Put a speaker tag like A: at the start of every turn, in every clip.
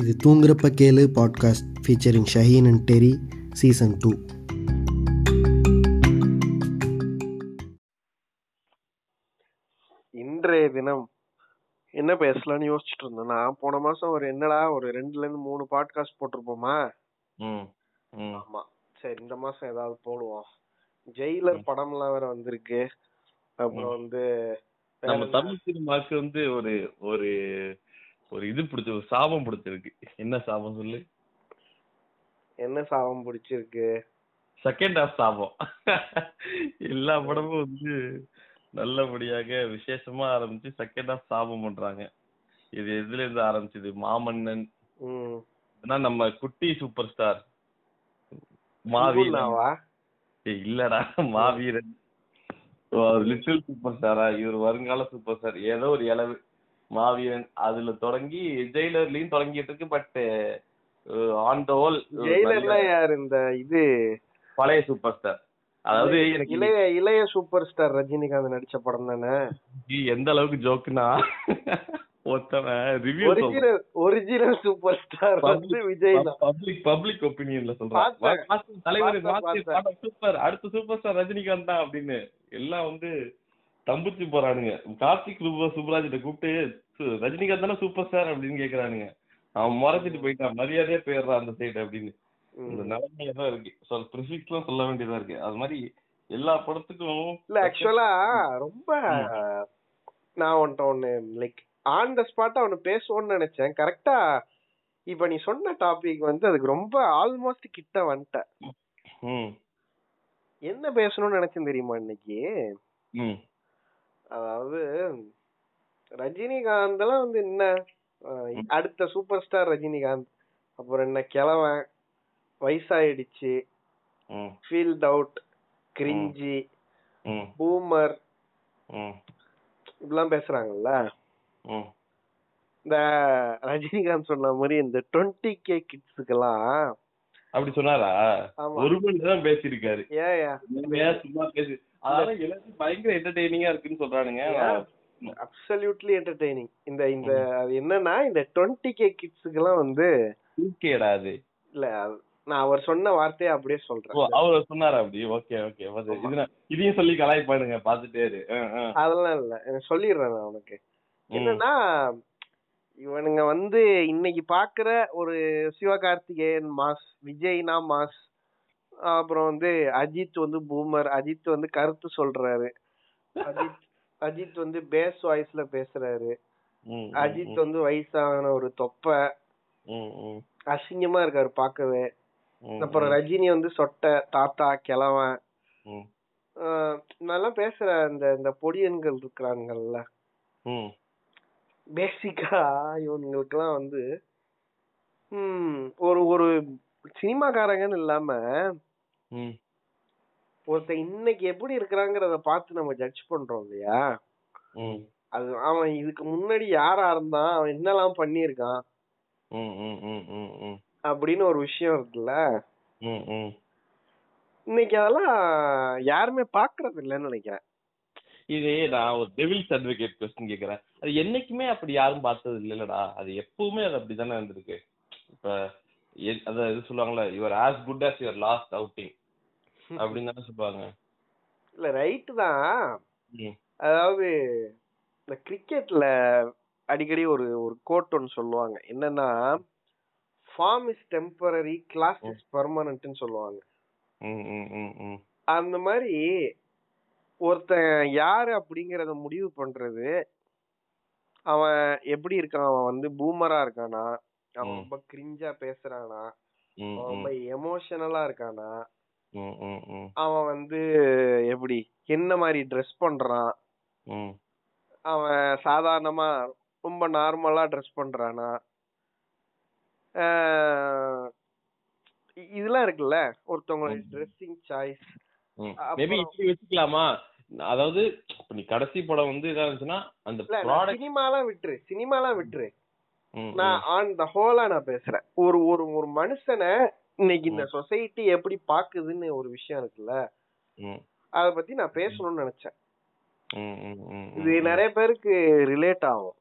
A: இது தூங்குறப்ப கேளு podcast featuring Shaheen and Terry season two
B: இன்றைய தினம் என்ன பேசலாம்னு யோசிச்சுட்டு இருந்தேன் நான் போன மாசம் ஒரு என்னடா ஒரு ரெண்டுல இருந்து மூணு பாட்காஸ்ட் போட்டிருப்போமா
C: ம் ம்
B: ஆமா சரி இந்த மாசம் ஏதாவது போடுவோம் ஜெயிலர் படம்லாம் வேற வந்திருக்கு அப்புறம் வந்து வேற
C: நம்ம
B: என்ன?
C: தமிழ் சினிமாவுக்கு வந்து ஒரு ஒரு ஒரு இது பிடிச்ச ஒரு சாபம் பிடிச்சிருக்கு என்ன சாபம் சொல்லு
B: என்ன சாபம் பிடிச்சிருக்கு
C: செகண்ட் ஹாஃப் சாபம் எல்லா படமும் வந்து நல்லபடியாக விசேஷமா ஆரம்பிச்சு செகண்ட் ஹாஃப் சாபம் பண்றாங்க இது எதுல இருந்து ஆரம்பிச்சது மாமன்னன்
B: ம்
C: ஏன்னா நம்ம குட்டி சூப்பர் ஸ்டார் மாவீரன்
B: சிங்குண்ணாவா?
C: ஏய், இல்லடா மாவீரன் லிட்டில் சூப்பர் ஸ்டாரா இவர் வருங்கால சூப்பர் ஸ்டார் ஏதோ ஒரு இளவு மாவீரன் அதுல தொடங்கி ஜெயிலர்லயும் தொடங்கிட்டு இருக்கு பட் ஆன் த ஹோல்
B: ஜெயிலர்ல யார் இந்த இது
C: பழைய சூப்பர் ஸ்டார் அதாவது எனக்கு
B: இளைய இளைய சூப்பர் ஸ்டார் ரஜினிகாந்த் நடிச்ச படம் தானே
C: இன்னைக்கு எந்த அளவுக்கு ஜோக்குனா ஒருத்தவன் review
B: original original super star வந்து விஜய் தான்
C: பப்ளிக் பப்ளிக் ஒப்பீனியன்ல
B: பார்த்தேன்.
C: சொல்றான் தலைவர்
B: பார்த்தேன், பார்த்தேன்.
C: சூப்பர் அடுத்த சூப்பர் ஸ்டார் ரஜினிகாந்த் தான் அப்படின்னு எல்லாம் வந்து தம்பிச்சு போறானுங்க கார்த்திக் ரூபா சுப்ராஜிட்ட கூப்பிட்டு "சு- ரஜினிகாந்த் தானே சூப்பர் ஸ்டார் அப்படின்னு கேக்குறானுங்க அவன் முறைச்சிட்டு போயிட்டான் மரியாதையே போயிடுறான் அந்த சைடு அப்படின்னு இந்த நிலைமையில தான் இருக்கு ஸோ ப்ரிஃபிக்ஸ்லாம் சொல்ல வேண்டியதா இருக்கு அது மாதிரி எல்லா படத்துக்கும்
B: இல்ல ஆக்சுவலா ரொம்ப நான் உன்ட்ட ஒண்ணு லைக் ஆன் த ஸ்பாட் அவனை பேசுவோன்னு நினைச்சேன் கரெக்டா இப்ப நீ சொன்ன டாபிக் வந்து அதுக்கு ரொம்ப ஆல்மோஸ்ட் கிட்ட வந்துட்ட
C: ம்
B: என்ன பேசணும்னு நினைச்சேன் தெரியுமா இன்னைக்கு
C: ம்
B: அதாவது ரஜினிகாந்தெல்லாம் வந்து என்ன அஹ் அடுத்த சூப்பர் ஸ்டார் ரஜினிகாந்த் அப்புறம் என்ன கிழவன் வயசாயிடுச்சு
C: ம்
B: ஃபீல்ட் அவுட் கிரிஞ்சி
C: ம்
B: பூமர்
C: ம்
B: இப்படிலாம் பேசுறாங்கல்ல
C: ம்
B: இந்த ரஜினிகாந்த் சொன்ன மாதிரி இந்த டுவெண்ட்டி கே கிட்ஸுக்கெல்லாம்
C: அப்படி சொன்னாரா
B: ஆமா.
C: ஒரு மணி தான் பேசியிருக்காரு
B: ஏயா
C: உண்மையா சும்மா பேசு அதனால எல்லாத்தையும் பயங்கர என்டர்டெய்னிங்கா இருக்குன்னு சொல்றானுங்க
B: Yeah. அப்சல்யூட்லி என்டர்டெய்னிங் இந்த இந்த அது என்னன்னா இந்த டுவெண்ட்டி கே கிட்ஸுக்கெல்லாம் வந்து
C: ஓகேடா அது
B: இல்ல அது- நான் அவர் சொன்ன வார்த்தையை அப்படியே
C: ஓ
B: சொல்றேன்
C: அவர் சொன்னாரா அப்படி ஓகே ஓகே இது நான் இதையும் சொல்லி கலாய்ப்பானுங்க பாத்துட்டே இரு ஆ, ஆ.
B: அதெல்லாம் இல்ல நான் சொல்லிடுறேன் நான் உனக்கு என்னன்னா இவனுங்க வந்து இன்னைக்கு பாக்குற ஒரு சிவகார்த்திகேயன் மாஸ் விஜய்னா மாஸ் அப்புறம் வந்து அஜித் வந்து பூமர் அஜித் வந்து கருத்து சொல்றாரு அஜித் அஜித் வந்து பேஸ் வாய்ஸ்ல பேசுறாரு
C: ம், ம்,
B: அஜித் வந்து வயசான ஒரு தொப்பை
C: ம், ம்,
B: அசிங்கமா இருக்காரு பார்க்கவே
C: ம்,
B: அப்புறம் ரஜினி வந்து சொட்டை தாத்தா கிழவன்
C: ம்,
B: ஆஹ் நல்லா பேசுற இந்த இந்த பொடியன்கள் இருக்கிறாங்கல்ல
C: ம்,
B: பேசிக்கா இவனுங்களுக்குலாம் வந்து ம் ஒரு ஒரு சினிமாக்காரங்கன்னு இல்லாம
C: ம்.
B: ஒருத்தன் இன்னைக்கு எப்படி இருக்கிறாங்கிறத பார்த்து நம்ம ஜட்ஜ் பண்றோம் இல்லையா
C: ம்,
B: அது அவன் இதுக்கு முன்னாடி யாரா இருந்தான் அவன் என்னெல்லாம் பண்ணியிருக்கான்
C: ம், ம், ம், ம், ம்,
B: அப்படின்னு ஒரு விஷயம் இருக்குல்ல
C: ம், ம்.
B: இன்னைக்கு அதெல்லாம் யாருமே பாக்குறது இல்லைன்னு நினைக்கிறேன்
C: இது நான் ஒரு டெவில்ஸ் அட்வொகேட் கொஸ்டின் கேக்குறேன் அது என்னைக்குமே அப்படி யாரும் பார்த்தது இல்லைல்லடா அது எப்பவுமே அது அப்படிதானே இருந்திருக்கு இப்ப எ- அதான் இது சொல்லுவாங்கல்ல your as good as your last outing அப்படின்னு தானே சொல்லுவாங்க
B: இல்ல ரைட்டு தான்
C: ம்.
B: அதாவது இந்த கிரிக்கெட்ல அடிக்கடி ஒரு ஒரு கோட் ஒன்று சொல்லுவாங்க என்னன்னா form is temporary class is பர்மனன்ட்னு சொல்லுவாங்க
C: ம், ம், ம், ம்.
B: அந்த மாதிரி ஒருத்தன் யாரு அப்படிங்கறத முடிவு பண்றது அவன் எப்படி இருக்கான் அவன் வந்து பூமரா இருக்கானா அவன்
C: ம்.
B: ரொம்ப கிரிஞ்சா பேசுறானா
C: ம்,
B: அவன்
C: ம்,
B: ரொம்ப எமோஷனலா இருக்கானா
C: ம், ம், ம்,
B: அவன் வந்து எப்படி என்ன மாதிரி ட்ரெஸ் பண்றான்
C: ம்,
B: அவன் சாதாரணமா ரொம்ப நார்மலா ட்ரெஸ் பண்றானா ஆஹ் இ- இதெல்லாம் இருக்குல்ல ஒருத்தவங்களோட
C: ம்.
B: ட்ரெஸ்ஸிங் சாய்ஸ்
C: ம்.
B: அப்புறம்-
C: Mm. Maybe இப்படி வச்சுக்கலாமா அதாவது இப்ப நீ கடைசி படம் வந்து இதா இருந்துச்சுன்னா அந்த
B: இல்ல நான்
C: ப்ராடக்ட்
B: சினிமாலாம் விட்டுரு சினிமாலாம் விட்டுரு நான் ஆன் த ஹோலா நான் பேசுறேன் ஒரு ஒரு ஒரு மனுஷனை இன்னைக்கு இந்த சொசைட்டி எப்படி பாக்குதுன்னு ஒரு விஷயம் இருக்குல்ல அத பத்தி நான் பேசணும்னு நினைச்சேன் இது நிறைய பேருக்கு ரிலேட் ஆகும்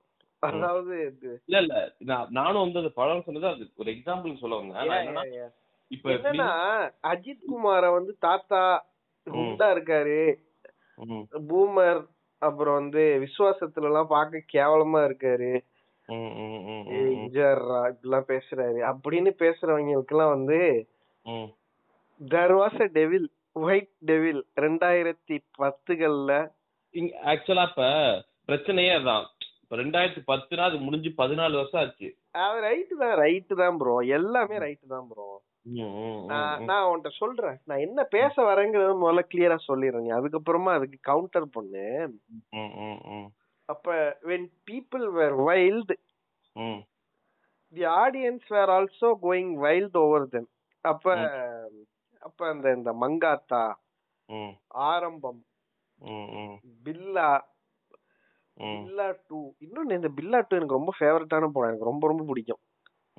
B: அதாவது இது-
C: இல்ல இல்ல நான் நானும் வந்து அந்த படம் சொன்னது அது ஒரு எக்ஸாம்பிள் சொல்ல வந்தேன் நான் என்னன்னா
B: ஏன், ஏன், ஏன்.
C: இப்ப எப்படி-
B: என்னன்னா அஜித் குமார வந்து தாத்தா குண்டா இருக்காரு
C: ம்,
B: பூமர் அப்புறம் வந்து விசுவாசத்துல எல்லாம் பார்க்க கேவலமா இருக்காரு
C: ம், ம், ம்,
B: ஏய்,
C: ம்,
B: இஞ்சாரா இப்படிலாம் பேசுறாரு அப்படின்னு பேசுறவங்களுக்கு எல்லாம் வந்து
C: ம்,
B: there was a devil white devil ரெண்டாயிரத்தி பத்துகள்ல
C: இங்க ஆக்சுவலா இப்ப பிரச்சனையே அதான் இப்ப ரெண்டாயிரத்தி பத்துனா அது முடிஞ்சு பதினாலு வருஷம் ஆச்சு
B: அவன் ரைட்டு தான் ரைட்டு தான் ப்ரோ எல்லாமே ரைட்டு தான் ப்ரோ
C: ம், ம், ம்,
B: நான்
C: ம்.
B: நான் உன்கிட்ட சொல்றேன் நான் என்ன பேச வரேங்கிறத முதல்ல கிளியரா சொல்லிடுறேன் நீ அதுக்கப்புறமா அதுக்கு கவுண்டர் பண்ணு
C: ம், ம், ம்,
B: அப்ப when people were wild
C: ம்.
B: the audience were also going wild over them அப்ப அப்ப அந்த இந்த மங்காத்தா
C: ம்,
B: ஆரம்பம்
C: ம், ம்,
B: பில்லா
C: ம்,
B: பில்லா டூ இன்னொன்னு இந்த பில்லா டூ எனக்கு ரொம்ப ஃபேவரட்டான படம் எனக்கு ரொம்ப ரொம்ப பிடிக்கும்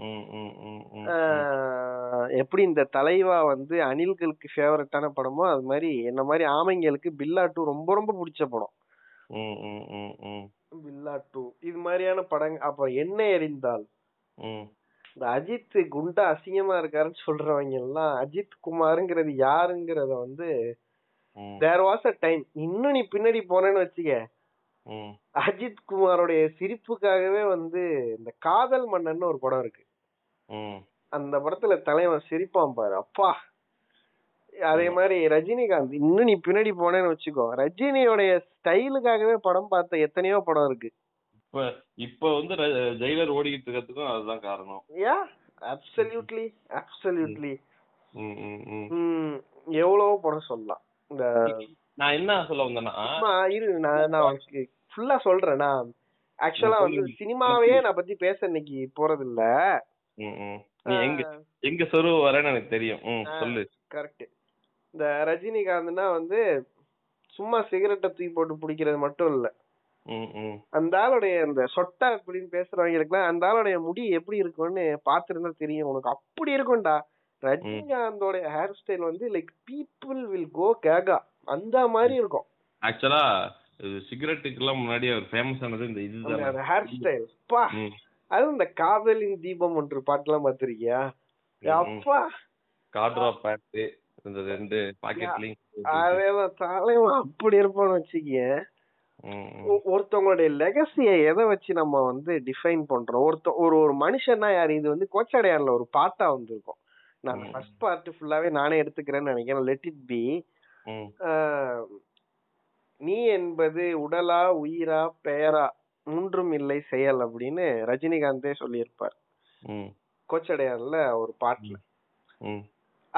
C: ம், ம், ம், ம்.
B: ஆஹ், எப்படி இந்த தலைவா வந்து அணில்களுக்கு ஃபேவரட்டான படமோ அது மாதிரி என்ன மாதிரி ஆமைங்களுக்கு பில்லா டூ ரொம்ப ரொம்ப பிடிச்ச படம்
C: ம், ம், ம், ம்,
B: பில்லா டூ இது மாதிரியான படங்க அப்புறம் என்ன எறிந்தால்
C: ம்.
B: இந்த அஜித் குண்டா அசிங்கமா இருக்காருன்னு சொல்றவங்க எல்லாம் அஜித் குமாருங்கிறது யாருங்கிறத வந்து
C: ம்,
B: தேர் வாஸ் அ டைம் இன்னும் நீ பின்னாடி போனேன்னு வச்சுக்க
C: ம்.
B: அஜித் குமாரோடைய சிரிப்புக்காகவே வந்து இந்த காதல் மன்னன் ஒரு படம் இருக்கு
C: ம்.
B: அந்த படத்துல தலைவன் சிரிப்பான் பாரு அப்பா அதே மாதிரி ரஜினிகாந்த் இன்னும் நீ பின்னாடி போனேன்னு வச்சுக்கோ ரஜினியோடைய ஸ்டைலுக்காகவே படம் பார்த்த எத்தனையோ படம் இருக்கு
C: இப்ப இப்ப வந்து ர- ஜெயிலர் ஓடிக்கிட்டு இருக்கிறதுக்கும் அதுதான் காரணம்
B: யா அப்சல்யூட்லி அப்சல்யூட்லி
C: ம், ம், ம்.
B: ம் எவ்வளவோ படம் சொல்லலாம் இந்த
C: நான் என்ன சொல்ல வந்தேன்னா
B: சும்மா இரு நான் நான் உனக்கு ஃபுல்லா சொல்றேன் நான் ஆக்சுவலா
C: ம்,
B: வந்து
C: சொல்லுங்க.
B: சினிமாவையே நான் பத்தி பேச இன்னைக்கு போறது இல்ல
C: ம், ம். நீ எங்க எங்க சொருவ வரேன்னு எனக்கு தெரியும் ம்
B: ஆ.
C: சொல்லு
B: கரெக்ட் இந்த ரஜினிகாந்த்னா வந்து சும்மா சிகரெட்டை தூக்கி போட்டு பிடிக்கிறது மட்டும் இல்ல
C: ம் ம்
B: அந்த ஆளுடைய அந்த சொட்டை அப்படின்னு பேசுறவங்களுக்குலாம் அந்த ஆளுடைய முடி எப்படி இருக்கும்னு பாத்துருந்தா தெரியும் உனக்கு அப்படி இருக்கும்டா ரஜினிகாந்தோடைய ஹேர் ஸ்டைல் வந்து like people will go gaga அந்த மாதிரி இருக்கும்
C: ஆக்சுவலா சிகரெட்டுக்கெல்லாம் முன்னாடி அவர் ஃபேமஸ் ஆனது இந்த இதுதான்
B: அந்த ஹேர் ஸ்டைல் பா
C: ம்
B: அதுவும் இந்த காதலின் தீபம் ஒன்று பாட்டுலாம் பாத்திருக்கியா
C: ம்.
B: அப்பா
C: காட்ரா பேண்ட் இந்த ரெண்டு பாக்கெட்லயும்
B: அதேதான் தலைவன் அப்படி இருப்பான்னு வச்சுக்கிய ஒருத்தவங்களுடைய லெகசியை எதை வச்சு நம்ம வந்து டிஃபைன் பண்றோம் ஒருத்த ஒரு ஒரு மனுஷன்னா யாரு இது வந்து கோச்சடையார்ல ஒரு பாட்டா வந்திருக்கும் நான்
C: ம்.
B: ஃபர்ஸ்ட் பார்ட் ஃபுல்லாவே நானே எடுத்துக்கிறேன்னு நினைக்கிறேன் லெட் இட் பி நீ என்பது உடலா உயிரா பெயரா மூன்றும் இல்லை செயல் அப்படின்னு ரஜினிகாந்தே சொல்லியிருப்பார் கோச்சடையார்ல ஒரு பாட்டுல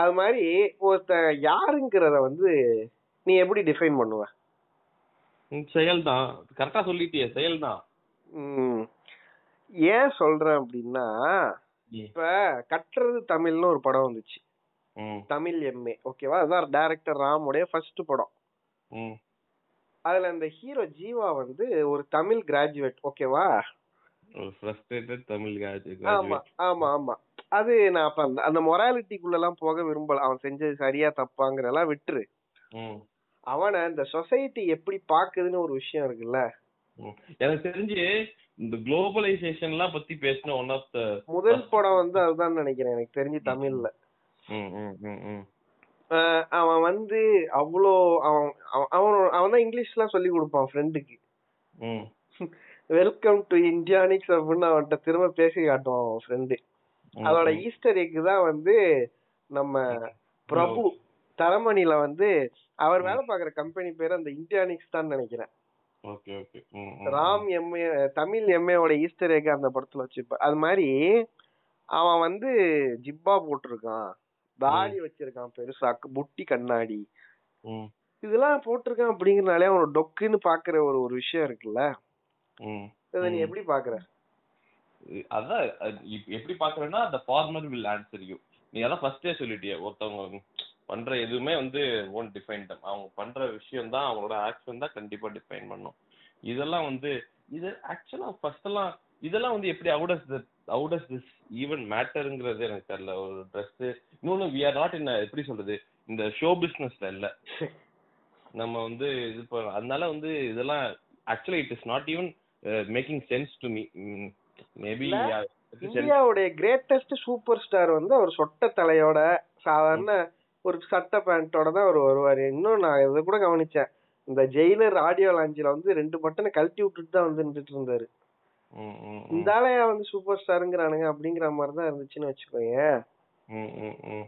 B: அது மாதிரி ஒருத்த யாருங்கிறத வந்து நீ எப்படி டிஃபைன் பண்ணுவ
C: செயல் தான் கரெக்டா சொல்லிட்டியே செயல் தான்
B: உம் ஏன் சொல்றேன் அப்படின்னா இப்ப கட்டுறது தமிழ்னு ஒரு படம் வந்துச்சு தமிழ் எம்ஏ ஓகேவா அதான் டைரக்டர் ராமுடைய ஃபர்ஸ்ட் படம் அதுல அந்த ஹீரோ ஜீவா வந்து ஒரு தமிழ் கிராஜுவேட் ஓகேவா
C: ஒரு ஃப்ரஸ்ட்ரேட்டட் தமிழ்
B: ஆமா ஆமா ஆமா அது நான் அப்ப அந்த- அந்த மொராலிட்டிக்குள்ள எல்லாம் போக விரும்பல அவன் செஞ்சது சரியா தப்பாங்கிறதெல்லாம் விட்டுரு அவனை இந்த சொசைட்டி எப்படி பாக்குதுன்னு ஒரு விஷயம் இருக்குல்ல
C: எனக்கு தெரிஞ்சு இந்த குளோபலைசேஷன் எல்லாம் பத்தி பேசின ஒன் ஆஃப் த
B: முதல் படம் வந்து அதுதான் நினைக்கிறேன் எனக்கு தெரிஞ்சு தமிழ்ல அஹ் அவன் வந்து அவ்வளோ அவன் அவன் அவனோ- அவன் தான் இங்கிலீஷ்லாம் சொல்லி கொடுப்பான் ஃப்ரெண்டுக்கு வெல்கம் டு இந்தியானிக்ஸ் அப்படின்னு அவன்கிட்ட திரும்ப பேசி காட்டுவான் அவன் ஃப்ரெண்டு அதோட ஈஸ்டர் எக் தான் வந்து நம்ம பிரபு தரமணில வந்து அவர் வேலை பார்க்குற கம்பெனி பேர் அந்த இந்தியானிக்ஸ் தான் நினைக்கிறேன்
C: okay okay
B: Ram MA Tamil எம்ஏவோட ஈஸ்டர் எக் அந்த படத்துல வச்சிருப்பார் அது மாதிரி அவன் வந்து ஜிப்பா போட்டிருக்கான் தாடி வச்சிருக்கான் பெருசா புட்டி கண்ணாடி
C: ம்
B: இதெல்லாம் போட்டிருக்கான் அப்படிங்கறனாலே அவனோட டொக்குன்னு பாக்குற ஒரு ஒரு விஷயம் இருக்குல்ல
C: ம்
B: இதை நீ எப்படி பாக்குற
C: அதான் அது இப்ப எப்படி பாக்குறேன்னா அந்த ஃபார்மர் வில் ஆன்சர் யூ நீ அதான் ஃபர்ஸ்டே சொல்லிட்டிய ஒருத்தவங்க பண்ற எதுவுமே வந்து ஓன் டிஃபைன் தம் அவங்க பண்ற விஷயம் தான் அவங்களோட ஆக்ஷன் தான் கண்டிப்பா டிஃபைன் பண்ணும் இதெல்லாம் வந்து இது ஆக்சுவலா ஃபர்ஸ்ட் எல்லாம் இதெல்லாம் வந்து எப்படி out of this out of this even மேட்டருங்கிறது எனக்கு தெரியல ஒரு ட்ரெஸ் இன்னொன்னு வி ஆர் நாட் என்ன எப்படி சொல்றது இந்த ஷோ பிஸ்னஸ்ல இல்ல நம்ம வந்து இது ப- அதனால வந்து இதெல்லாம் actually it is not even making sense to me maybe
B: இல்ல, இந்தியாவுடைய கிரேட்டஸ்ட் சூப்பர் ஸ்டார் வந்து அவர் சொட்ட தலையோட சாதாரண ஒரு சட்டை பேண்டோட தான் அவர் வருவாரு இன்னும் நான் இதை கூட கவனிச்சேன் இந்த ஜெயிலர் ஆடியோ லாஞ்சில வந்து ரெண்டு பட்டனை கழட்டி விட்டுட்டு தான் வந்து நின்றுட்டு இருந்தாரு இந்த ஆளையா வந்து சூப்பர் ஸ்டாருங்கிறானுங்க அப்படிங்கிற மாதிரி தான் இருந்துச்சுன்னு வச்சுக்கோங்க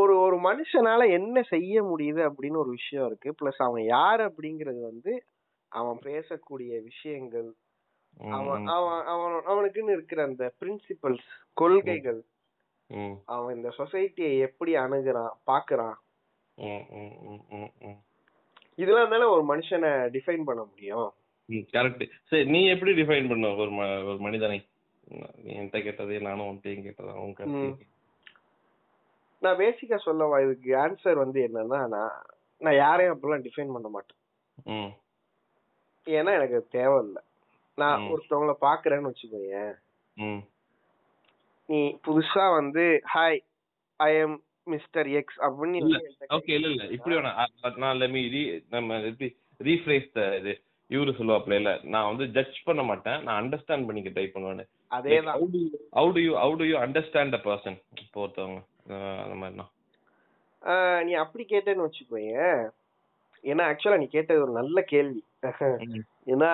B: ஒரு ஒரு மனுஷனால என்ன செய்ய முடியுது அப்படின்னு ஒரு விஷயம் இருக்கு பிளஸ் அவன் யார் அப்படிங்கிறது வந்து அவன் பேசக்கூடிய விஷயங்கள் அவன் அவன் அவன் அவனுக்குன்னு இருக்கிற அந்த பிரின்சிபல்ஸ் கொள்கைகள் அவன் இந்த சொசைட்டியை எப்படி அணுகுறான் பாக்குறான் இதெல்லாம் தானே ஒரு மனுஷனை டிஃபைன் பண்ண முடியும்
C: கரெக்ட் சரி நீ எப்படி டிஃபைன் பண்ண ஒரு ம- ஒரு மனிதனை நீ என்கிட்ட கேட்டதே நானும் உன்கிட்டயும் கேட்டதா உன்
B: ம்.
C: கருத்து
B: நான் பேசிக்கா சொல்லவா இதுக்கு ஆன்சர் வந்து என்னன்னா நான் நான் யாரையும் அப்படிலாம் டிஃபைன் பண்ண மாட்டேன்
C: ம்
B: ஏன்னா எனக்கு அது தேவையில்லை நான்
C: ம்.
B: ஒருத்தவங்கள பாக்குறேன்னு வச்சுக்கோங்க
C: ம்
B: நீ புதுசா வந்து hi I am mister X அப்படின்னு நீ
C: இல்ல,
B: என்கிட்ட
C: ஓகே இல்ல இல்ல இப்படி வேணாம் அ- அ- நான் let me re- நம்ம எப்படி ரீஃப்ரேஸ் இது இவரு சொல்லுவாப்ல இல்ல நான் வந்து ஜட்ஜ் பண்ண மாட்டேன் நான் அண்டர்ஸ்டாண்ட் பண்ணிக்க ட்ரை பண்ணுவேன்
B: அதேதான்
C: how do you how do you understand a person இப்போ ஒருத்தவங்க அஹ் அந்த மாதிரினா
B: ஆஹ் நீ அப்படி கேட்டேன்னு வச்சுக்கோங்க ஏன்னா ஆக்சுவலா நீ கேட்டது ஒரு நல்ல கேள்வி
C: ம்.
B: ஏன்னா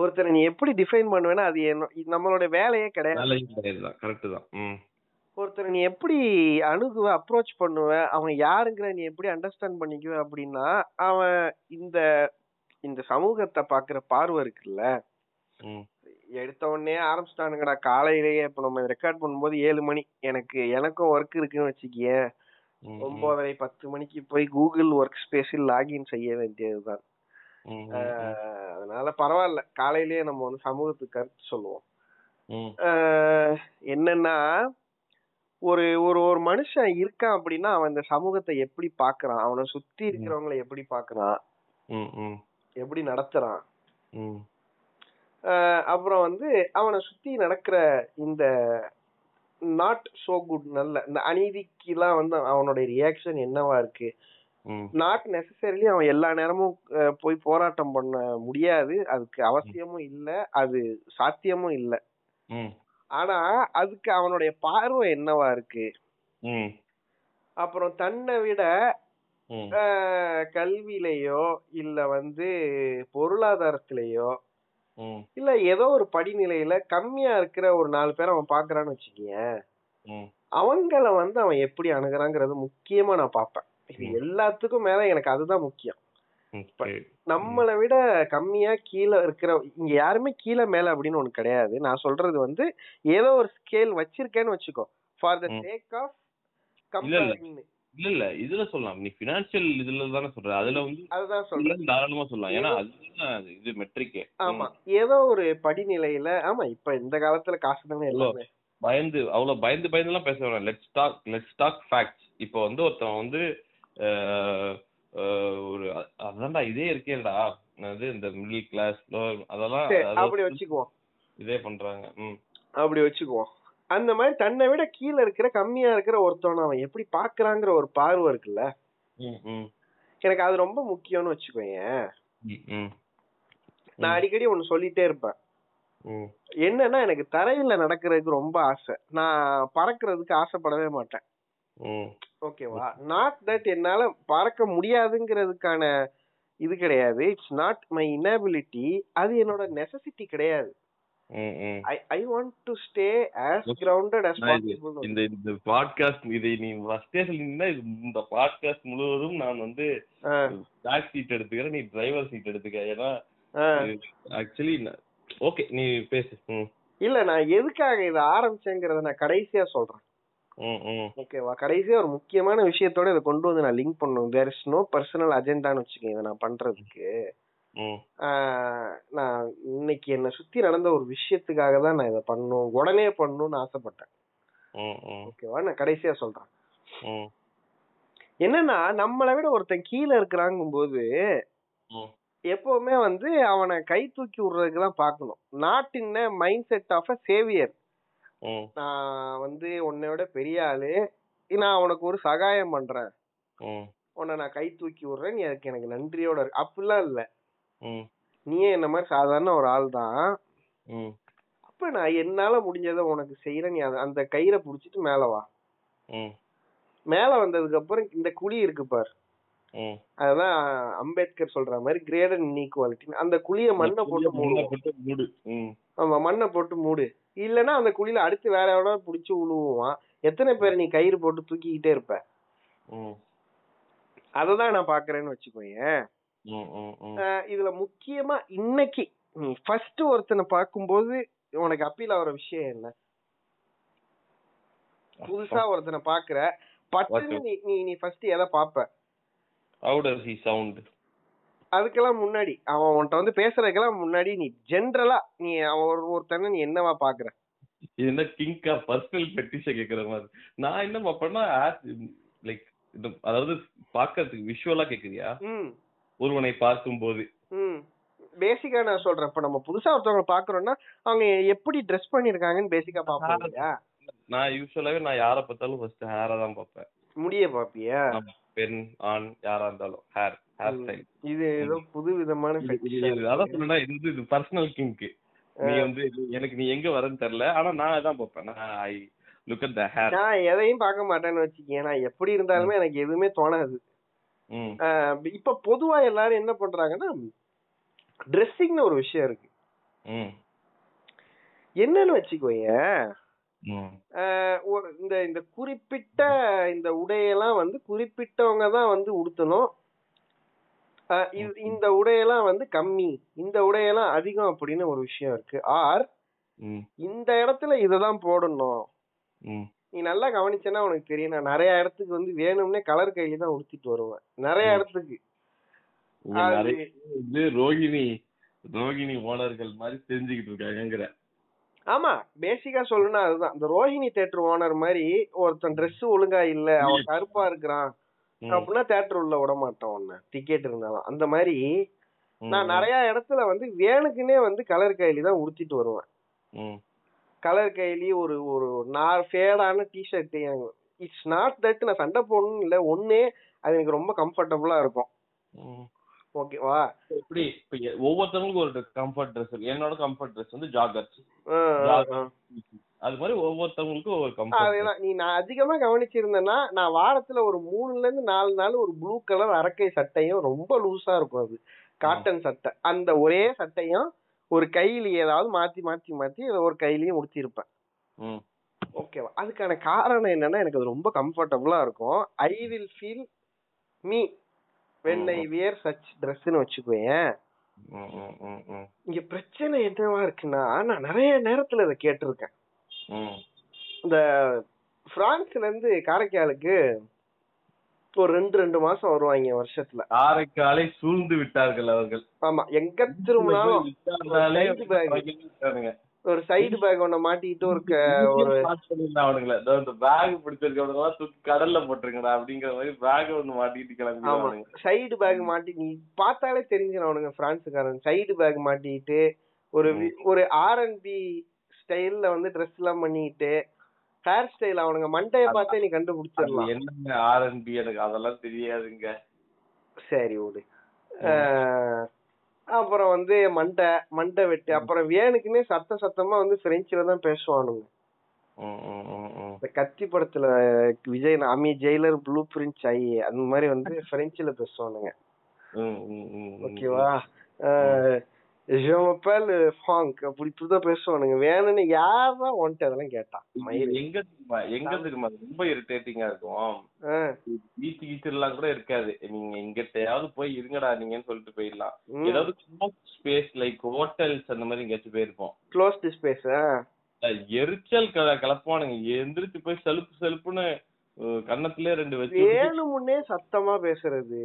B: ஒருத்தரை நீ எப்படி டிஃபைன் பண்ணுவேன்னா அது என்ன இது நம்மளோட வேலையே கிடையாது
C: நல்ல கிடையாது தான் கரெக்ட் தான் ம்
B: ஒருத்தரை நீ எப்படி அணுகுவ அப்ரோச் பண்ணுவ அவன் யாருங்கிற நீ எப்படி அண்டர்ஸ்டாண்ட் பண்ணிக்குவ அப்படின்னா அவன் இந்த இந்த சமூகத்தை பாக்குற பார்வை இருக்குல்ல
C: ம்
B: எடுத்த உடனே ஆரம்பிச்சிட்டானுங்கடா காலையிலேயே இப்ப நம்ம ரெக்கார்ட் பண்ணும்போது ஏழு மணி எனக்கு எனக்கும் ஒர்க் இருக்குன்னு வச்சுக்கிய
C: ம்,
B: ஒன்பதரை பத்து மணிக்கு போய் கூகுள் ஒர்க் ஸ்பேஸில் லாகின் செய்ய வேண்டியதுதான்
C: ம்,
B: ஆஹ் அதனால பரவாயில்ல காலையிலேயே நம்ம வந்து சமூகத்துக்கு கருத்து சொல்லுவோம்
C: ம்,
B: ஆஹ் என்னன்னா ஒரு ஒரு ஒரு மனுஷன் இருக்கான் அப்படின்னா அவன் இந்த சமூகத்தை எப்படி பாக்குறான் அவனை சுத்தி இருக்கிறவங்களை எப்படி பாக்குறான்
C: ம், ம்,
B: எப்படி நடத்துறான்
C: ம்,
B: ஆஹ் அப்புறம் வந்து அவனை சுத்தி நடக்கிற இந்த நாட் சோ குட் நல்ல இந்த அநீதிக்கெல்லாம் வந்து அவனுடைய ரியாக்ஷன் என்னவா இருக்கு
C: ம்,
B: நாட் நெசசரிலி அவன் எல்லா நேரமும் அஹ், போய் போராட்டம் பண்ண முடியாது அதுக்கு அவசியமும் இல்ல அது சாத்தியமும் இல்ல
C: ம்,
B: ஆனா அதுக்கு அவனுடைய பார்வை என்னவா இருக்கு
C: ம்,
B: அப்புறம் தன்னை விட
C: ம்,
B: அஹ், கல்வியிலேயோ இல்ல வந்து பொருளாதாரத்திலேயோ
C: ம்,
B: இல்ல ஏதோ ஒரு படிநிலையில கம்மியா இருக்கிற ஒரு நாலு பேரை அவன் பாக்குறான்னு வச்சுக்கோங்க
C: ம்,
B: அவங்கள வந்து அவன் எப்படி அணுகுறாங்கிறது முக்கியமா நான் பார்ப்பேன் இது
C: ம்.
B: எல்லாத்துக்கும் மேல எனக்கு அதுதான் முக்கியம்
C: ம், சரி.
B: நம்மளை விட கம்மியா கீழே இருக்கிற இங்க யாருமே கீழே மேல அப்படின்னு ஒண்ணு கிடையாது நான் சொல்றது வந்து ஏதோ ஒரு ஸ்கேல் வச்சிருக்கேன்னு வச்சுக்கோ ஃபார் த
C: ம்.
B: சேக் ஆஃப்
C: இல்ல.
B: கம்பேரிங்
C: இல்ல இல்ல இதுல சொல்லலாம் நீ பினான்சியல் இதுல தானே சொல்ற அதுல வந்து
B: அதுதான் சொல்றேன்
C: இதுல தாராளமா சொல்லலாம் ஏன்னா அதுதான் இது மெட்ரிக்கே
B: ஆமா ஏதோ ஒரு படிநிலையில ஆமா இப்ப இந்த காலத்துல காசு தானே எல்லாமே
C: பயந்து அவ்வளவு பயந்து பயந்து எல்லாம் பேச வேணாம் let's talk let's talk facts இப்போ வந்து ஒருத்தன் வந்து அஹ், அஹ், ஒரு அ- அதான்டா இதே இருக்கேடா அது இந்த மிடில் கிளாஸ் லோவர் அதெல்லாம்
B: சரி,
C: அதை
B: அப்படி
C: வச்சு
B: வச்சுக்குவோம்
C: இதே பண்றாங்க ம்
B: அப்படி வச்சுக்குவோம் அந்த மாதிரி தன்னை விட கீழே இருக்கிற கம்மியா இருக்கிற ஒருத்தவனை அவன் எப்படி பாக்குறாங்கிற ஒரு பார்வை இருக்குல்ல
C: ம், ம்
B: எனக்கு அது ரொம்ப முக்கியம்னு வச்சுக்கோங்க
C: ம், ம்
B: நான் அடிக்கடி ஒண்ணு சொல்லிட்டே இருப்பேன்
C: ம்
B: என்னன்னா எனக்கு தரையில நடக்கிறதுக்கு ரொம்ப ஆசை நான் பறக்கிறதுக்கு ஆசைப்படவே மாட்டேன்
C: ம்
B: ஓகேவா நாட் தட் என்னால பறக்க முடியாதுங்கிறதுக்கான இது கிடையாது இட்ஸ் நாட் மை இனபிலிட்டி அது என்னோட நெசசிட்டி கிடையாது
C: ம் ம்
B: I I want to stay as grounded as
C: நான் இது-
B: பாசிபிள்
C: இந்த இந்த பாட்காஸ்ட் இதை நீ ஃபர்ஸ்டே சொல்லியிருந்தா இது இந்த பாட்காஸ்ட் முழுவதும் நான் வந்து பேக் சீட் எடுத்துக்கிறேன் நீ டிரைவர் சீட் எடுத்துக்க ஏன்னா ஆக்சுவலி ஓகே நீ பேசு ம்
B: இல்ல நான் எதுக்காக இதை ஆரம்பிச்சேங்கிறத நான் கடைசியா சொல்றேன்
C: ம் ம்
B: ஓகேவா கடைசியா ஒரு முக்கியமான விஷயத்தோட இதை கொண்டு வந்து நான் லிங்க் பண்ணணும் தேர் இஸ் நோ பர்சனல் அஜெண்டான்னு வச்சுக்கேன் இதை நான் பண்றதுக்கு
C: ம்
B: ஆஹ் நான் இன்னைக்கு என்னை சுத்தி நடந்த ஒரு விஷயத்துக்காக தான் நான் இதை பண்ணணும் உடனே பண்ணணும்னு ஆசைப்பட்டேன்
C: ம் ம்
B: ஓகேவா நான் கடைசியா சொல்றேன்
C: ம்
B: என்னன்னா நம்மளை விட ஒருத்தன் கீழே இருக்கிறாங்கும்போது
C: ம்
B: எப்பவுமே வந்து அவனை கை தூக்கி விடுறதுக்கு தான் பார்க்கணும் not in mind set of a saviour
C: ம்
B: நான் வந்து உன்னை விட பெரிய ஆளு நான் உனக்கு ஒரு சகாயம் பண்றேன்
C: ம்
B: உன்னை நான் கை தூக்கி விடுறேன் நீ அதுக்கு எனக்கு நன்றியோட இரு. அப்படிலாம் இல்ல
C: ம்
B: நீயே என்ன மாதிரி சாதாரண ஒரு ஆள் தான்
C: ம்
B: அப்ப நான் என்னால முடிஞ்சதை உனக்கு செய்யறேன் நீ அந்த- அந்த கயிறை புடிச்சிட்டு மேல வா
C: ம்
B: மேல வந்ததுக்கு அப்புறம் இந்த குழி இருக்கு பார்
C: ம்
B: அதான் அம்பேத்கர் சொல்ற மாதிரி கிரேடர் இன்இக்வாலிட்டி அந்த குழிய மண்ணை போட்டு
C: மண்ணை
B: மூடு
C: போட்டு மூடு ம்
B: ஆமா மண்ணை போட்டு மூடு இல்லன்னா அந்த குழியில அடுத்து வேற எவனா புடிச்சு உழுவுவான் எத்தனை பேர் நீ கயிறு போட்டு தூக்கிக்கிட்டே இருப்ப
C: ம்
B: அததான் நான் பாக்குறேன்னு வச்சுக்கோயேன்
C: ம் ம் ம்
B: அஹ் இதுல முக்கியமா இன்னைக்கு நீ ஃபர்ஸ்ட் ஒருத்தனை பார்க்கும்போது உனக்கு அப்பீல் ஆகுற விஷயம் என்ன புதுசா ஒருத்தனை பாக்குற பட்டுன்னு நீ நீ நீ ஃபர்ஸ்ட் எதை பாப்ப
C: ஹவுடர் ஹி சவுண்ட்
B: அதுக்கெல்லாம் முன்னாடி அவன் உன்கிட்ட வந்து பேசுறதுக்கெல்லாம் முன்னாடி நீ ஜென்ரலா நீ அவன் ஒரு ஒருத்தனை நீ என்னவா பாக்குற
C: இது என்ன கிங்கா பர்சனல் பெட்டிஷ கேக்குற மாதிரி நான் என்ன பார்ப்பேன்னா லைக் அதாவது பார்க்கறதுக்கு விஷுவலா கேக்குறியா
B: ம்
C: ஒருவனை பார்க்கும்போது
B: ம் பேசிக்கா நான் சொல்றேன் இப்ப நம்ம புதுசா ஒருத்தவங்க பாக்குறோம்னா அவங்க எப்படி ட்ரெஸ் பண்ணிருக்காங்கன்னு பேசிக்கா பாப்போம் இல்லையா
C: நான் யூஸ்வலாவே நான் யாரை பார்த்தாலும் ஃபர்ஸ்ட் ஹேரா தான் பார்ப்பேன்
B: முடிய பாப்பியா
C: ஆமா. பெண் ஆண் யாரா இருந்தாலும் ஹேர் ஹேர் ஸ்டைல்
B: இது ஏதோ புது விதமான fetish ஆ
C: அதான்
B: இருக்கு.
C: சொன்னா இது இது பர்சனல் கிங்க் நீ வந்து இது எனக்கு நீ எங்க வரன்னு தெரியல ஆனா நான் தான் பார்ப்பேன் நான் I look at the hair
B: நான் எதையும் பார்க்க மாட்டேன்னு வச்சுக்கேன் நான் எப்படி இருந்தாலுமே எனக்கு எதுவுமே தோணாது
C: ம்
B: ஆஹ் இப்ப பொதுவா எல்லாரும் என்ன பண்றாங்கன்னா ட்ரெஸ்ஸிங்னு ஒரு விஷயம் இருக்கு
C: ம்
B: என்னன்னு வச்சுக்கோயேன்
C: ம்
B: ஆஹ் ஒரு இந்த இந்த குறிப்பிட்ட இந்த உடையெல்லாம் வந்து குறிப்பிட்டவங்க தான் வந்து உடுத்தணும் ஆஹ் இது- இந்த உடையெல்லாம் வந்து கம்மி இந்த உடையெல்லாம் அதிகம் அப்படின்னு ஒரு விஷயம் இருக்கு ஆர்
C: ம்
B: இந்த இடத்துல இததான் போடணும்
C: ம்
B: நீ நல்லா கவனிச்சேன்னா உனக்கு தெரியும் நான் நிறைய இடத்துக்கு வந்து வேணும்னே கலர் கையில தான் உடுத்திட்டு வருவேன் நிறைய
C: ம்.
B: இடத்துக்கு
C: இங்க நிறைய
B: அது-
C: வந்து ரோகிணி ரோகிணி ஓனர்கள் மாதிரி தெரிஞ்சுக்கிட்டு இருக்காங்கங்கிற
B: ஆமா பேசிக்கா சொல்லணும்னா அதுதான் இந்த ரோஹிணி தேட்டர் ஓனர் மாதிரி ஒருத்தன் Dress ஒழுங்கா இல்ல அவன் கருப்பா இருக்கிறான்
C: ம்,
B: அப்படின்னா தேட்டர் உள்ள விட மாட்டான் உன்ன டிக்கெட் இருந்தாலும் அந்த மாதிரி
C: ம்,
B: நான் நிறைய இடத்துல வந்து வேணுக்குன்னே வந்து கலர் கைலி தான் உடுத்திட்டு வருவேன்
C: ம்,
B: கலர் கைலி ஒரு ஒரு நான் ஃபேடான டிஷர்ட் இட்ஸ் நாட் தட் நான் சண்டை போடணும்னு இல்ல ஒண்ணே அது எனக்கு ரொம்ப கம்ஃபர்டபுளா இருக்கும்
C: ம்.
B: ஓகேவா
C: எப்படி இப்ப எ- ஒவ்வொருத்தவங்களுக்கும் ஒரு கம்ஃபர்ட் ட்ரெஸ் என்னோட கம்ஃபர்ட் ட்ரெஸ் வந்து ஜாகர்ஸ் அது மாதிரி ஒவ்வொருத்தவங்களுக்கும் ஒரு கம்ஃபர்ட்
B: அதேதான் நீ நான் அதிகமா கவனிச்சிருந்தேன்னா நான் வாரத்துல ஒரு மூணுல இருந்து நாலு நாள் ஒரு ப்ளூ கலர் அரக்கை சட்டையும் ரொம்ப லூஸா இருக்கும் அது காட்டன் சட்டை அந்த ஒரே சட்டையும் ஒரு கையில ஏதாவது மாத்தி மாத்தி மாத்தி ஏதோ ஒரு கையிலயும் முடிச்சிருப்பேன்
C: ம்
B: ஓகேவா அதுக்கான காரணம் என்னன்னா எனக்கு அது ரொம்ப கம்ஃபர்டபுளா இருக்கும் I will feel me when I wear such ட்ரெஸ்ன்னு வச்சுக்குவேன்
C: ம், ம், ம், ம்,
B: இங்க பிரச்சனை என்னவா இருக்குன்னா நான் நிறைய நேரத்துல இதை கேட்டிருக்கேன்
C: ம்,
B: இந்த பிரான்ஸ்ல இருந்து காரைக்காலுக்கு ஒரு ரெண்டு ரெண்டு மாசம் வருவாங்க வருஷத்துல
C: காரைக்காலை சூழ்ந்து விட்டார்கள் அவர்கள்
B: ஆமா எங்க திரும்பினாலும்
C: விட்டார்களே
B: Side bag.
C: அவர்கள் விட்டானுங்க.
B: ஒரு சைடு பேக் ஒண்ண மாட்டிக்கிட்டு ஒரு க- ஒரு
C: பாஸ் பண்ணிருந்தா அவனுங்கள. இதோ இந்த பேக் பிடிச்சிருக்கவனுங்க எல்லாம் தூக்கி கடல்ல போட்டுருங்கடா அப்படிங்கிற மாதிரி பேக் ஒண்ணு மாட்டிட்டு
B: ஆமா
C: கிளம்பிடுவானுங்க
B: சைடு பேக் மாட்டி நீ பார்த்தாலே தெரிஞ்சிடும் அவனுங்க பிரான்ஸுக்காரன் சைடு பேக் மாட்டிக்கிட்டு ஒரு வி- ஒரு ஆர்என்பி ஸ்டைல்ல வந்து ட்ரெஸ் எல்லாம் பண்ணிக்கிட்டு ஹேர் ஸ்டைல் அவனுங்க மண்டைய பார்த்தே நீ
C: அது
B: கண்டுபிடிச்சிடலாம்
C: என்னங்க ஆர்என்பி எனக்கு அதெல்லாம் தெரியாதுங்க
B: சரி விடு ஆஹ் அப்புறம் வந்து மண்டை மண்டை வெட்டு அப்புறம் வேணுக்குன்னே சத்த சத்தமா வந்து பிரெஞ்சுல தான் பேசுவானுங்க
C: ம், ம், ம், ம்.
B: இந்த கத்தி படத்துல விஜய் அமி ஜெயிலர் ப்ளூ பிரிண்ட் ஐ அந்த மாதிரி வந்து பிரெஞ்சுல பேசுவானுங்க
C: ம், ம், ம், ம்.
B: ஓகேவா அஹ், je m'appelle Frank. அப்படி இப்படிதான் பேசுவானுங்க வேணும்னு யாரா உன்ட்டு அதெல்லாம் கேட்டான்
C: இது
B: மயில்
C: எங்க தெரியுமா எங்க தெரியுமா ரொம்ப இரிட்டேட்டிங்கா இருக்கும்
B: அஹ்,
C: பீச் கீச்சர்லாம் கூட இருக்காது நீங்க எங்கிட்டயாவது போய் இருங்கடா நீங்கன்னு சொல்லிட்டு போயிடலாம்
B: ம்.
C: ஏதாவது ஸ்பேஸ் லைக் ஹோட்டல்ஸ் அந்த மாதிரி எங்கேயாச்சும் போயிருப்போம்
B: closed space ஆ?
C: அஹ் எரிச்சல் கல- கலப்பானுங்க எந்திரிச்சு போய் செலுப்பு செலுப்புன்னு அஹ், கன்னத்திலே ரெண்டு வச்சு விட்டுட்டு,
B: வேணுமுன்னே சத்தமா பேசுறது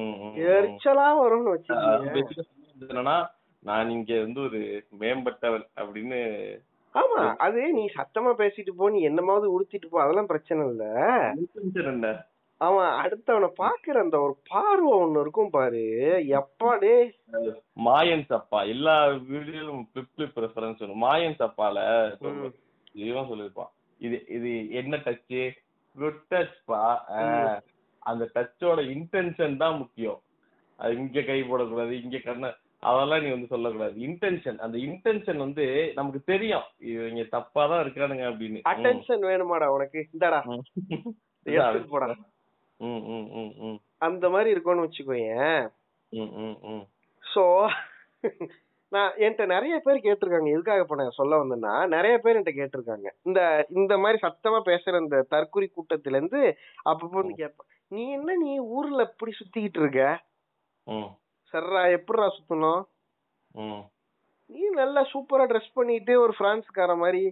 C: ம், ம், ம்.
B: எரிச்சலா வரும்னு
C: அது
B: வச்சுக்கோங்க
C: வச்சுட்டு சொன்னது என்னன்னா நான் இங்க வந்து ஒரு மேம்பட்டவன் அப்படின்னு
B: ஆமா அது நீ சத்தமா பேசிட்டு போ நீ என்னமாவது உடுத்திட்டு போ அதெல்லாம் பிரச்சனை இல்ல
C: என்ன
B: அவன் அடுத்தவனை பாக்குற அந்த ஒரு பார்வை ஒண்ணு இருக்கும் பாரு எப்பா டேய்
C: மாயன் சப்பா எல்லா வீடியோலும் பிளிப் பிளிப் ரெஃபரன்ஸ் வரும் மாயன் சப்பால சொல்லுவா. இவன் சொல்லியிருப்பான் இது இது என்ன டச்சு குட் டச்ப்பா அந்த டச்சோட இன்டென்ஷன் தான் முக்கியம் அது இங்க கை போடக்கூடாது இங்க கண்ண அதெல்லாம் நீ வந்து சொல்லக்கூடாது இன்டென்ஷன் அந்த இன்டென்ஷன் வந்து நமக்கு தெரியும் இவங்க தப்பா தான் இருக்கானுங்க அப்படின்னு ம்.
B: அட்டென்ஷன் வேணுமாடா உனக்கு இந்தாடா
C: ம்.
B: எடுத்துட்டு போடா
C: ம், ம், ம், ம்,
B: அந்த மாதிரி இருக்கும்னு வச்சுக்கோயேன்
C: ம், ம், ம்.
B: சோ நான் என்கிட்ட நிறைய பேர் கேட்டிருக்காங்க எதுக்காக இப்ப நான் சொல்ல வந்தேன்னா நிறைய பேர் என்கிட்ட கேட்டிருக்காங்க இந்த இந்த மாதிரி சத்தமா பேசுற இந்த தற்குறி கூட்டத்துல இருந்து அப்பப்போ வந்து கேட்பேன் நீ என்ன நீ ஊர்ல இப்படி சுத்திக்கிட்டு இருக்க
C: ம்,
B: சர்ரா எப்படிடா சுத்தணும்
C: ம்.
B: நீ நல்லா சூப்பரா ட்ரெஸ் பண்ணிட்டு ஒரு பிரான்ஸ்கார மாதிரி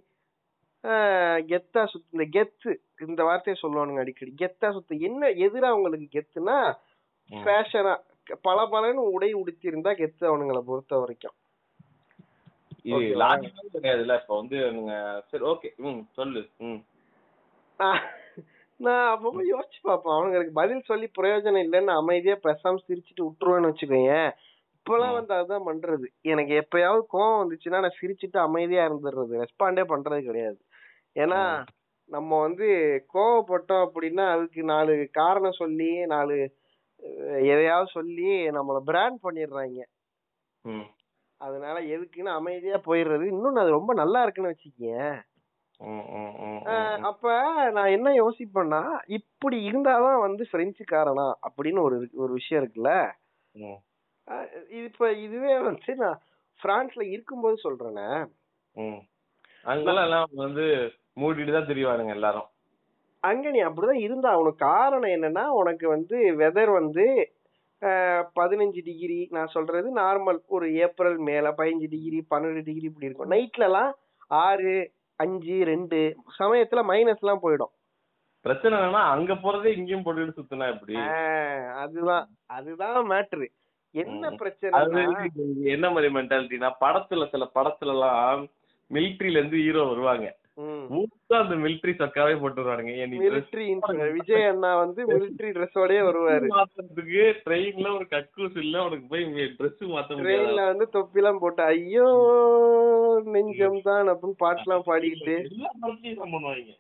B: ஆஹ், கெத்தா சுத்து இந்த கெத்து இந்த வார்த்தையை சொல்லுவானுங்க அடிக்கடி கெத்தா சுத்து என்ன எதிரா உங்களுக்கு கெத்துனா
C: ம்.
B: ஃபேஷனா பல பலன்னு உடை உடுத்தியிருந்தா கெத்து அவனுங்களை பொறுத்த வரைக்கும்
C: இது
B: Okay.
C: லாஜிக்கா கிடையாதுல்ல இப்ப வந்து நீங்க சரி ஓகே ம் சொல்லு ம்
B: நான் நான் அப்பப்போ யோசிச்சு பார்ப்பேன் அவனுங்களுக்கு பதில் சொல்லி பிரயோஜனம் இல்லைன்னு அமைதியா பேசாம சிரிச்சுட்டு விட்டுருவேன்னு வச்சுக்கோயேன் இப்பெல்லாம்
C: ம்.
B: வந்து அதுதான் பண்றது எனக்கு எப்பயாவது கோவம் வந்துச்சுன்னா நான் சிரிச்சுட்டு அமைதியா இருந்துடுறது ரெஸ்பாண்டே பண்றது கிடையாது ஏன்னா நம்ம வந்து கோவப்பட்டோம் அப்படின்னா அதுக்கு நாலு காரணம் சொல்லி நாலு அஹ், எதையாவது சொல்லி நம்மள பிராண்ட் பண்ணிடுறாங்க
C: ம்
B: அதனால எதுக்குன்னு அமைதியா போயிடுறது இன்னும் அது ரொம்ப நல்லா இருக்குன்னு வச்சுக்கேன்
C: ம், ம், ம்,
B: ஆஹ்
C: ம்.
B: அப்ப நான் என்ன யோசிப்பேன்னா இப்படி இருந்தாதான் வந்து பிரெஞ்சுக்காரனா அப்படின்னு ஒரு ஒரு விஷயம் இருக்குல்ல
C: ம்,
B: ஆஹ் இது இப்ப இதுவே வந்து நான் பிரான்ஸ்ல இருக்கும்போது சொல்றேனே
C: ம். அங்கெல்லாம் எல்லாம் வந்து மூடிட்டு தான் தெரியவானுங்க எல்லாரும்
B: அங்க நீ அப்படிதான் இருந்தா உனக்கு காரணம் என்னன்னா உனக்கு வந்து வெதர் வந்து பதினஞ்சு டிகிரி நான் சொல்றது நார்மல் ஒரு ஏப்ரல் மேல பதினஞ்சு டிகிரி பன்னெண்டு டிகிரி இப்படி இருக்கும் நைட்லலாம் ஆறு அஞ்சு ரெண்டு சமயத்துல மைனஸ்லாம் போயிடும்
C: பிரச்சனை என்னன்னா அங்க போறதே இங்கேயும் போட்டுட்டு சுத்தினா எப்படி
B: ஆஹ் அதுதான் அதுதான் மேட்ரு என்ன
C: ம். அது
B: பிரச்சனை
C: என்ன மாதிரி மென்டாலிட்டினா படத்துல சில படத்துல எல்லாம் மிலிட்ரில இருந்து ஹீரோ வருவாங்க ஊருக்கு அந்த மிலிட்ரி சக்காவே போட்டு வருவானுங்க ஏன் நீ
B: மிலிட்ரி விஜய் அண்ணா வந்து மிலிட்ரி ட்ரெஸ்ஸோடயே வருவாரு
C: dress மாத்துறதுக்கு ட்ரெயின்ல ஒரு கக்கூஸ் இல்ல உனக்கு போய் ட்ரெஸ் மாத்த
B: ட்ரெயின்ல
C: முடியாது
B: வந்து தொப்பிலாம் போட்டு ஐயோ நெஞ்சம் தான் அப்படின்னு பாட்டுலாம் பாடிக்கிட்டு
C: எல்லா படத்துலயும் பண்ணுவாங்க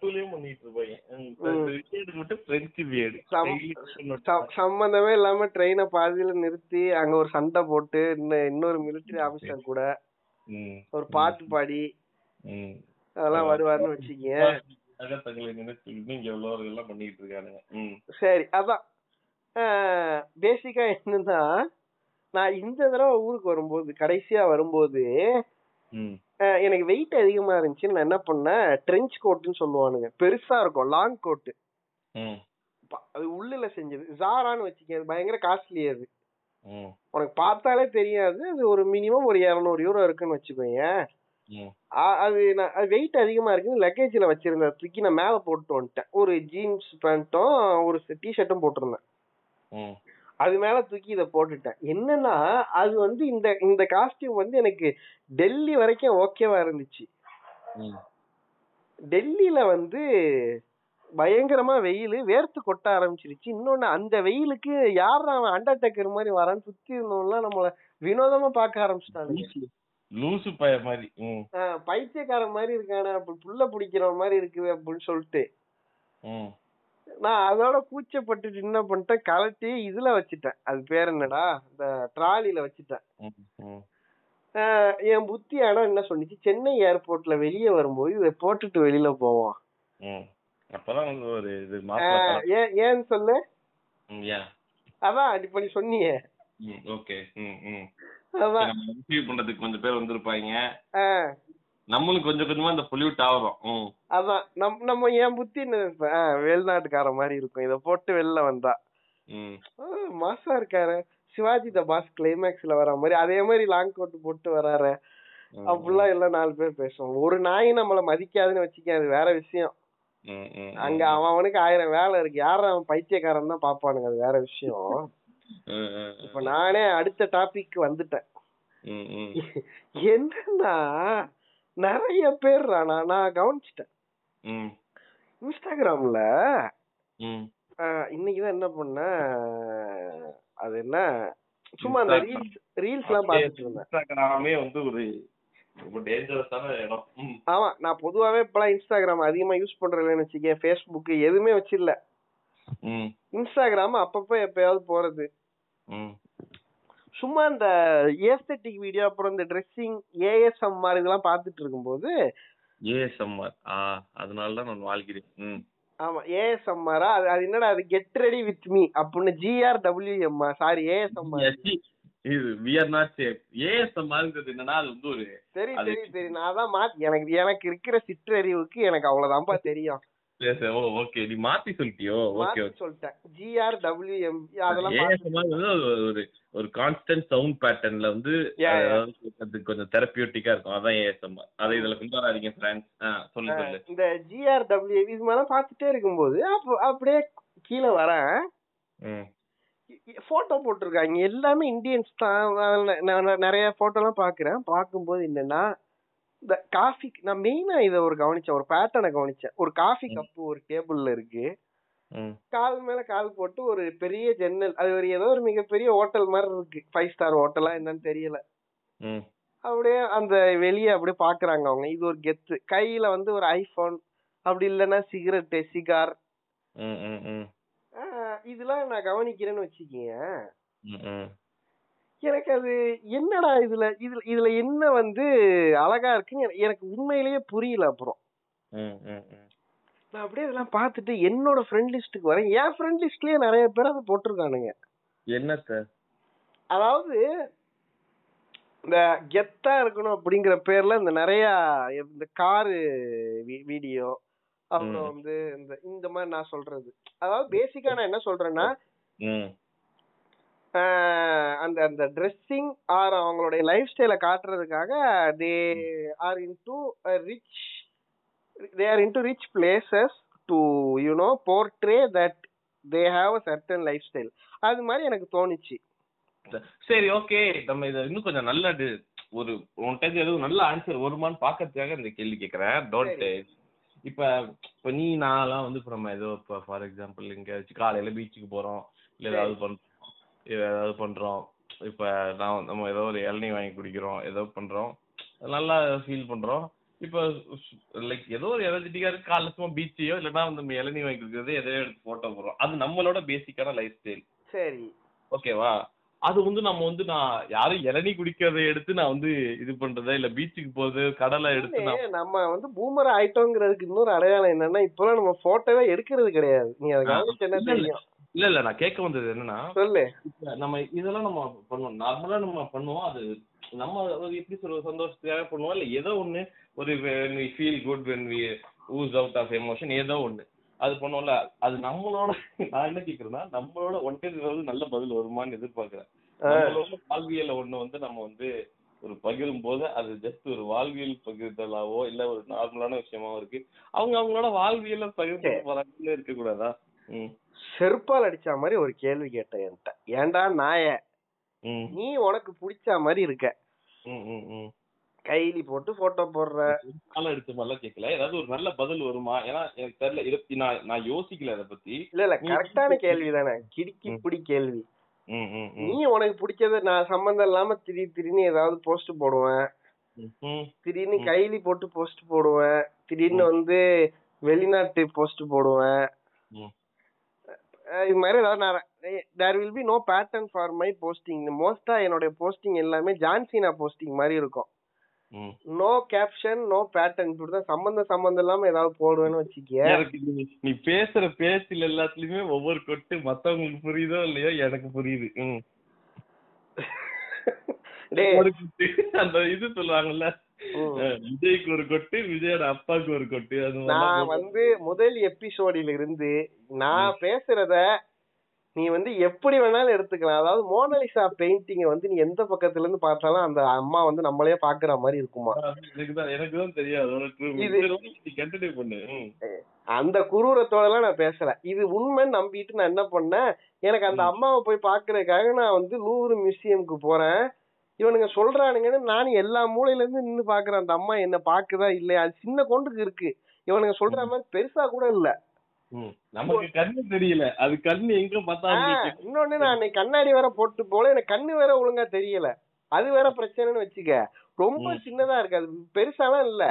C: டூலயும் பண்ணிட்டு இருப்பாங்க ம், சரி, விஜயோட மட்டும் பிரெஞ்சு பியர்டு
B: சம்- சம்- சம்பந்தமே இல்லாம ட்ரெயினை பாதியில நிறுத்தி அங்க ஒரு சண்டை போட்டு இன்ன- இன்னொரு மிலிட்டரி ஆபீசர் கூட ஒரு பாட்டு பாடி அதெல்லாம் வருவாருன்னு வச்சுக்கீங்க
C: தங்களை நினைச்சு இன்னும் எவ்வளவு எல்லாம் பண்ணிட்டு இருக்கானுங்க ம்
B: சரி அதான் பேசிக்கா என்னன்னா நான் இந்த தடவை ஊருக்கு வரும்போது கடைசியா வரும்போது
C: ம்
B: அஹ், எனக்கு வெயிட் அதிகமா இருந்துச்சுன்னு நான் என்ன பண்ணேன் ட்ரெஞ்ச் கோட்டுன்னு சொல்லுவானுங்க பெருசா இருக்கும் லாங் கோட்டு
C: ம்
B: அது உள்ளுல செஞ்சது ஜாரான்னு வச்சுக்க அது பயங்கர காஸ்ட்லி அது
C: ம்
B: உனக்கு பார்த்தாலே தெரியாது அது ஒரு மினிமம் ஒரு இரநூறு யூரோ இருக்குன்னு வச்சுக்கோயேன்
C: ம்
B: அ- அது நான் அது வெயிட் அதிகமா இருக்குன்னு லக்கேஜில் வச்சிருந்த தூக்கி நான் மேலே போட்டு வந்துட்டேன் ஒரு ஜீன்ஸ் பேண்ட்டும் ஒரு டிஷர்ட்டும் போட்டிருந்தேன்
C: ம்
B: அது மேல தூக்கி இதை போட்டுட்டேன் என்னன்னா அது வந்து இந்த இந்த காஸ்டியூம் வந்து எனக்கு டெல்லி வரைக்கும் ஓகேவா இருந்துச்சு
C: ம்
B: டெல்லியில வந்து பயங்கரமா வெயில் வேர்த்து கொட்ட ஆரம்பிச்சிருச்சு இன்னொன்னு அந்த வெயிலுக்கு யார் அவன் அண்டர்டேக்கர் மாதிரி வரான்னு சுத்தி இருந்தவன்லாம் நம்மள வினோதமா பார்க்க ஆரம்பிச்சிட்டானுங்க
C: லூசு பய மாதிரி ம்
B: ஆஹ் பைத்தியக்காரன் மாதிரி இருக்கானே அப்படி புள்ள பிடிக்கிற மாதிரி இருக்குது அப்படின்னு சொல்லிட்டு
C: ம்
B: நான் அதோட கூச்சப்பட்டுட்டு என்ன பண்ணிட்டேன் கலட்டி இதுல வச்சுட்டேன் அது பேர் என்னடா இந்த ட்ராலியில வச்சுட்டேன்
C: ம் ம்
B: ஆஹ் என் புத்தி ஆனா என்ன சொன்னுச்சு சென்னை ஏர்போர்ட்ல வெளியே வரும்போது இதை போட்டுட்டு வெளியில போவோம்
C: ம் அப்பதான் வந்து ஒரு இது
B: ஆஹ்
C: மாப்பிள்ள
B: ஏன் ஏன்னு சொல்லு
C: ம் யா
B: அதான் இப்ப நீ சொன்னியே
C: ம் ஓகே ம் ம்
B: அதான்
C: நம்ம interview பண்றதுக்கு கொஞ்சம் பேர் வந்திருப்பாங்க
B: ஆஹ்
C: நம்மளும் கொஞ்சம் கொஞ்சமா அந்த பொல்யூட் ஆகுறோம் ம்
B: அதான் நம் நம்ம என் புத்தி என்ன நினைப்பேன், ஆஹ் வெளிநாட்டுக்கார மாதிரி இருக்கும் இதை போட்டு வெளில வந்தா
C: ம்
B: ஆஹ் மாசா இருக்காரு சிவாஜி த பாஸ் கிளைமேக்ஸ்ல வர மாதிரி அதே மாதிரி லாங் கோட் போட்டு வராரு
C: ம்,
B: அப்படிலாம் எல்லாம் நாலு பேர் பேசுவோம் ஒரு நாய் நம்மள மதிக்காதுன்னு வச்சுக்க அது வேற விஷயம்
C: ம், ம்,
B: அங்க அவன் அவனுக்கு ஆயிரம் வேலை இருக்கு யாரும் அவன் பைத்தியக்காரன் தான் பாப்பானுங்க அது வேற விஷயம்
C: ம், ம், ம்,
B: இப்ப நானே அடுத்த டாபிக் வந்துட்டேன்
C: ம், ம்,
B: என்னன்னா நிறைய பேர் நான் நான் கவனிச்சிட்டேன்
C: ம்,
B: இன்ஸ்டாகிராம்ல
C: ம்.
B: ஆஹ், இன்னைக்குதான் என்ன பண்ணேன் அது என்ன சும்மா அந்த ரீல்ஸ் ரீல்ஸ் எல்லாம் பாத்துட்டு இருந்தேன்
C: இன்ஸ்டாகிராமே வந்து ஒரு ரொம்ப டேஞ்சரஸான இடம் ம்
B: ஆமா நான் பொதுவாவே இப்பெல்லாம் இன்ஸ்டாகிராம் அதிகமா யூஸ் பண்றேன்னு வச்சுக்கேன் ஃபேஸ்புக் எதுவுமே வச்சிடல
C: ம்
B: இன்ஸ்டாகிராம் அப்பப்போ எப்பயாவது போறது
C: ம்
B: சும்மா இந்த ஏஸ்தட்டிக் வீடியோ அப்புறம் இந்த ட்ரெஸ்ஸிங் ஏஎஸ்எம் மாதிரி இதெல்லாம் பார்த்துட்டு இருக்கும்போது
C: ஏஎஸ்எம்ஆர் ஆ அதனால தான் நான் வாழ்கிறேன் ம்
B: ஆமா ஏஎஸ்எம்ஆரா அது அது என்னடா அது கெட் ரெடி வித் மீ அப்படின்னு ஜிஆர் டபிள்யூஎம்ஆர் சாரி ஏஎஸ்எம்ஆர்
C: இது வி ஆர் நாட் சேஃப் ஏஎஸ்எம்ஆர்ங்கிறது என்னன்னா அது வந்து ஒரு
B: சரி
C: அது-
B: சரி சரி நான் தான் மாத்தி எனக்கு எனக்கு இருக்கிற சிற்றறிவுக்கு எனக்கு அவ்வளவுதான்ப்பா தெரியும்
C: ஓ ஓகே நீ மாத்தி சொல்லிட்டியோ ஓகே
B: மாத்தி சொல்லிட்டேன் ஜிஆர் டபிள்யூஎம் அதெல்லாம் பார்த்து-
C: ஏஎஸ்எம்ஆர் வந்து ஒரு- ஒரு ஒரு கான்ஸ்டன்ட் சவுண்ட் பேட்டர்ன்ல வந்து
B: Yeah, yeah.
C: அதாவது அது கொஞ்சம் தெரப்பியூட்டிக்கா இருக்கும் அதான் ஏஎஸ்எம்ஆர் அதை இதுல கொண்டு வராதீங்க ஃப்ரெண்ட்ஸ் ஆ சொல்லு சொல்லு
B: இந்த ஜிஆர் டபிள்யூ இது மாதிரிலாம் பார்த்துட்டே இருக்கும்போது அப்போ அப்படியே கீழே வரேன்
C: ம்
B: போட்டோ போட்டிருக்காங்க எல்லாமே இந்தியன்ஸ் தான் நான் ந- ந- நிறைய போட்டோலாம் பாக்குறேன் பார்க்கும்போது என்னன்னா இந்த காஃபி நான் மெயினா இதை ஒரு கவனிச்சேன் ஒரு பேட்டர்னை கவனிச்சேன் ஒரு காஃபி கப்பு ஒரு டேபிள்ல இருக்கு
C: ம்
B: கால் மேல கால் போட்டு ஒரு பெரிய ஜன்னல் அது ஒரு ஏதோ ஒரு மிகப்பெரிய ஹோட்டல் மாதிரி இருக்கு ஃபைவ் ஸ்டார் ஹோட்டலா என்னன்னு தெரியல
C: ம்
B: அப்படியே அந்த வெளியே அப்படியே பாக்குறாங்க அவங்க இது ஒரு கெத்து கையில வந்து ஒரு ஐபோன் அப்படி இல்லைன்னா சிகரெட்டு சிகார்
C: ம் ம் ம்
B: இதெல்லாம் நான் கவனிக்கிறேன்னு வச்சுக்கீங்க
C: ம், ம்
B: எனக்கு அது என்னடா இதுல இதுல இதுல என்ன வந்து அழகா இருக்குன்னு எனக்கு- எனக்கு உண்மையிலேயே புரியல அப்புறம்
C: ம் ம் ம்
B: நான் அப்படியே இதெல்லாம் பார்த்துட்டு என்னோட ஃப்ரெண்ட் லிஸ்ட்டுக்கு வரேன் என் ஃப்ரெண்ட் லிஸ்ட்லயே நிறைய பேர் அதை போட்டிருக்கானுங்க
C: என்னத்த
B: அதாவது இந்த கெத்தா இருக்கணும் அப்படிங்கிற பேர்ல இந்த நிறைய இந்த காரு வீடியோ அப்புறம்
C: ம்.
B: வந்து இந்த இந்த மாதிரி நான் சொல்றது அதாவது பேசிக்கா நான் என்ன சொல்றேன்னா
C: ம்
B: ஆஹ் அந்த அந்த ட்ரெஸ்ஸிங் ஆர் அவங்களுடைய லைஃப் ஸ்டைலை காட்டுறதுக்காக they are into rich they are into rich places to you know portray that they have a certain life style அது மாதிரி எனக்கு தோணுச்சு
C: சரி ஓகே நம்ம இதை இன்னும் கொஞ்சம் நல்ல டி- ஒரு உன்கிட்ட இருந்து எதுவும் நல்ல ஆன்சர் வருமான்னு பாக்கிறதுக்காக இந்த கேள்வி கேட்கறேன் டோன்ட் இப்ப இப்ப நீ நான்லாம் வந்து இப்ப நம்ம ஏதோ இப்போ ஃபார் எக்ஸாம்பிள் இங்க காலையில பீச்சுக்கு போறோம் இல்ல ஏதாவது பண்றோம் இல்ல ஏதாவது பண்றோம் இப்ப நான் நம்ம ஏதோ ஒரு இளநீ வாங்கி குடிக்கிறோம் ஏதோ பண்றோம் நல்லா ஃபீல் பண்றோம் இப்ப லைக் ஏதோ ஒரு எனர்ஜெட்டிக்கா இருக்கு காலைல சும்மா பீச்சையோ இல்லைன்னா நம்ம இளநீ வாங்கி குடிக்கிறது எதையோ எடுத்து போட்டோ போடுறோம் அது நம்மளோட பேசிக்கான லைஃப் ஸ்டைல்
B: சரி
C: ஓகேவா அது வந்து நம்ம வந்து நான் யாரும் இளநீ குடிக்கிறதை எடுத்து நான் வந்து இது பண்றதா இல்ல பீச்சுக்கு போறது கடலை எடுத்து நான்
B: இல்லையே, நம்ம வந்து பூமர் ஆயிட்டோங்கிறதுக்கு இன்னொரு அடையாளம் என்னன்னா இப்பெல்லாம் நம்ம போட்டோவே எடுக்கிறது கிடையாது நீ அதை
C: ஆ.
B: கவனிச்சு என்ன
C: இல்ல, இல்ல.
B: தெரியும்
C: இல்ல இல்ல நான் கேட்க வந்தது என்னன்னா
B: சொல்லு
C: இப்ப நம்ம இதெல்லாம் நம்ம பண்ணுவோம் நார்மலா நம்ம பண்ணுவோம் அது நம்ம ஒரு எப்படி சொல்றது சந்தோஷத்துக்காக பண்ணுவோம் இல்ல ஏதோ ஒண்ணு ஒரு feel good when we ஊஸ் out of emotion ஏதோ ஒண்ணு அது பண்ணுவோம்ல அது நம்மளோட நான் என்ன கேக்குறேன்னா நம்மளோட ஒன்றது நல்ல பதில் வருமான்னு எதிர்பார்க்கிறேன்
B: ஆ.
C: நம்மளோட வாழ்வியல ஒண்ணு வந்து நம்ம வந்து ஒரு பகிரும் போது அது ஜஸ்ட் ஒரு வாழ்வியல் பகிர்தலாவோ இல்ல ஒரு நார்மலான விஷயமாவோ இருக்கு அவங்க அவங்களோட வாழ்வியல பகிர்ந்து
B: சரி.
C: போறாங்கன்னு இருக்க கூடாதா ம்
B: செருப்பால் அடிச்ச மாதிரி ஒரு கேள்வி கேட்டேன் என்கிட்ட ஏன்டா நாய
C: ம்
B: நீ உனக்கு பிடிச்ச மாதிரி இருக்க
C: ம் ம் ம்
B: கைலி போட்டு போட்டோ போடுற
C: காலம் எடுத்து மாதிரிலாம் கேட்கல ஏதாவது ஒரு நல்ல பதில் வருமா ஏன்னா எனக்கு தெரியல இருபத்தி நான் நான் யோசிக்கல அதை பத்தி
B: இல்ல இல்ல
C: நீ
B: கரெக்டான
C: பிடிச்ச-
B: கேள்வி தானே கிடுக்கி
C: ம்.
B: புடி கேள்வி
C: ம் ம்
B: நீ உனக்கு பிடிச்சத நான் சம்மந்தம் இல்லாம திடீர் திடீர்னு ஏதாவது போஸ்ட் போடுவேன்
C: ம் ம்
B: திடீர்னு
C: ம்.
B: கைலி போட்டு போஸ்ட் போடுவேன் திடீர்னு
C: ம்.
B: வந்து வெளிநாட்டு போஸ்ட் போடுவேன்
C: ம்.
B: அஹ் இது மாதிரி ஏதாவது there will be no pattern for my posting மோஸ்டா என்னுடைய போஸ்டிங் எல்லாமே ஜான்சினா போஸ்டிங் மாதிரி இருக்கும்
C: ம்
B: நோ கேப்ஷன் நோ பேட்டர்ன் இப்படிதான் சம்பந்தம் சம்பந்தம் இல்லாம ஏதாவது போடுவேன்னு வச்சுக்கிய
C: எனக்கு நீ நீ பேசுற பேச்சுல எல்லாத்துலயுமே ஒவ்வொரு கொட்டு மத்தவங்களுக்கு புரியுதோ இல்லையோ எனக்கு புரியுது ம்
B: டேய்
C: ஒரு கொட்டு அந்த இது சொல்லுவாங்கல்ல
B: ம்.
C: அஹ் விஜய்க்கு ஒரு கொட்டு விஜயோட அப்பாக்கு ஒரு கொட்டு அது
B: நான்
C: மாதிரிலாம்
B: வந்து முதல் எபிசோடில் இருந்து நான் பேசுறத நீ வந்து எப்படி வேணாலும் எடுத்துக்கலாம் அதாவது மோனலிசா பெயிண்டிங்க வந்து நீ எந்த பக்கத்துல இருந்து பார்த்தாலும் அந்த அம்மா வந்து நம்மளே பாக்குற மாதிரி இருக்குமா
C: போட்டு- எனக்கு தான் எனக்கு தான் தெரியாது அதோட true.
B: இது-
C: சரி, okay, நீ கண்டினியூ பண்ணு ம்.
B: அந்த குரூரத்தோட எல்லாம் நான் பேசல இது உண்மைன்னு நம்பிட்டு நான் என்ன பண்ணேன் எனக்கு அந்த
C: ம்.
B: அம்மாவை போய் பாக்குறதுக்காக நான் வந்து லூவர் மியூசியம்க்கு போறேன் இவனுங்க சொல்றானுங்கன்னு நான் எல்லா மூலையில இருந்து நின்னு பாக்குறேன் அந்த அம்மா என்ன பாக்குதா இல்லையா அது சின்ன கொண்டுக்கு இருக்கு இவனுங்க சொல்ற மாதிரி பெருசா கூட இல்ல
C: ம். நமக்கு கண்ணு தெரியல அது கண்ணு எங்க பார்த்தா
B: ஆ,
C: அங்க இருக்கு.
B: இன்னொன்னு நான் அன்னைக்கு கண்ணாடி வேற போட்டு போல எனக்கு கண்ணு வேற ஒழுங்கா தெரியல அது வேற பிரச்சனைன்னு வச்சுக்க ரொம்ப
C: ம்.
B: சின்னதா இருக்கு அது பெருசாலாம் இல்ல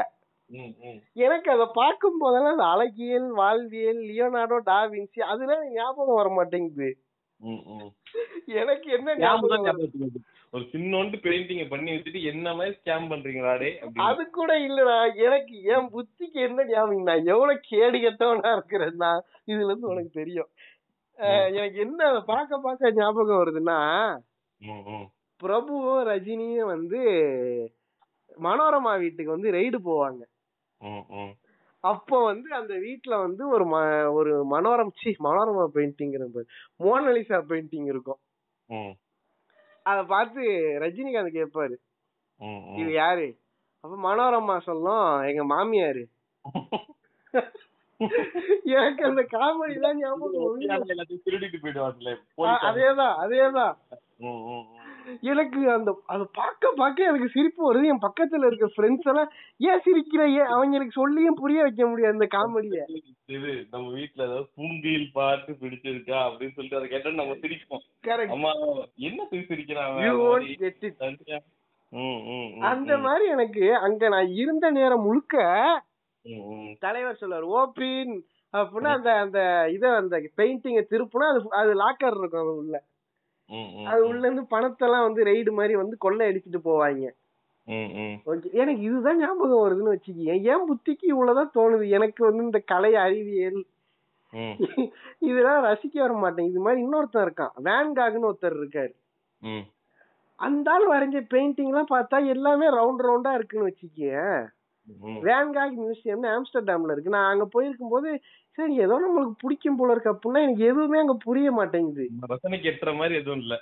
C: ம், ம்.
B: எனக்கு அதை பார்க்கும் போதெல்லாம் அது அழகியல் வாழ்வியல் லியோனார்டோ டாவின்சி அதெல்லாம் எனக்கு ஞாபகம் வர மாட்டேங்குது
C: ம், ம்.
B: எனக்கு என்ன
C: ஞாபகம்
B: ஞாபகம்
C: தான்
B: வருது?
C: ஞாபகம் வச்சுக்கோங்க. ஒரு சின்னோண்டு பெயிண்டிங்க பண்ணி வச்சுட்டு என்ன மாதிரி ஸ்கேம் பண்றீங்களாடே அப்படின்னு
B: அது கூட இல்லடா எனக்கு என் புத்திக்கு என்ன ஞாபகம் நான் எவ்வளவு கேடு கெட்டவனா இருக்கிறேன்னா இதுல இருந்து உனக்கு தெரியும் அஹ் எனக்கு என்ன அதை பார்க்க பார்க்க ஞாபகம் வருதுன்னா
C: ம், ம்.
B: பிரபுவும் ரஜினியும் வந்து மனோரமா வீட்டுக்கு வந்து ரெய்டு போவாங்க
C: ம், ம்.
B: அப்போ வந்து அந்த வீட்ல வந்து ஒரு ம ஒரு மனோரம் சி மனோரமா பெயிண்டிங் மோனலிசா பெயிண்டிங் இருக்கும்
C: ம்,
B: அதை பார்த்து ரஜினிகாந்த் கேட்பாரு
C: ம்,
B: இது
C: ம்.
B: யாரு அப்ப மனோரமா சொல்லும் எங்க மாமியாரு எனக்கு அந்த காமெடி தான் ஞாபகம் வருது.
C: ஒட்டியால எல்லாத்தையும் திருடிட்டு போயிடுவாங்கல்ல,
B: ஆ,
C: போலீஸ் ஆளு.
B: அதேதான் அதேதான்
C: ம், ம், ம்.
B: எனக்கு அந்த அதை பார்க்க பார்க்க எனக்கு சிரிப்பு வருது என் பக்கத்துல இருக்க ஃப்ரெண்ட்ஸ் எல்லாம் ஏன் சிரிக்கிற ஏன் அவங்க எனக்கு சொல்லியும் புரிய வைக்க முடியாது அந்த காமெடிய
C: இது நம்ம வீட்ல ஏதாவது பூங்கியில் பாட்டு பிடிச்சிருக்கா அப்படின்னு சொல்லிட்டு அதை கேட்டா நம்ம சிரிப்போம்
B: கரெக்ட்
C: அம்மா என்ன போய் சிரிக்கிறாங்க
B: யூ
C: அந்த
B: ஓன்ட்
C: மாதிரி
B: கெட் இட்
C: தனியா. ம், ம், ம்,
B: அந்த
C: ம்.
B: மாதிரி எனக்கு அங்க நான் இருந்த நேரம் முழுக்க
C: ம், ம்.
B: தலைவர் சொல்லுவார் ஓபின் அப்படின்னா அந்த அந்த இத அந்த பெயிண்டிங்க திருப்புனா அது அது லாக்கர் இருக்கும் அது உள்ள
C: ம், ம்,
B: அது உள்ள இருந்து பணத்தெல்லாம் வந்து ரெய்டு மாதிரி வந்து கொள்ளை அடிச்சிட்டு போவாங்க
C: ம், ம்.
B: ஓகே எனக்கு இதுதான் ஞாபகம் வருதுன்னு வச்சுக்கீங்க என் புத்திக்கு இவ்வளவுதான் தோணுது எனக்கு வந்து இந்த கலை அறிவியல்
C: ம்,
B: இதெல்லாம் ரசிக்க வர மாட்டேன் இது மாதிரி இன்னொருத்தன் இருக்கான் வேன்காக்னு ஒருத்தர் இருக்காரு
C: ம்.
B: அந்த ஆள் வரைஞ்ச பெயிண்டிங் எல்லாம் பார்த்தா எல்லாமே ரவுண்ட் ரவுண்டா இருக்குன்னு வச்சுக்கேன்
C: ம்.
B: வேன்காக் மியூசியம்னு ஆம்ஸ்டர்டாம்ல இருக்கு நான் அங்க போயிருக்கும் போது சரி ஏதோ நம்மளுக்கு பிடிக்கும் போல இருக்கு அப்படின்னா எனக்கு எதுவுமே அங்க புரிய மாட்டேங்குது
C: நம்ம ரசனைக்கு எட்டுற மாதிரி எதுவும் இல்ல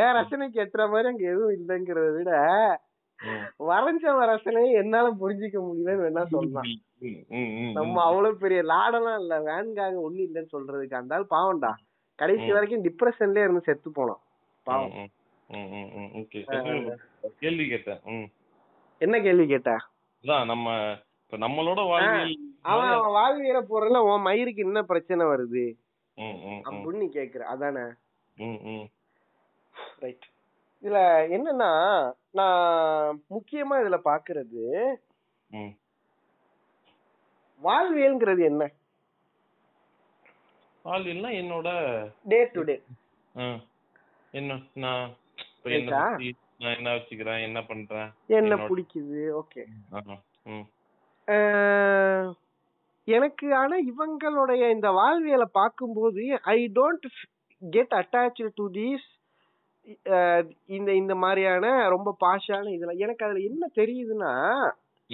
B: ஏன் ரசனைக்கு எட்டுற மாதிரி அங்க எதுவும் இல்லைங்கிறத விட
C: ம்.
B: வரைஞ்ச ரசனையை என்னால புரிஞ்சுக்க முடியலன்னு வேணா சொல்லலாம்
C: ம், ம், ம்.
B: நம்ம அவ்வளவு பெரிய லாடெல்லாம் இல்ல வேன்காக ஒண்ணு இல்லைன்னு சொல்றதுக்கு அந்த ஆள் பாவம்டா கடைசி
C: ம்.
B: வரைக்கும் டிப்ரெஷன்ல இருந்து செத்து போனோம் பாவம்
C: ம், ம், ம், ம், ம். Okay. சொல்லுங்க. கேள்வி கேட்டேன் ம்.
B: என்ன கேள்வி கேட்ட
C: அதான் நம்ம இப்ப நம்மளோட வாழ்வில்
B: அவன் அவன் வாழ்வீர போறல உன் மயிருக்கு என்ன பிரச்சனை வருது
C: ம், ம், ம்,
B: அப்படின்னு நீ கேக்குற அதானே
C: ம், ம்.
B: ரைட் இதுல என்னன்னா நான் முக்கியமா இதுல பாக்குறது
C: ம்.
B: வாழ்வியல்ங்கிறது என்ன
C: வாழ்வியல்னா என்னோட
B: டே டு டே
C: ஆ, என்ன நான் இப்ப என்ன
B: கேட்டா?
C: பத்தி, நான் என்ன வச்சுக்கிறேன் என்ன பண்றேன்
B: என்ன
C: என்னோட-
B: பிடிக்குது ஓகே
C: ஆமா. ம்,
B: ஆஹ் எனக்கு ஆனா இவங்களுடைய இந்த வாழ்வியலை பார்க்கும்போது I don't get attached to these இந்த இந்த மாதிரியான ரொம்ப பாஷான இதுல எனக்கு அதுல என்ன தெரியுதுன்னா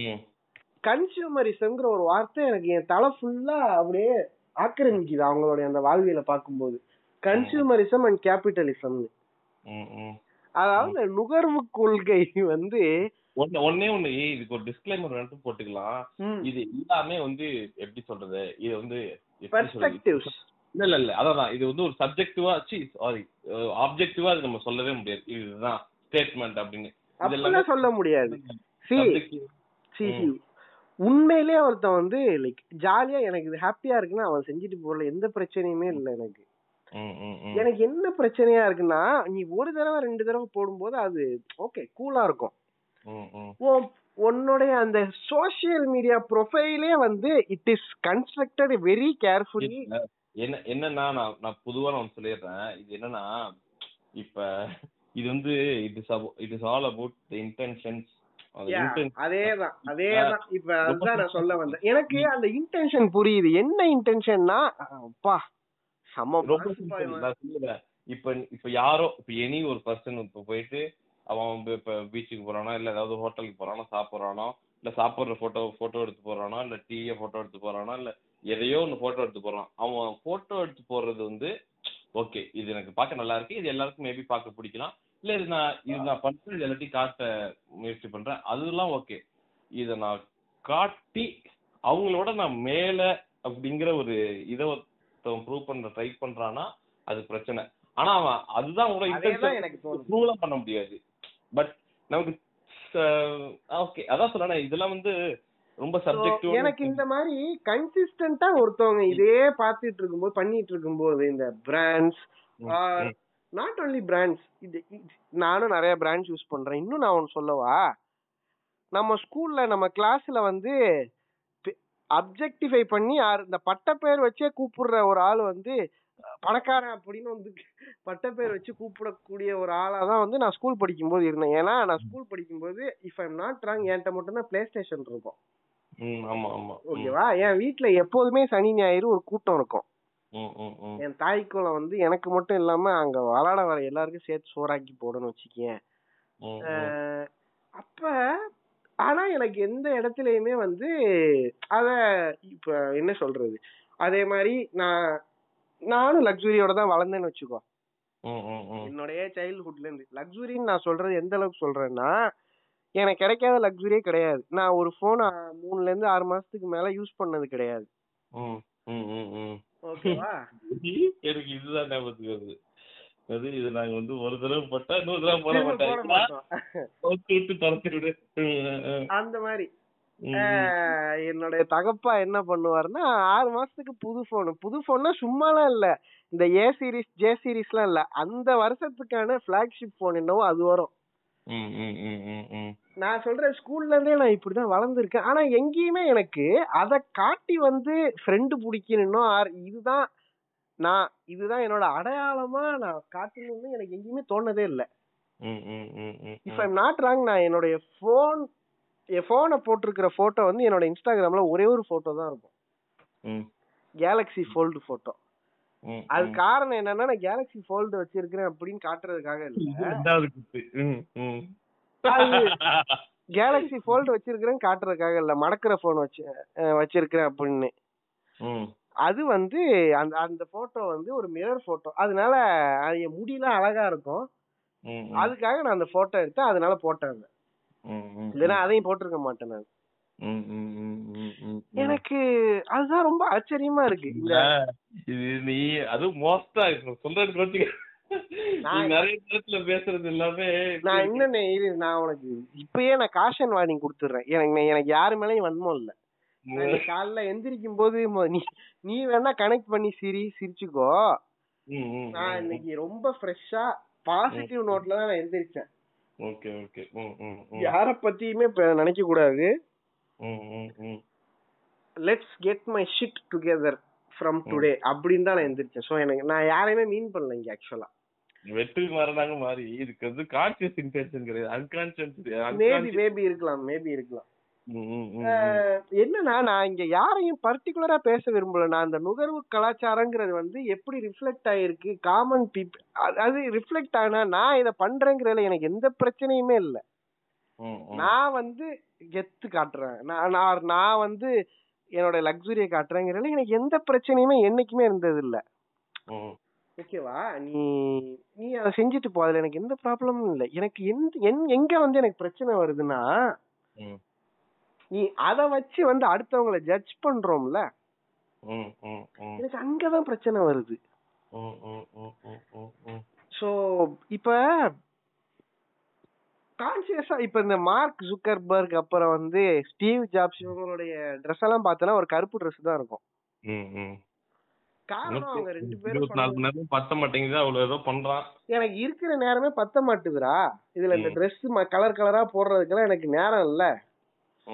C: ம்,
B: கன்சியூமரிசம்ங்கிற ஒரு வார்த்தை எனக்கு என் தலை ஃபுல்லா அப்படியே ஆக்கிரமிக்குது அவங்களுடைய அந்த வாழ்வியலை பார்க்கும்போது கன்சியூமரிசம் அண்ட் கேபிட்டலிசம்னு
C: ம், ம்.
B: அதாவது இந்த நுகர்வு கொள்கை வந்து
C: ஒண்ணு- ஒண்ணே ஒண்ணு ஏய், இதுக்கு ஒரு டிஸ்க்ளைமர் வேணும் போட்டுக்கலாம் இது எல்லாமே வந்து எப்படி சொல்றது இது வந்து எப்படி சொல்றது?
B: பெர்ஸ்பெக்டிவ்ஸ்
C: இல்ல இல்ல இல்ல அதான் இது வந்து ஒரு சப்ஜெக்டிவா சாரி ஆப்ஜெக்டிவா இது நம்ம சொல்லவே முடியாது இதுதான் ஸ்டேட்மெண்ட் அப்படின்னு
B: அப்படிலாம் சொல்ல முடியாது See,
C: subjective.
B: see,
C: ம்.
B: see. உண்மையிலேயே ஒருத்தன் வந்து லைக் ஜாலியா எனக்கு இது ஹாப்பியா இருக்குன்னா அவன் செஞ்சுட்டு போறல எந்த பிரச்சனையுமே இல்ல எனக்கு
C: ம், ம், ம்.
B: எனக்கு என்ன பிரச்சனையா இருக்குன்னா நீ ஒரு தடவை ரெண்டு தடவை போடும்போது அது ஓகே கூலா இருக்கும்
C: ம், ம்.
B: உன்- உன்னுடைய அந்த சோஷியல் மீடியா ப்ரொஃபைலே வந்து it is constructed very carefully
C: இல்ல, என்ன என்னன்னா நான் நான் பொதுவா நான் ஒண்ணு சொல்லிடுறேன் இது என்னன்னா இப்ப இது வந்து it is it is all about the intentions
B: அதேதான் அதேதான் இப்ப அதுதான் நான் சொல்ல வந்தேன் எனக்கு அந்த இன்டென்ஷன் புரியுது என்ன இன்டென்ஷன்னா அப்பா செம
C: ரொம்ப
B: பாஸ்
C: simple.
B: பாய் மச்சான்.
C: நான் சொல்லுவேன் இப்ப இப்ப யாரோ இப்ப எனி ஒரு பர்சன் இப்ப போயிட்டு அவன் வந்து இப்ப பீச்சுக்கு போறானா இல்ல ஏதாவது ஹோட்டலுக்கு போறானா சாப்பிடுறானோ இல்ல சாப்பிடுற போட்டோ போட்டோ எடுத்து போறானா இல்ல டீய போட்டோ எடுத்து போறானா இல்ல எதையோ ஒண்ணு போட்டோ எடுத்து போறான் அவன் போட்டோ எடுத்து போடுறது வந்து ஓகே இது எனக்கு பார்க்க நல்லா இருக்கு இது எல்லாருக்கும் மேபி பார்க்க பிடிக்கலாம் இல்ல இது நான் இது நான் பண்றது எல்லாத்தையும் காட்ட முயற்சி பண்றேன் அதெல்லாம் ஓகே இத நான் காட்டி அவங்களோட நான் மேல அப்படிங்கிற ஒரு இதை ஒருத்தவன் ப்ரூவ் பண்ற ட்ரை பண்றானா அது பிரச்சனை ஆனா அவன் அதுதான் உங்களோட
B: அதேதான்
C: இன்டென்ஷன்
B: எனக்கு தோணுது
C: ப்ரூவ்லாம் பண்ண முடியாது பட் நமக்கு ஓகே அதான் சொன்னேன் இதெல்லாம் வந்து ரொம்ப
B: So,
C: சப்ஜெக்டிவ்
B: எனக்கு இந்த மாதிரி கன்சிஸ்டன்டா ஒருத்தவங்க இதே பார்த்துட்டு இருக்கும்போது பண்ணிட்டு இருக்கும்போது இந்த brands are- not only brands இது இது- நானும் நிறைய பிராண்ட்ஸ் யூஸ் பண்றேன் இன்னும் நான் ஒன்று சொல்லவா நம்ம ஸ்கூல்ல நம்ம கிளாஸ்ல வந்து அப்ஜெக்டிஃபை பண்ணி யார் இந்த பட்டப்பெயர் வச்சே கூப்பிடுற ஒரு ஆள் வந்து பணக்காரன் அப்படின்னு வந்து பட்ட பேர் வச்சு கூப்பிடக்கூடிய ஒரு ஆளா தான் வந்து நான் ஸ்கூல் படிக்கும்போது இருந்தேன் ஏன்னா நான் ஸ்கூல் படிக்கும்போது இஃப் ஐம் நாட் ராங் என்கிட்ட மட்டும்தான் பிளே ஸ்டேஷன் இருக்கும்
C: ம் ஆமா ஆமா ம்,
B: ஓகேவா என் வீட்ல எப்போதுமே சனி ஞாயிறு ஒரு கூட்டம் இருக்கும்
C: ம் ம் ம்
B: என் தாய்க்குளம் வந்து எனக்கு மட்டும் இல்லாம அங்க விளாட வர எல்லாருக்கும் சேர்த்து சோறாக்கி போடணும்னு வச்சுக்கேன்
C: ம், ம்.
B: ஆஹ் அப்ப ஆனா எனக்கு எந்த இடத்துலயுமே வந்து அத இப்ப என்ன சொல்றது அதே மாதிரி நான் நானும் லக்ஸுரியோட தான் வளர்ந்தேன்னு வச்சுக்கோ
C: ம், ம், ம்.
B: என்னுடைய சைல்ட்ஹுட்ல இருந்து லக்ஸுரின்னு நான் சொல்றது எந்த அளவுக்கு சொல்றேன்னா எனக்கு கிடைக்காத லக்ஸுரியே கிடையாது நான் ஒரு போன் மூணுல இருந்து ஆறு மாசத்துக்கு மேல யூஸ் பண்ணது கிடையாது
C: ம், ம், ம், ம்.
B: ஓகேவா
C: எனக்கு இதுதான் ஞாபகத்துக்கு வருது அது இது நாங்க வந்து ஒரு தடவை பட்டா இன்னொரு தடவை போட மாட்டாங்க விட்டு விட்டு துரத்தி விடு ம், ம்,
B: அந்த மாதிரி
C: ம்.
B: ஆஹ் என்னுடைய தகப்பா என்ன பண்ணுவாருன்னா ஆறு மாசத்துக்கு புது போன் புது போன்னா சும்மாலாம் இல்ல இந்த ஏ சீரிஸ் ஜே சீரிஸ்லாம் இல்ல அந்த வருஷத்துக்கான ஃபிளாக்ஷிப் போன் என்னவோ அது வரும்
C: ம், ம், ம், ம், ம்.
B: நான் சொல்றேன் ஸ்கூல்ல இருந்தே நான் இப்படிதான் வளர்ந்துருக்கேன் ஆனா எங்கேயுமே எனக்கு அதை காட்டி வந்து ஃப்ரெண்டு பிடிக்கணும் ஆர் இதுதான் நான் இதுதான் என்னோட அடையாளமா நான் காட்டணும்னு எனக்கு எங்கேயுமே தோணதே இல்ல
C: ம், ம், ம், ம்,
B: இஃப்
C: ம்.
B: ஐம் நாட் ராங் நான் என்னுடைய ஃபோன் என் ஃபோனை போட்டிருக்கிற போட்டோ வந்து என்னோட இன்ஸ்டாகிராம்ல ஒரே ஒரு போட்டோ தான் இருக்கும்
C: ம்,
B: கேலக்ஸி ஃபோல்டு போட்டோ
C: ம்,
B: அது
C: ம்.
B: காரணம் என்னன்னா நான் கேலக்ஸி ஃபோல்டு வச்சிருக்கிறேன் அப்படின்னு காட்டுறதுக்காக இல்ல
C: இது ரெண்டாவது குத்து ம், ம்.
B: அது- கேலக்ஸி ஃபோல்டு வச்சிருக்கிறேன் காட்டுறதுக்காக இல்ல மடக்கிற ஃபோன் வச்சு அஹ் வச்சிருக்கிறேன் அப்படின்னு
C: ம்,
B: அது வந்து அந்த அந்த போட்டோ வந்து ஒரு மிரர் போட்டோ அதனால அது என் முடியெல்லாம் அழகா இருக்கும்
C: ம், ம்,
B: அதுக்காக நான் அந்த போட்டோ எடுத்து அதனால போட்டேன்
C: ம், ம்,
B: இல்லைன்னா அதையும் போட்டிருக்க மாட்டேன் நான்
C: ம், ம், ம், ம், ம், ம்.
B: எனக்கு அதுதான் ரொம்ப ஆச்சரியமா இருக்கு இந்த
C: ஆ, இது நீ அதுவும் மோஸ்டா சொல்றது கோச்சுக்க நீ
B: நான்-
C: நிறைய நேரத்துல பேசுறது எல்லாமே
B: நான் என்னென்ன இரு நான் உனக்கு இப்பயே நான் காஷன் வார்னிங் கொடுத்துடுறேன் எனக்கு எனக்கு யாரு மேலயும் வன்மம் இல்ல நான் இன்னைக்கு காலைல எந்திரிக்கும் போது மொ- நீ நீ வேணா கனெக்ட் பண்ணி சிரி சிரிச்சுக்கோ
C: ம், ம்,
B: நான்
C: ம்.
B: இன்னைக்கு ரொம்ப ஃப்ரெஷ்ஷா பாசிட்டிவ் நோட்ல தான் நான் எந்திரிச்சேன்
C: ஓகே ஓகே ம், ம், ம்.
B: யார பத்தியுமே இப்ப நினைக்க கூடாது
C: ம், ம், ம்.
B: Let's get my shit together from today அப்படின்னு தான் நான் எந்திரிச்சேன் ஸோ எனக்கு நான் யாரையுமே மீன் பண்ணல இங்க ஆக்சுவலா
C: வெற்றி மாறனாங்க மாறி இதுக்கு வந்து கான்சியஸ் இன்டென்ஷன் கிடையாது அன்கான்சியஸ்
B: மேபி மேபி இருக்கலாம் மேபி இருக்கலாம்
C: ம்
B: அஹ் என்னன்னா நான் இங்க யாரையும் பர்டிகுலரா பேச விரும்பல நான் அந்த நுகர்வு கலாச்சாரங்கிறது வந்து எப்படி ரிஃப்ளெக்ட் ஆயிருக்கு காமன் பீப்புள் அது ரிஃப்ளெக்ட் ஆனா நான் இதை பண்றேங்கிறதுல எனக்கு எந்த பிரச்சனையுமே இல்லை
C: ம், ம்.
B: நான் வந்து கெத்து காட்டுறேன் நான் நான் நான் வந்து என்னோட லக்ஸுரியை காட்டுறேங்கிறதுல எனக்கு எந்த பிரச்சனையுமே என்னைக்குமே இருந்தது இல்ல
C: ம்.
B: ஓகேவா நீ நீ அதை செஞ்சுட்டு போ அதுல எனக்கு எந்த ப்ராப்ளமும் இல்லை எனக்கு எந்த என்- எங்க வந்து எனக்கு பிரச்சனை வருதுன்னா
C: ம்.
B: நீ அதை வச்சு வந்து அடுத்தவங்கள ஜட்ஜ் பண்றோம்ல
C: ம், ம், ம்.
B: எனக்கு அங்கதான் பிரச்சனை வருது
C: ம், ம், ம், ம், ம், ம்.
B: சோ இப்ப கான்சியஸா இப்ப இந்த மார்க் ஜுக்கர்பர்க் அப்புறம் வந்து ஸ்டீவ் ஜாப்ஸ் இவங்களுடைய ட்ரெஸ் எல்லாம் பார்த்தோன்னா ஒரு கருப்பு ட்ரெஸ் தான் இருக்கும்
C: ம், ம்.
B: காரணம் அவங்க ரெண்டு பேரும்
C: இருபத்தி நாலு
B: சொன்னது-
C: மணி நேரம் பத்த மாட்டேங்குது அவ்வளவு ஏதோ பண்றான்
B: எனக்கு இருக்கிற நேரமே பத்த மாட்டுதுடா இதுல இந்த
C: ம்.
B: ட்ரெஸ் கலர் கலரா போடுறதுக்கெல்லாம் எனக்கு நேரம் இல்ல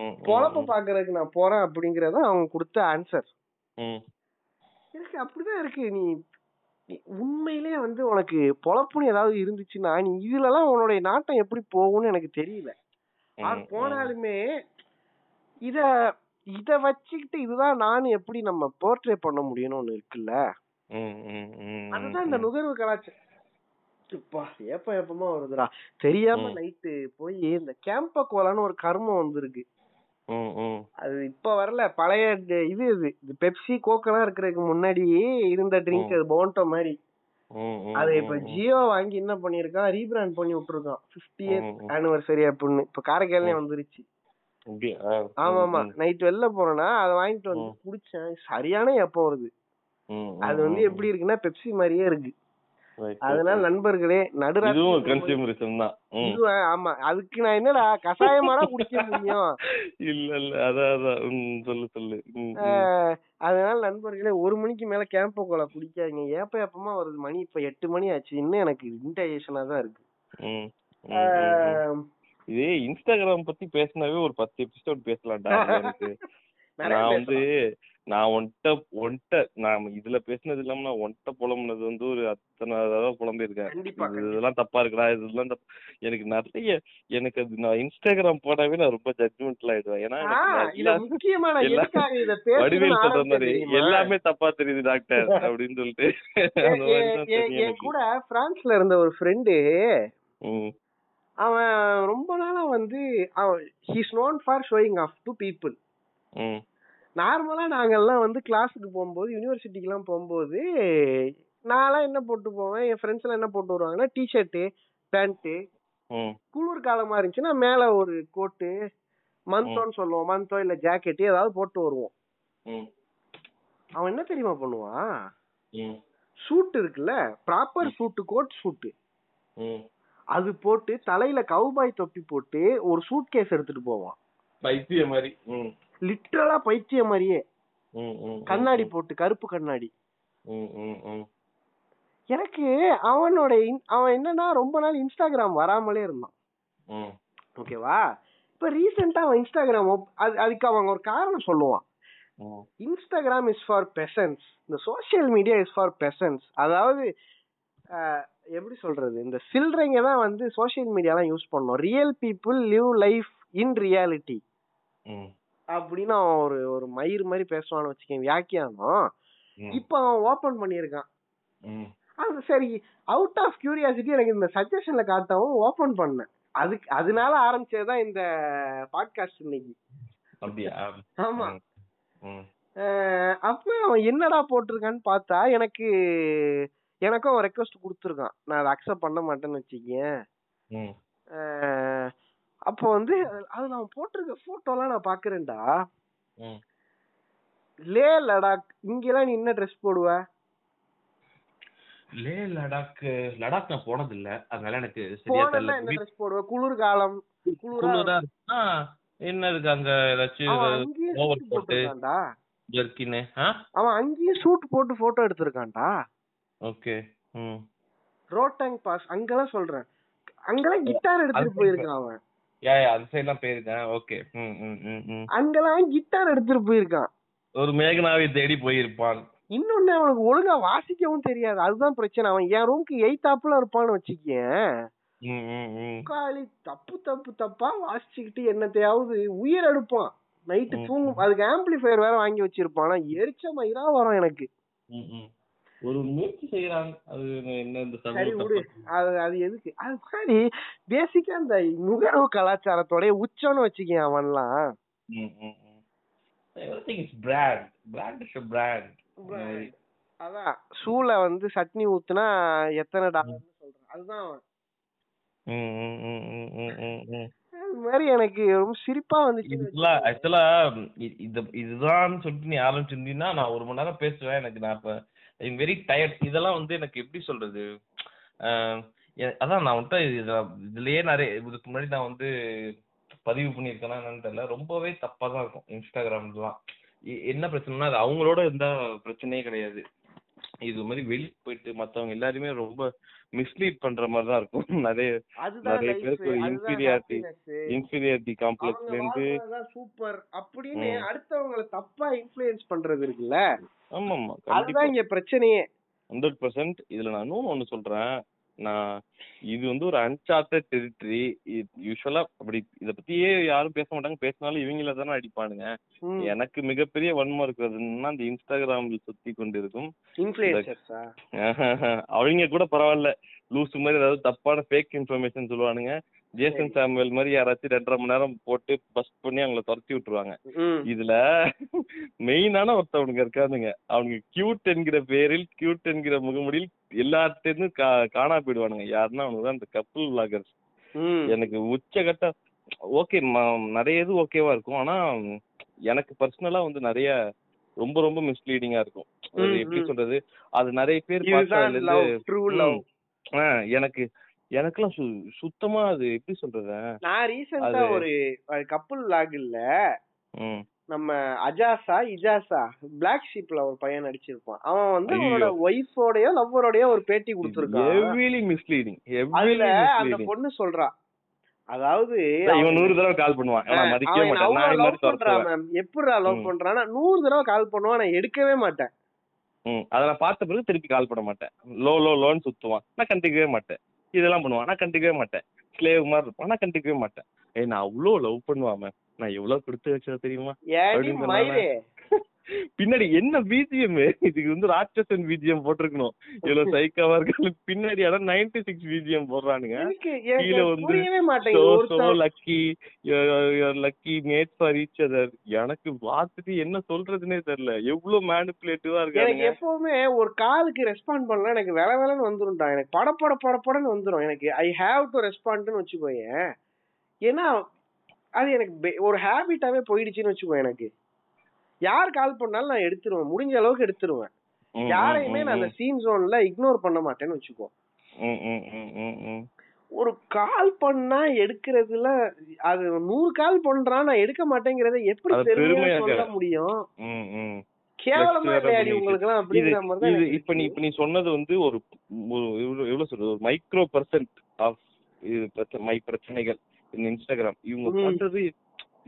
C: ம், ம்,
B: பொழப்ப பாக்குறதுக்கு நான் போறேன் அப்படிங்கறது அவங்க கொடுத்த ஆன்சர்
C: ம்.
B: எனக்கு அப்படிதான் இருக்கு நீ நீ உண்மையிலேயே வந்து உனக்கு பொழப்புன்னு ஏதாவது இருந்துச்சுன்னா நீ இதுலலாம் உன்னுடைய நாட்டம் எப்படி போகும்னு எனக்கு தெரியல
C: ம்,
B: ஆனா
C: ம்.
B: போனாலுமே இத இத வச்சுக்கிட்டு இதுதான் நான் எப்படி நம்ம போர்ட்ரே பண்ண முடியும்னு ஒண்ணு இருக்குல்ல
C: ம், ம், ம்,
B: அதுதான் இந்த
C: ம்.
B: நுகர்வு கலாச்சாரம் இப்பா ஏப்ப ஏப்பமா வருதுடா தெரியாம
C: ம்.
B: நைட்டு போய் இந்த கேம்ப கோலான்னு ஒரு கர்மம் வந்திருக்கு
C: ம், ம்.
B: அது இப்ப வரல பழைய இந்த இது இது இது பெப்சி கோக்கெல்லாம் இருக்கிறதுக்கு முன்னாடி இருந்த ட்ரிங்க் அது போன்டோ மாதிரி
C: ம், ம்,
B: அது இப்ப
C: ம்,
B: ஜியோ வாங்கி என்ன பண்ணிருக்கான் ரீபிராண்ட் பண்ணி விட்டுருக்கான் பிப்டி
C: ம், ம்.
B: ஆனிவர்சரி அப்படின்னு இப்ப காரைக்காலே
C: ம்.
B: வந்துருச்சு
C: அப்படியா?
B: ஆமா ஆமா
C: ம்,
B: நைட் வெளில போறேன்னா அதை வாங்கிட்டு வந்து
C: ம்.
B: குடிச்சேன் சரியான எப்போ வருது
C: ம், ம்,
B: அது வந்து
C: ம்.
B: எப்படி இருக்குன்னா பெப்சி மாதிரியே இருக்கு
C: Right,
B: அதனால
C: right.
B: நண்பர்களே நடுராத்திரி
C: இதுவும் கன்சியூமரிசம் தான் ம்.
B: இதுவா? ஆமா அதுக்கு நான் என்னடா கஷாயமாடா குடிக்க முடியும்
C: இல்ல இல்ல அதான் அதான் ம், சொல்லு சொல்லு ம், ம்.
B: ஆஹ் அதனால நண்பர்களே ஒரு மணிக்கு மேல கேம்ப கோலா குடிக்காதீங்க ஏப்ப ஏப்பமா வருது மணி இப்ப எட்டு மணி ஆச்சு இன்னும் எனக்கு இன்டைஜஷனா தான் இருக்கு
C: ம், ம், ம், ம்.
B: ஆஹ்
C: இதே இன்ஸ்டாகிராம் பத்தி பேசினாவே ஒரு பத்து எபிசோட் பேசலாம்டா எனக்கு
B: நிறைய
C: நான்
B: பேசலாம்.
C: வந்து நான் உன்கிட்ட உன்கிட்ட நான் இதுல பேசினது இல்லாம நான் உன்கிட்ட புலம்புனது வந்து ஒரு அத்தனை தடவை புலம்பியிருக்கேன்
B: கண்டிப்பா
C: இது-
B: கண்டிப்பா.
C: இதெல்லாம் தப்பா இருக்குடா இதெல்லாம் தப்பு எனக்கு நிறைய எனக்கு அது நான் இன்ஸ்டாகிராம் போனாவே நான் ரொம்ப ஜட்மெண்டல் ஆயிடுவேன் ஏன்னா எனக்கு
B: ஆஹ்,
C: நிறைய-
B: இதுல முக்கியமா நான்
C: எல்லா-
B: எதுக்காக இத
C: வடிவேல்
B: பேசணும்னு
C: சொல்ற மாதிரி
B: ஆரம்பிச்சேன் தெரியுமா?
C: எல்லாமே தப்பா தெரியுது டாக்டர் அப்படின்னு சொல்லிட்டு
B: ஏ-
C: அந்த
B: ஏ-
C: மாதிரி தான்
B: ஏ-
C: தெரியும்
B: என்
C: எனக்கு.
B: கூட பிரான்ஸ்ல இருந்த ஒரு ஃப்ரெண்டு
C: ம்,
B: அவன் ரொம்ப நாளா வந்து he's known for showing off to people
C: ம்,
B: நார்மலா நாங்கெல்லாம் வந்து கிளாஸுக்கு போகும்போது யூனிவர்சிட்டிக்கு எல்லாம் போகும்போது நான்லாம் என்ன போட்டு போவேன் என் ஃப்ரெண்ட்ஸ் எல்லாம் என்ன போட்டு வருவாங்கன்னா டிஷர்ட்டு பேண்ட்டு
C: ம்,
B: குளிர் காலமா இருந்துச்சுன்னா மேல ஒரு கோட்டு மந்தோன்னு சொல்லுவோம் மந்தோ இல்ல ஜாக்கெட் ஏதாவது போட்டு வருவோம்
C: ம்,
B: அவன் என்ன தெரியுமா பண்ணுவான்
C: ம்,
B: சூட் இருக்குல்ல ப்ராப்பர் சூட்டு கோட் சூட்டு
C: ம்.
B: அது போட்டு தலையில கவுபாய் தொப்பி போட்டு ஒரு சூட் கேஸ் எடுத்துட்டு போவான்
C: பைத்தியம் மாதிரி ம்,
B: லிட்டரலா பைத்தியம் மாதிரியே
C: ம், ம், ம்,
B: கண்ணாடி போட்டு கருப்பு கண்ணாடி
C: ம், ம், ம்.
B: எனக்கு அவனோட இன்- அவன் என்னன்னா ரொம்ப நாள் இன்ஸ்டாகிராம் வராமலே இருந்தான்
C: ம்,
B: ஓகேவா இப்ப ரீசெண்டா அவன் இன்ஸ்டாகிராம் op- அது அதுக்கு அவன் ஒரு காரணம் சொல்லுவான்
C: ம்.
B: இன்ஸ்டாகிராம் இஸ் ஃபார் பெசன்ஸ் இந்த சோஷியல் மீடியா இஸ் ஃபார் பெசன்ஸ் அதாவது அஹ், எப்படி சொல்றது இந்த சில்றங்க தான் வந்து சோஷியல் மீடியாலாம் யூஸ் பண்ணோம் real people live life in reality
C: ம்,
B: அப்படின்னு அவன் ஒரு ஒரு மயிர் மாதிரி பேசுவான்னு வச்சுக்கேன் வியாக்கியானம்
C: ம்,
B: இப்போ அவன் ஓபன் பண்ணியிருக்கான்
C: ம்.
B: அது சரி அவுட் ஆஃப் கியூரியாசிட்டி எனக்கு இந்த சஜஷன்ல காட்டவும் ஓபன் பண்ணேன் அதுக்கு அதனால ஆரம்பிச்சதுதான் இந்த பாட்காஸ்ட் இன்னைக்கு
C: அப்படியா
B: ஆமா
C: ம், ம்,
B: அஹ் அப்ப அவன் என்னடா போட்டிருக்கான்னு பார்த்தா எனக்கு எனக்கும் அவன் ரெக்வஸ்ட் கொடுத்துருக்கான் நான் அதை அக்செப்ட் பண்ண மாட்டேன்னு வச்சுக்கேன்
C: ம்,
B: அஹ் அப்போ வந்து அதுல அவன் போட்டிருக்க போட்டோலாம் நான் பாக்குறேன்டா
C: ம்.
B: லே லடாக் இங்கெல்லாம் நீ என்ன ட்ரெஸ் போடுவ
C: லே லடாக் லடாக் நான் போனது இல்ல அதனால எனக்கு சரியா
B: போனா என்ன
C: தெரியல
B: ட்ரெஸ் போடுவ குளிர்காலம்
C: குளிரா இருக்குன்னா என்ன இருக்கு அங்க
B: அவன்
C: ஏதாச்சும்
B: அங்கேயும்
C: over
B: சூட்
C: coat.
B: போட்டிருக்கான்டா
C: ஜர்க்கின்னு ஆ
B: அவன் அங்கேயும் சூட் போட்டு போட்டோ எடுத்திருக்கான்டா
C: ஓகே ம்
B: ரோட்டாங் பாஸ் அங்கெல்லாம் சொல்றேன் அங்கெல்லாம் கிட்டார் எடுத்துட்டு போயிருக்கான் அவன்
C: யா யா, அந்த சைட்லாம் போயிருக்கேன் ஓகே ம் ம் ம் ம்
B: அங்கெல்லாம் கிட்டார் எடுத்துட்டு போயிருக்கான்
C: ஒரு மேகனாவை தேடி போயிருப்பான்
B: இன்னொன்னு அவனுக்கு ஒழுங்கா வாசிக்கவும் தெரியாது அதுதான் பிரச்சனை அவன் என் ரூம்க்கு எய்த்தாப்புல இருப்பான்னு வச்சுக்கேன்
C: ம் ம் ம்
B: முக்காலி தப்பு தப்பு தப்பா வாசிச்சுக்கிட்டு என்னத்தையாவது உயிர் எடுப்பான் நைட்டு
C: ம்.
B: தூங்கும் அதுக்கு ஆம்பிளிஃபையர் வேற வாங்கி வச்சிருப்பான் ஆனா எரிச்ச மயிரா வரும் எனக்கு
C: ம், ம். ஒரு முயற்சி செய்யறாங்க அது என்ன இந்த
B: சரி
C: சமூக
B: விடு அது அது எதுக்கு அது மாதிரி பேசிக்கா அந்த நுகர்வு கலாச்சாரத்தோட உச்சம்னு வச்சுக்கேன் அவன்லாம்
C: ம் ம் everything is brand brand is brand
B: அதான் சூளை வந்து சட்னி ஊத்துனா எத்தனை டாலர்னு சொல்றான் அதுதான் அவன்
C: ம் ம் ம் ம் ம் ம் ம்
B: அது மாதிரி எனக்கு ரொம்ப சிரிப்பா வந்துச்சு
C: இதுலாம் ஆக்சுவலா இது இதுதான் சொல்லிட்டு நீ ஆரம்பிச்சிருந்தீங்கன்னா நான் ஒரு மணி நேரம் பேசுவேன் எனக்கு நான் இப்ப ஐம் வெரி டயர்ட் இதெல்லாம் வந்து எனக்கு எப்படி சொல்றது ஆஹ் எ- அதான் நான் வந்துட்டு இதுல இதுலயே நிறைய இதுக்கு முன்னாடி நான் வந்து பதிவு பண்ணியிருக்கேனா என்னன்னு தெரியல ரொம்பவே தப்பா தான் இருக்கும் இன்ஸ்டாகிராம்லாம் எ- என்ன பிரச்சனைனா அது அவங்களோட இருந்தா பிரச்சனையே கிடையாது இது மாதிரி வெளியே போயிட்டு மத்தவங்க எல்லாருமே ரொம்ப மிஸ்லீட் பண்ற மாதிரி தான் இருக்கும் நிறைய
B: அதுதான்
C: நிறைய
B: life,
C: பேருக்கு ஒரு
B: அதுதான்
C: inferiority.
B: happiness.
C: இன்ஃபீரியாரிட்டி காம்ப்ளெக்ஸ்ல இருந்து
B: சூப்பர் அப்படின்னு
C: ம்.
B: அடுத்தவங்களை தப்பா இன்ஃப்ளூயன்ஸ் பண்றது இருக்குல்ல
C: ஆமா ஆமா கண்டிப்பா
B: அதுதான் இங்க பிரச்சனையே
C: ஹண்ட்ரட் பர்சன்ட் இதுல நான் இன்னும் ஒண்ணு சொல்றேன் நான் இது வந்து ஒரு அன்சார்ட்டட் டெரிட்டரி யூஸ்வலா அப்படி இத பத்தியே யாரும் பேச மாட்டாங்க பேசினாலும் இவங்கள தானே அடிப்பானுங்க
B: ம்.
C: எனக்கு மிகப்பெரிய வன்மம் இருக்கிறதுன்னா அந்த இன்ஸ்டாகிராமில் சுத்தி கொண்டிருக்கும்
B: influencers ஆ?
C: அவங்க கூட பரவாயில்ல லூசு மாதிரி ஏதாவது தப்பான ஃபேக் இன்ஃபர்மேஷன் சொல்லுவானுங்க ஜேசன் சாமுவேல் மாதிரி யாராச்சும் ரெண்டரை மணி நேரம் போட்டு பஸ்ட் பண்ணி அவங்கள துரத்தி விட்டுருவாங்க
B: ம்.
C: இதுல மெயினான ஒருத்தவனுங்க இருக்கானுங்க அவனுங்க கியூட் என்கிற பேரில் கியூட் என்கிற முகமுடியில் எல்லாத்தையும் கா- காணா போயிடுவானுங்க யாருன்னா அவனுங்க தான் அந்த கப்பல் விளாகர்ஸ்
B: ம்.
C: எனக்கு உச்சகட்ட ஓகே நிறைய இது ஓகேவா இருக்கும் ஆனா எனக்கு பர்சனலா வந்து நிறைய ரொம்ப ரொம்ப மிஸ்லீடிங்கா இருக்கும் அது
B: ம்,
C: எப்படி
B: ம்.
C: சொல்றது அது நிறைய பேர் பார்த்தா
B: இதுதான்
C: அதுல இருந்து
B: love, true love.
C: ம், ஆ, எனக்கு எனக்கெல்லாம் சு சுத்தமா அது எப்படி சொல்றது
B: நான் recent ஆ
C: அது-
B: ஒரு கப்பல் லாகில்ல
C: ம்
B: நம்ம அஜாசா இஜாசா பிளாக் ஷீப்ல ஒரு பையன் நடிச்சிருப்பான் அவன் வந்து
C: ஐயோ.
B: அவனோட ஒய்ஃபோடயோ லவ்வோடயோ ஒரு பேட்டி கொடுத்திருக்கான்
C: ஹெவிலி மிஸ்லீடிங்
B: அதுல
C: ஹெவிலி
B: அந்த
C: மிஸ்லீடிங்
B: பொண்ணு சொல்றா அதாவது
C: இவன் நூறு தடவை கால் பண்ணுவான் இவனை
B: அவன்
C: மதிக்கவே
B: அவன்
C: மாட்டான்
B: அவ்வளவு
C: நான் மாதிரி
B: லவ் பண்றான்
C: துரத்துவேன்.
B: மேம் எப்படிடா லவ்
C: ம்.
B: பண்றான்னா நூறு தடவை கால் பண்ணுவான் நான் எடுக்கவே மாட்டேன்
C: ம் அதை நான் பார்த்த பிறகு திருப்பி கால் பண்ண மாட்டேன் லோ லோ லோன்னு சுத்துவான் நான் கண்டுக்கவே மாட்டேன் இதெல்லாம் பண்ணுவான் நான் கண்டுக்கவே மாட்டேன் ஸ்லேவ் மாதிரி இருப்பான் நான் கண்டுக்கவே மாட்டேன் ஏய் நான் அவ்வளோ லவ் பண்ணுவான் மேம் நான் எவ்வளவு கொடுத்து வச்சது தெரியுமா
B: ஏடி
C: அப்படின்னு
B: மயிலே
C: பின்னாடி என்ன பிஜிஎம் இதுக்கு வந்து ராட்சசன் பிஜிஎம் போட்டிருக்கணும் இவ்வளவு சைக்காவா இருக்கான்னு பின்னாடி ஆனா நைன்டி சிக்ஸ் பிஜிஎம் போடுறானுங்க
B: எனக்கு
C: கீழ
B: எனக்கு
C: வந்து
B: புரியவே
C: சோ
B: மாட்டேங்குது
C: சோ
B: ஒருத்தன்
C: lucky lucky made for each other எனக்கு பார்த்துட்டு என்ன சொல்றதுனே தெரியல எவ்வளவு மேனிபுலேட்டிவா
B: எனக்கு
C: இருக்கானுங்க
B: எப்பவுமே ஒரு காலுக்கு ரெஸ்பாண்ட் பண்ணலாம் எனக்கு வேலை வேலைன்னு வந்துரும்டா எனக்கு பட பட பட படன்னு வந்துரும் எனக்கு ஐ ஹாவ் டு ரெஸ்பாண்ட்னு வச்சுக்கோயேன் ஏன்னா அது எனக்கு பே- ஒரு ஹேபிட்டாவே போயிடுச்சுன்னு வச்சுக்கோ எனக்கு யார் கால் பண்ணாலும் நான் எடுத்துருவேன் முடிஞ்ச அளவுக்கு எடுத்துருவேன்
C: ம்,
B: யாரையுமே நான் அந்த
C: ம்,
B: சீன் ஜோன்ல இக்னோர் பண்ண மாட்டேன்னு வச்சுக்கோ
C: ம், ம், ம், ம், ம்.
B: ஒரு கால் பண்ணா எடுக்கிறதுல அது நூறு கால் பண்றான் நான் எடுக்க மாட்டேங்கிறத எப்படி
C: அது
B: பெருமையா
C: பெருமையா
B: சொல்ல
C: இருக்காது.
B: முடியும்
C: ம், ம்.
B: கேவலமா
C: Next வேற
B: இல்லையாடி
C: பண்ணிட்டு.
B: உங்களுக்கு எல்லாம்
C: இது
B: அப்படிங்கிற மாதிரி தான்
C: இது
B: எனக்கு
C: இப்ப நீ இப்ப நீ சொன்னது வந்து ஒரு ஒரு- எவ்வளவு எவ்வளவு சொல்றது ஒரு மைக்ரோ பர்சன்ட் ஆஃப் இது பிரச்ச- மை பிரச்சனைகள் இந்த இன்ஸ்டாகிராம் இவங்க
B: ம்.
C: பண்றது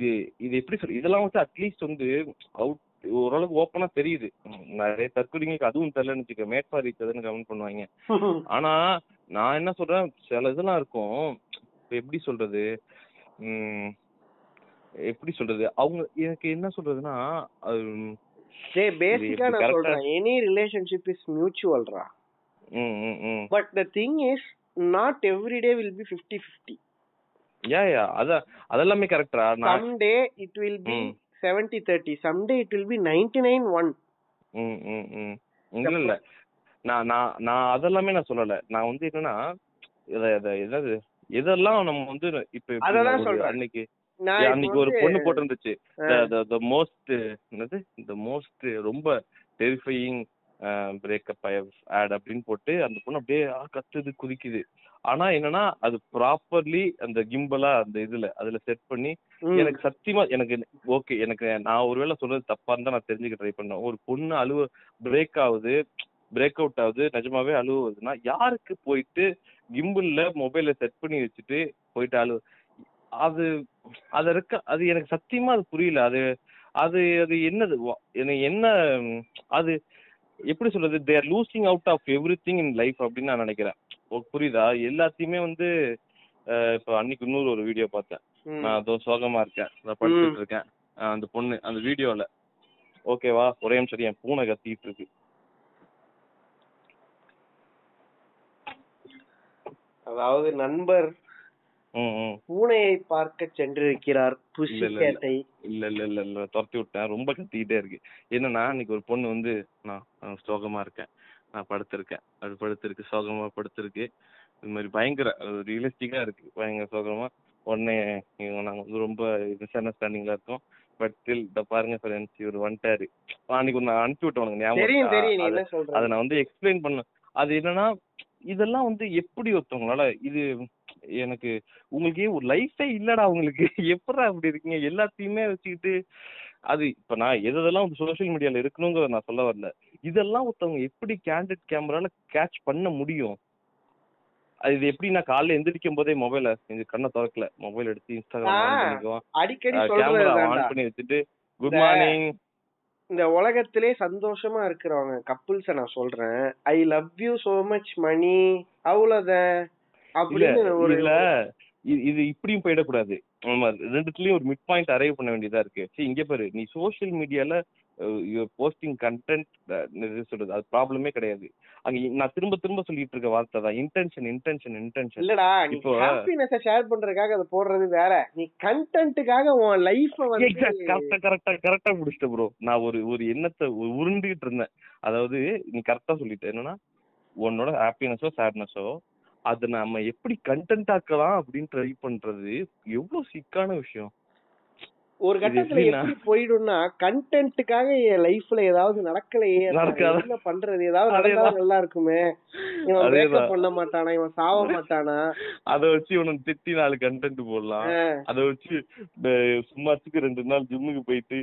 C: இது இது எப்படி சொல்றது இதெல்லாம் வந்து அட்லீஸ்ட் வந்து அவுட் ஓரளவுக்கு ஓப்பனா தெரியுது ம், நிறைய தற்கொலைங்களுக்கு அதுவும் தெரியலன்னு வச்சுக்க மேட்பார் இருக்குதுன்னு கமெண்ட் பண்ணுவாங்க
B: இருக்கு.
C: ஆனா நான் என்ன சொல்றேன் சில இதெல்லாம் இருக்கும் இப்ப எப்படி சொல்றது ம், எப்படி சொல்றது அவங்க எனக்கு என்ன சொல்றதுன்னா அது,
B: டேய் பேசிக்கா
C: இப்படி
B: நான்
C: correct ஆ-
B: சொல்றேன் எனி ரிலேஷன்ஷிப் இஸ் மியூச்சுவல்ரா
C: ம் ம் ம்
B: but the thing is not every day will be fifty fifty
C: yeah yeah அத அதெல்லாமே கரெக்டா நான்
B: some day it will be
C: ம்.
B: Seventy thirty some day it will be ninety nine one
C: ம் ம் ம் இல்ல இல்ல நான் நான் நான் அதெல்லாமே நான் சொல்லல நான் வந்து என்னன்னா இத இத எதாவது இதெல்லாம் நம்ம வந்து இப்ப எப்படி
B: அததான்
C: ஒரு
B: சொல்றேன்.
C: அன்னைக்கு
B: நான்
C: அன்னைக்கு ஒரு பொண்ணு போட்டிருந்துச்சு த மோஸ்ட் என்னது த மோஸ்ட் ரொம்ப டெரிஃபையிங் பிரேக்கப் ஐ ஆட் அப்படின்னு போட்டு அந்த பொண்ணு அப்படியே ஆ, கத்துது குதிக்குது ஆனா என்னன்னா அது ப்ராப்பர்லி அந்த கிம்பலா அந்த இதுல அதுல செட் பண்ணி எனக்கு சத்தியமா எனக்கு ஓகே எனக்கு நான் ஒருவேளை சொல்றது தப்பா இருந்தா நான் தெரிஞ்சுக்க ட்ரை பண்ணேன் ஒரு பொண்ணு அழுவ பிரேக் ஆகுது பிரேக் அவுட் ஆகுது நிஜமாவே அழுவுதுன்னா யாருக்கு போயிட்டு கிம்பிள்ல மொபைல செட் பண்ணி வச்சுட்டு போயிட்டு அழு அது அது இருக்க அது எனக்கு சத்தியமா அது புரியல அது அது அது என்னது வா- எனக்கு என்ன ம், அது எப்படி சொல்றது they are losing out of everything in life அப்படின்னு நான் நினைக்கிறேன் உனக்கு புரியுதா எல்லாத்தையுமே வந்து அஹ், இப்போ அன்னைக்கு இன்னொரு ஒரு வீடியோ பார்த்தேன் நான் அதோ சோகமா இருக்கேன் நான் படுத்துட்டு இருக்கேன் அஹ் அந்த பொண்ணு அந்த வீடியோல ஓகேவா ஒரே நிமிஷம் இரு, என் பூனை கத்திட்டு இருக்கு
B: அதாவது நண்பர்
C: ம் ம்
B: பூனையை பார்க்க சென்றிருக்கிறார்
C: இல்ல,
B: புஷி
C: இல்ல.
B: கேட்டை
C: இல்ல இல்ல இல்ல இல்ல துரத்தி விட்டேன் ரொம்ப கத்திக்கிட்டே இருக்கு என்னன்னா இன்னைக்கு ஒரு பொண்ணு வந்து நான் அஹ், சோகமா இருக்கேன் நான் படுத்திருக்கேன் அது படுத்திருக்கு சோகமா படுத்திருக்கு இது மாதிரி பயங்கர ரியலிஸ்டிக்கா இருக்கு பயங்கர சோகமா உடனே இவங்க நாங்க வந்து ரொம்ப மிஸ் அண்டர்ஸ்டாண்டிங்ல இருக்கோம் பட் ஸ்டில் இந்த பாருங்க ஃப்ரெண்ட்ஸ் இவர் வந்துட்டாரு அன்னைக்கு ஒண்ணு நான் அனுப்பி விட்டேன் உனக்கு ஞாபகம்
B: தெரியும் தெரியும் நீ என்ன
C: இருக்கா? அது- அதை
B: சொல்ற
C: நான் வந்து எக்ஸ்பிளைன் பண்ண அது என்னன்னா இதெல்லாம் வந்து எப்படி ஒருத்தவங்களால இது எனக்கு உங்களுக்கே ஒரு லைஃபே இல்லடா உங்களுக்கு எப்படா அப்படி இருக்கீங்க எல்லாத்தையுமே வச்சுக்கிட்டு அது இப்ப நான் எது எதெல்லாம் சோஷியல் மீடியால இருக்கணுங்கிறத நான் சொல்ல வரல இதெல்லாம் ஒருத்தவங்க எப்படி கேண்டிட் கேமரால கேட்ச் பண்ண முடியும் அது இது எப்படி நான் காலைல எந்திரிக்கும் போதே மொபைல இந்த கண்ணை திறக்கல மொபைல் எடுத்து இன்ஸ்டாகிராம் ஆன்
B: ஆ,
C: பண்ணிக்குவோம்
B: அடிக்கடி
C: கேமரா
B: சொல்றதுதான்டா
C: ஆன் பண்ணி வச்சுட்டு குட்
B: இந்த-
C: மார்னிங்
B: இந்த உலகத்திலே சந்தோஷமா இருக்கிறவங்க கப்புள்ஸ நான் சொல்றேன் I love you so much மணி அவ்வளவுதான்
C: இல்ல
B: அப்படின்னு ஒரு
C: இல்ல இ- இது இப்படியும் போயிடக்கூடாது நம்ம ரெண்டுத்துலயும் ஒரு மிட் பாயிண்ட் அரைவ் பண்ண வேண்டியதா இருக்கு சரி இங்க பாரு நீ சோஷியல் மீடியால யுவர் போஸ்டிங் கண்டென்ட் சொல்றது அது ப்ராப்ளமே கிடையாது அங்க இ- நான் திரும்ப திரும்ப சொல்லிட்டு இருக்க வார்த்தை தான் இன்டென்ஷன் இன்டென்ஷன் இன்டென்ஷன்
B: இல்லடா நீ
C: இப்போ-
B: ஹாப்பினஸ் ஷேர் பண்றதுக்காக அதை போடுறது வேற நீ கண்டென்ட்டுக்காக உன் லைஃப வந்து
C: எக்ஸாக்ட் கரெக்டா கரெக்டா கரெக்டா முடிச்சிட்ட ப்ரோ நான் ஒரு ஒரு எண்ணத்தை உ- உருண்டுகிட்டு இருந்தேன் அதாவது நீ கரெக்டா சொல்லிட்ட என்னன்னா உன்னோட ஹாப்பினஸோ சேட்னஸோ அதை நம்ம எப்படி கண்டென்ட் ஆக்கலாம் அப்படின்னு ட்ரை பண்றது எவ்வளவு சிக்கான விஷயம்
B: ஒரு கட்டத்துல
C: எப்படின்னா?
B: எப்படி போயிடும்னா கண்டென்ட்டுக்காக என் லைஃப்ல ஏதாவது நடக்கலையே நான்
C: நடக்காத-
B: என்ன பண்றது ஏதாவது
C: அதேதான்.
B: நடந்தா நல்லா இருக்குமே இவன்
C: அதேதான்.
B: பிரேக்கப் பண்ண மாட்டானா இவன் சாவ மாட்டானா
C: அத வச்சு இவனுக்கு திட்டி நாலு கண்டென்ட் போடலாம்
B: ஆஹ்,
C: அத வச்சு அஹ், சும்மாச்சுக்கு ரெண்டு நாள் ஜிம்முக்கு போயிட்டு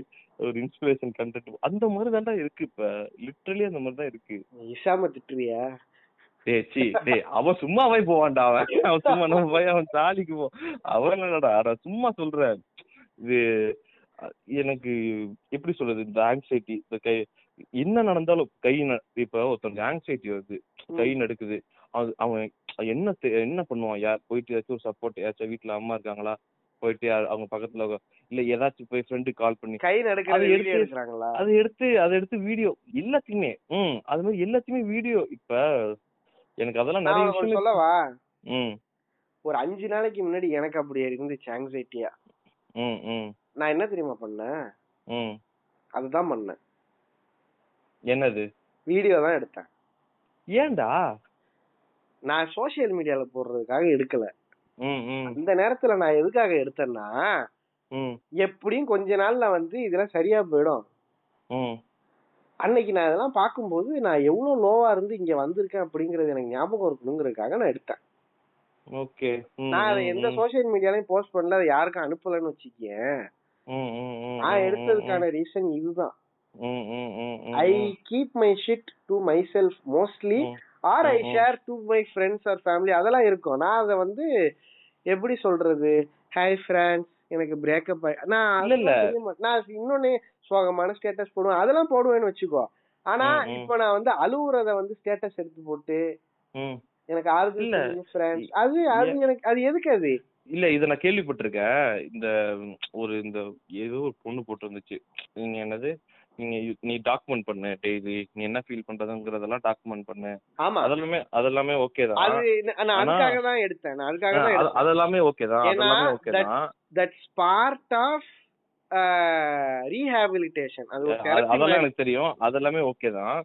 C: ஒரு இன்ஸ்பிரேஷன் கண்டென்ட் அந்த மாதிரி தான்டா இருக்கு இப்ப லிட்ரலி அந்த மாதிரி தான் இருக்கு
B: இசாம திட்டுவியா
C: டேய் சீ டேய் அவன் சும்மாவே போவான்டா அவன் அவன் சும்மா நம்ம போய் அவன் தாலிக்கு போ அவன் என்னடா அட சும்மா சொல்றேன் இது அ- எனக்கு எப்படி சொல்றது இந்த ஆங்ஸைட்டி இந்த கை என்ன நடந்தாலும் கை ந- இப்ப ஒருத்தனுக்கு ஆங்ஸைட்டி வருது கை நடுக்குது அது அவன் என்ன தெ- என்ன பண்ணுவான் யார் போயிட்டு ஏதாச்சும் ஒரு சப்போர்ட் ஏதாச்சும் வீட்டுல அம்மா இருக்காங்களா போயிட்டு யார் அவங்க பக்கத்துல உக்கா- இல்ல ஏதாச்சும் போய் ஃப்ரெண்டுக்கு கால் பண்ணி
B: கை நடுக்கிறது
C: அது
B: வீடியோ
C: எடுத்து-
B: எடுக்கிறாங்களா
C: அதை எடுத்து அதை எடுத்து வீடியோ எல்லாத்தையுமே ம் அது மாதிரி எல்லாத்தையுமே வீடியோ இப்ப எனக்கு அதெல்லாம்
B: நான்
C: நிறைய
B: உங்களுக்கு
C: விஷயம்
B: சொல்லவா
C: ம்
B: ஒரு அஞ்சு நாளைக்கு முன்னாடி எனக்கு அப்படி இருந்துச்சு ஆங்ஸைட்டியா
C: ம் ம்
B: நான் என்ன தெரியுமா பண்ணேன்
C: ம்
B: அதுதான் பண்ணேன்
C: என்னது
B: வீடியோ தான் எடுத்தேன்
C: ஏன்டா
B: நான் சோசியல் மீடியால போடுறதுக்காக எடுக்கல
C: ம் ம்
B: அந்த நேரத்துல நான் எதுக்காக எடுத்தேன்னா
C: ம்
B: எப்படியும் கொஞ்ச நாள்ல வந்து இதெல்லாம் சரியா போயிடும்
C: ம்
B: அன்னைக்கு நான் இதெல்லாம் பார்க்கும்போது நான் எவ்வளவு லோவா இருந்து இங்க வந்திருக்கேன் அப்படிங்கறது எனக்கு ஞாபகம் இருக்கணுங்கிறதுக்காக நான் எடுத்தேன்
C: ஓகே
B: நான் அதை எந்த சோஷியல் மீடியாலயும் போஸ்ட் பண்ணல அதை யாருக்கும் அனுப்பலன்னு வச்சுக்கேன் நான் எடுத்ததுக்கான ரீசன் இதுதான் I
C: Mm-hmm.
B: Keep my shit to myself mostly or I
C: ம்.
B: Share to my friends or family அதெல்லாம் இருக்கும் நான் அதை வந்து எப்படி சொல்றது ஹாய் ஃப்ரெண்ட்ஸ் எனக்கு பிரேக்கப் ஆயி நான்
C: இல்ல, இல்ல.
B: அதெல்லாம் செய்ய மாட்டேன். நான் இன்னொன்னு சோகமான ஸ்டேட்டஸ் போடுவேன் அதெல்லாம் போடுவேன்னு வச்சுக்கோ ஆனா
C: ம், ம்.
B: இப்போ நான் வந்து அழுவுறத வந்து ஸ்டேட்டஸ் எடுத்து போட்டு எனக்கு
C: இல்ல.
B: ஆறுதல் ஃப்ரெண்ட்ஸ் அது அது எனக்கு அது எதுக்கு அது
C: இல்ல இத நான் கேள்விப்பட்டிருக்கேன் இந்த ம், ஒரு இந்த ஏதோ ஒரு பொண்ணு போட்டிருந்துச்சு நீங்க என்னது நீங்க யு- நீ டாக்குமெண்ட் பண்ணு டெய்லி நீ என்ன ஃபீல் பண்றதுங்கிறதெல்லாம் டாக்குமெண்ட் பண்ணு
B: ஆமா
C: அதெல்லாமே அதெல்லாமே ஓகே தான்
B: அது நான்
C: ஆனா-
B: அதுக்காக தான் எடுத்தேன் நான் அதுக்காக தான்
C: ஆ, அது-
B: எடுத்தேன்
C: அதெல்லாமே ஓகே தான்
B: ஏன்னா,
C: அதெல்லாமே ஓகே
B: that-
C: தான்
B: தட்ஸ் பார்ட் ஆஃப் ரீஹாபிலிட்டேஷன் அது ஒரு
C: அஹ் அது-
B: therapy
C: அதெல்லாம்
B: மாதிரி.
C: எனக்கு தெரியும் அதெல்லாமே ஓகே தான்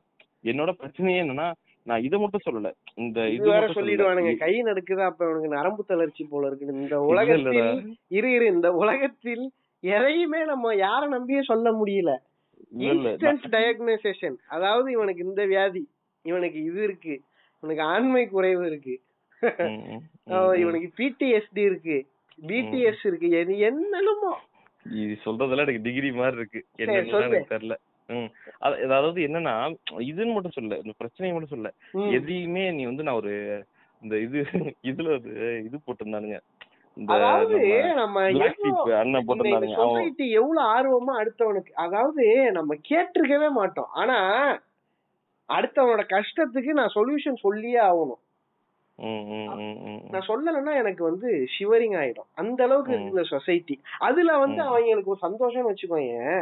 C: என்னோட பிரச்சனையே என்னன்னா நான் இதை மட்டும் சொல்லல இந்த
B: இது
C: இது
B: வேற
C: மட்டும்
B: சொல்லிடுவானுங்க
C: சொல்லல.
B: கை நடக்குது அப்ப இவனுக்கு நரம்பு தளர்ச்சி போல இருக்கு இந்த
C: இல்ல,
B: உலகத்தில்
C: இல்லடா.
B: இரு இரு இந்த உலகத்தில் எதையுமே நம்ம யார நம்பியே சொல்ல முடியல
C: இல்ல, இல்ல, நான்-
B: இன்ஸ்டன்ட் டயக்னைசேஷன் அதாவது இவனுக்கு இந்த வியாதி இவனுக்கு இது இருக்கு இவனுக்கு ஆண்மை குறைவு இருக்கு
C: ம், ம்,
B: ஆ,
C: ம்.
B: இவனுக்கு பிடிஎஸ்டி இருக்கு பிடிஎஸ் இருக்கு எது என்னென்னமோ
C: இது சொல்றதெல்லாம் எனக்கு டிகிரி மாதிரி இருக்கு
B: சரி,
C: என்னன்னு
B: சொல்லு.
C: எனக்கு தெரியல ம் அது- அதாவது என்னன்னா இதுன்னு மட்டும் சொல்லல இந்த பிரச்சனையை மட்டும் சொல்லல
B: ம்.
C: எதையுமே நீ வந்து நான் ஒரு இந்த இது இதுல ஒரு இது போட்டிருந்தானுங்க இந்த
B: அதாவது
C: நம்ம
B: நம்ம
C: Black
B: எவ்வளவு
C: Sheep அண்ணன் போட்டிருந்தானுங்க அவன்
B: சொசைட்டி எவ்வளவு ஆர்வமா அடுத்தவனுக்கு அதாவது நம்ம கேட்டிருக்கவே மாட்டோம் ஆனா அடுத்தவனோட கஷ்டத்துக்கு நான் சொல்யூஷன் சொல்லியே ஆகணும்
C: ம், ம், ம், ம், ம்.
B: நான் சொல்லலைன்னா எனக்கு வந்து ஷிவரிங் ஆயிடும் அந்த அளவுக்கு
C: ம்.
B: இருக்குல்ல சொசைட்டி அதுல வந்து
C: ம்.
B: அவங்களுக்கு ஒரு சந்தோஷம் வச்சுக்கோயேன்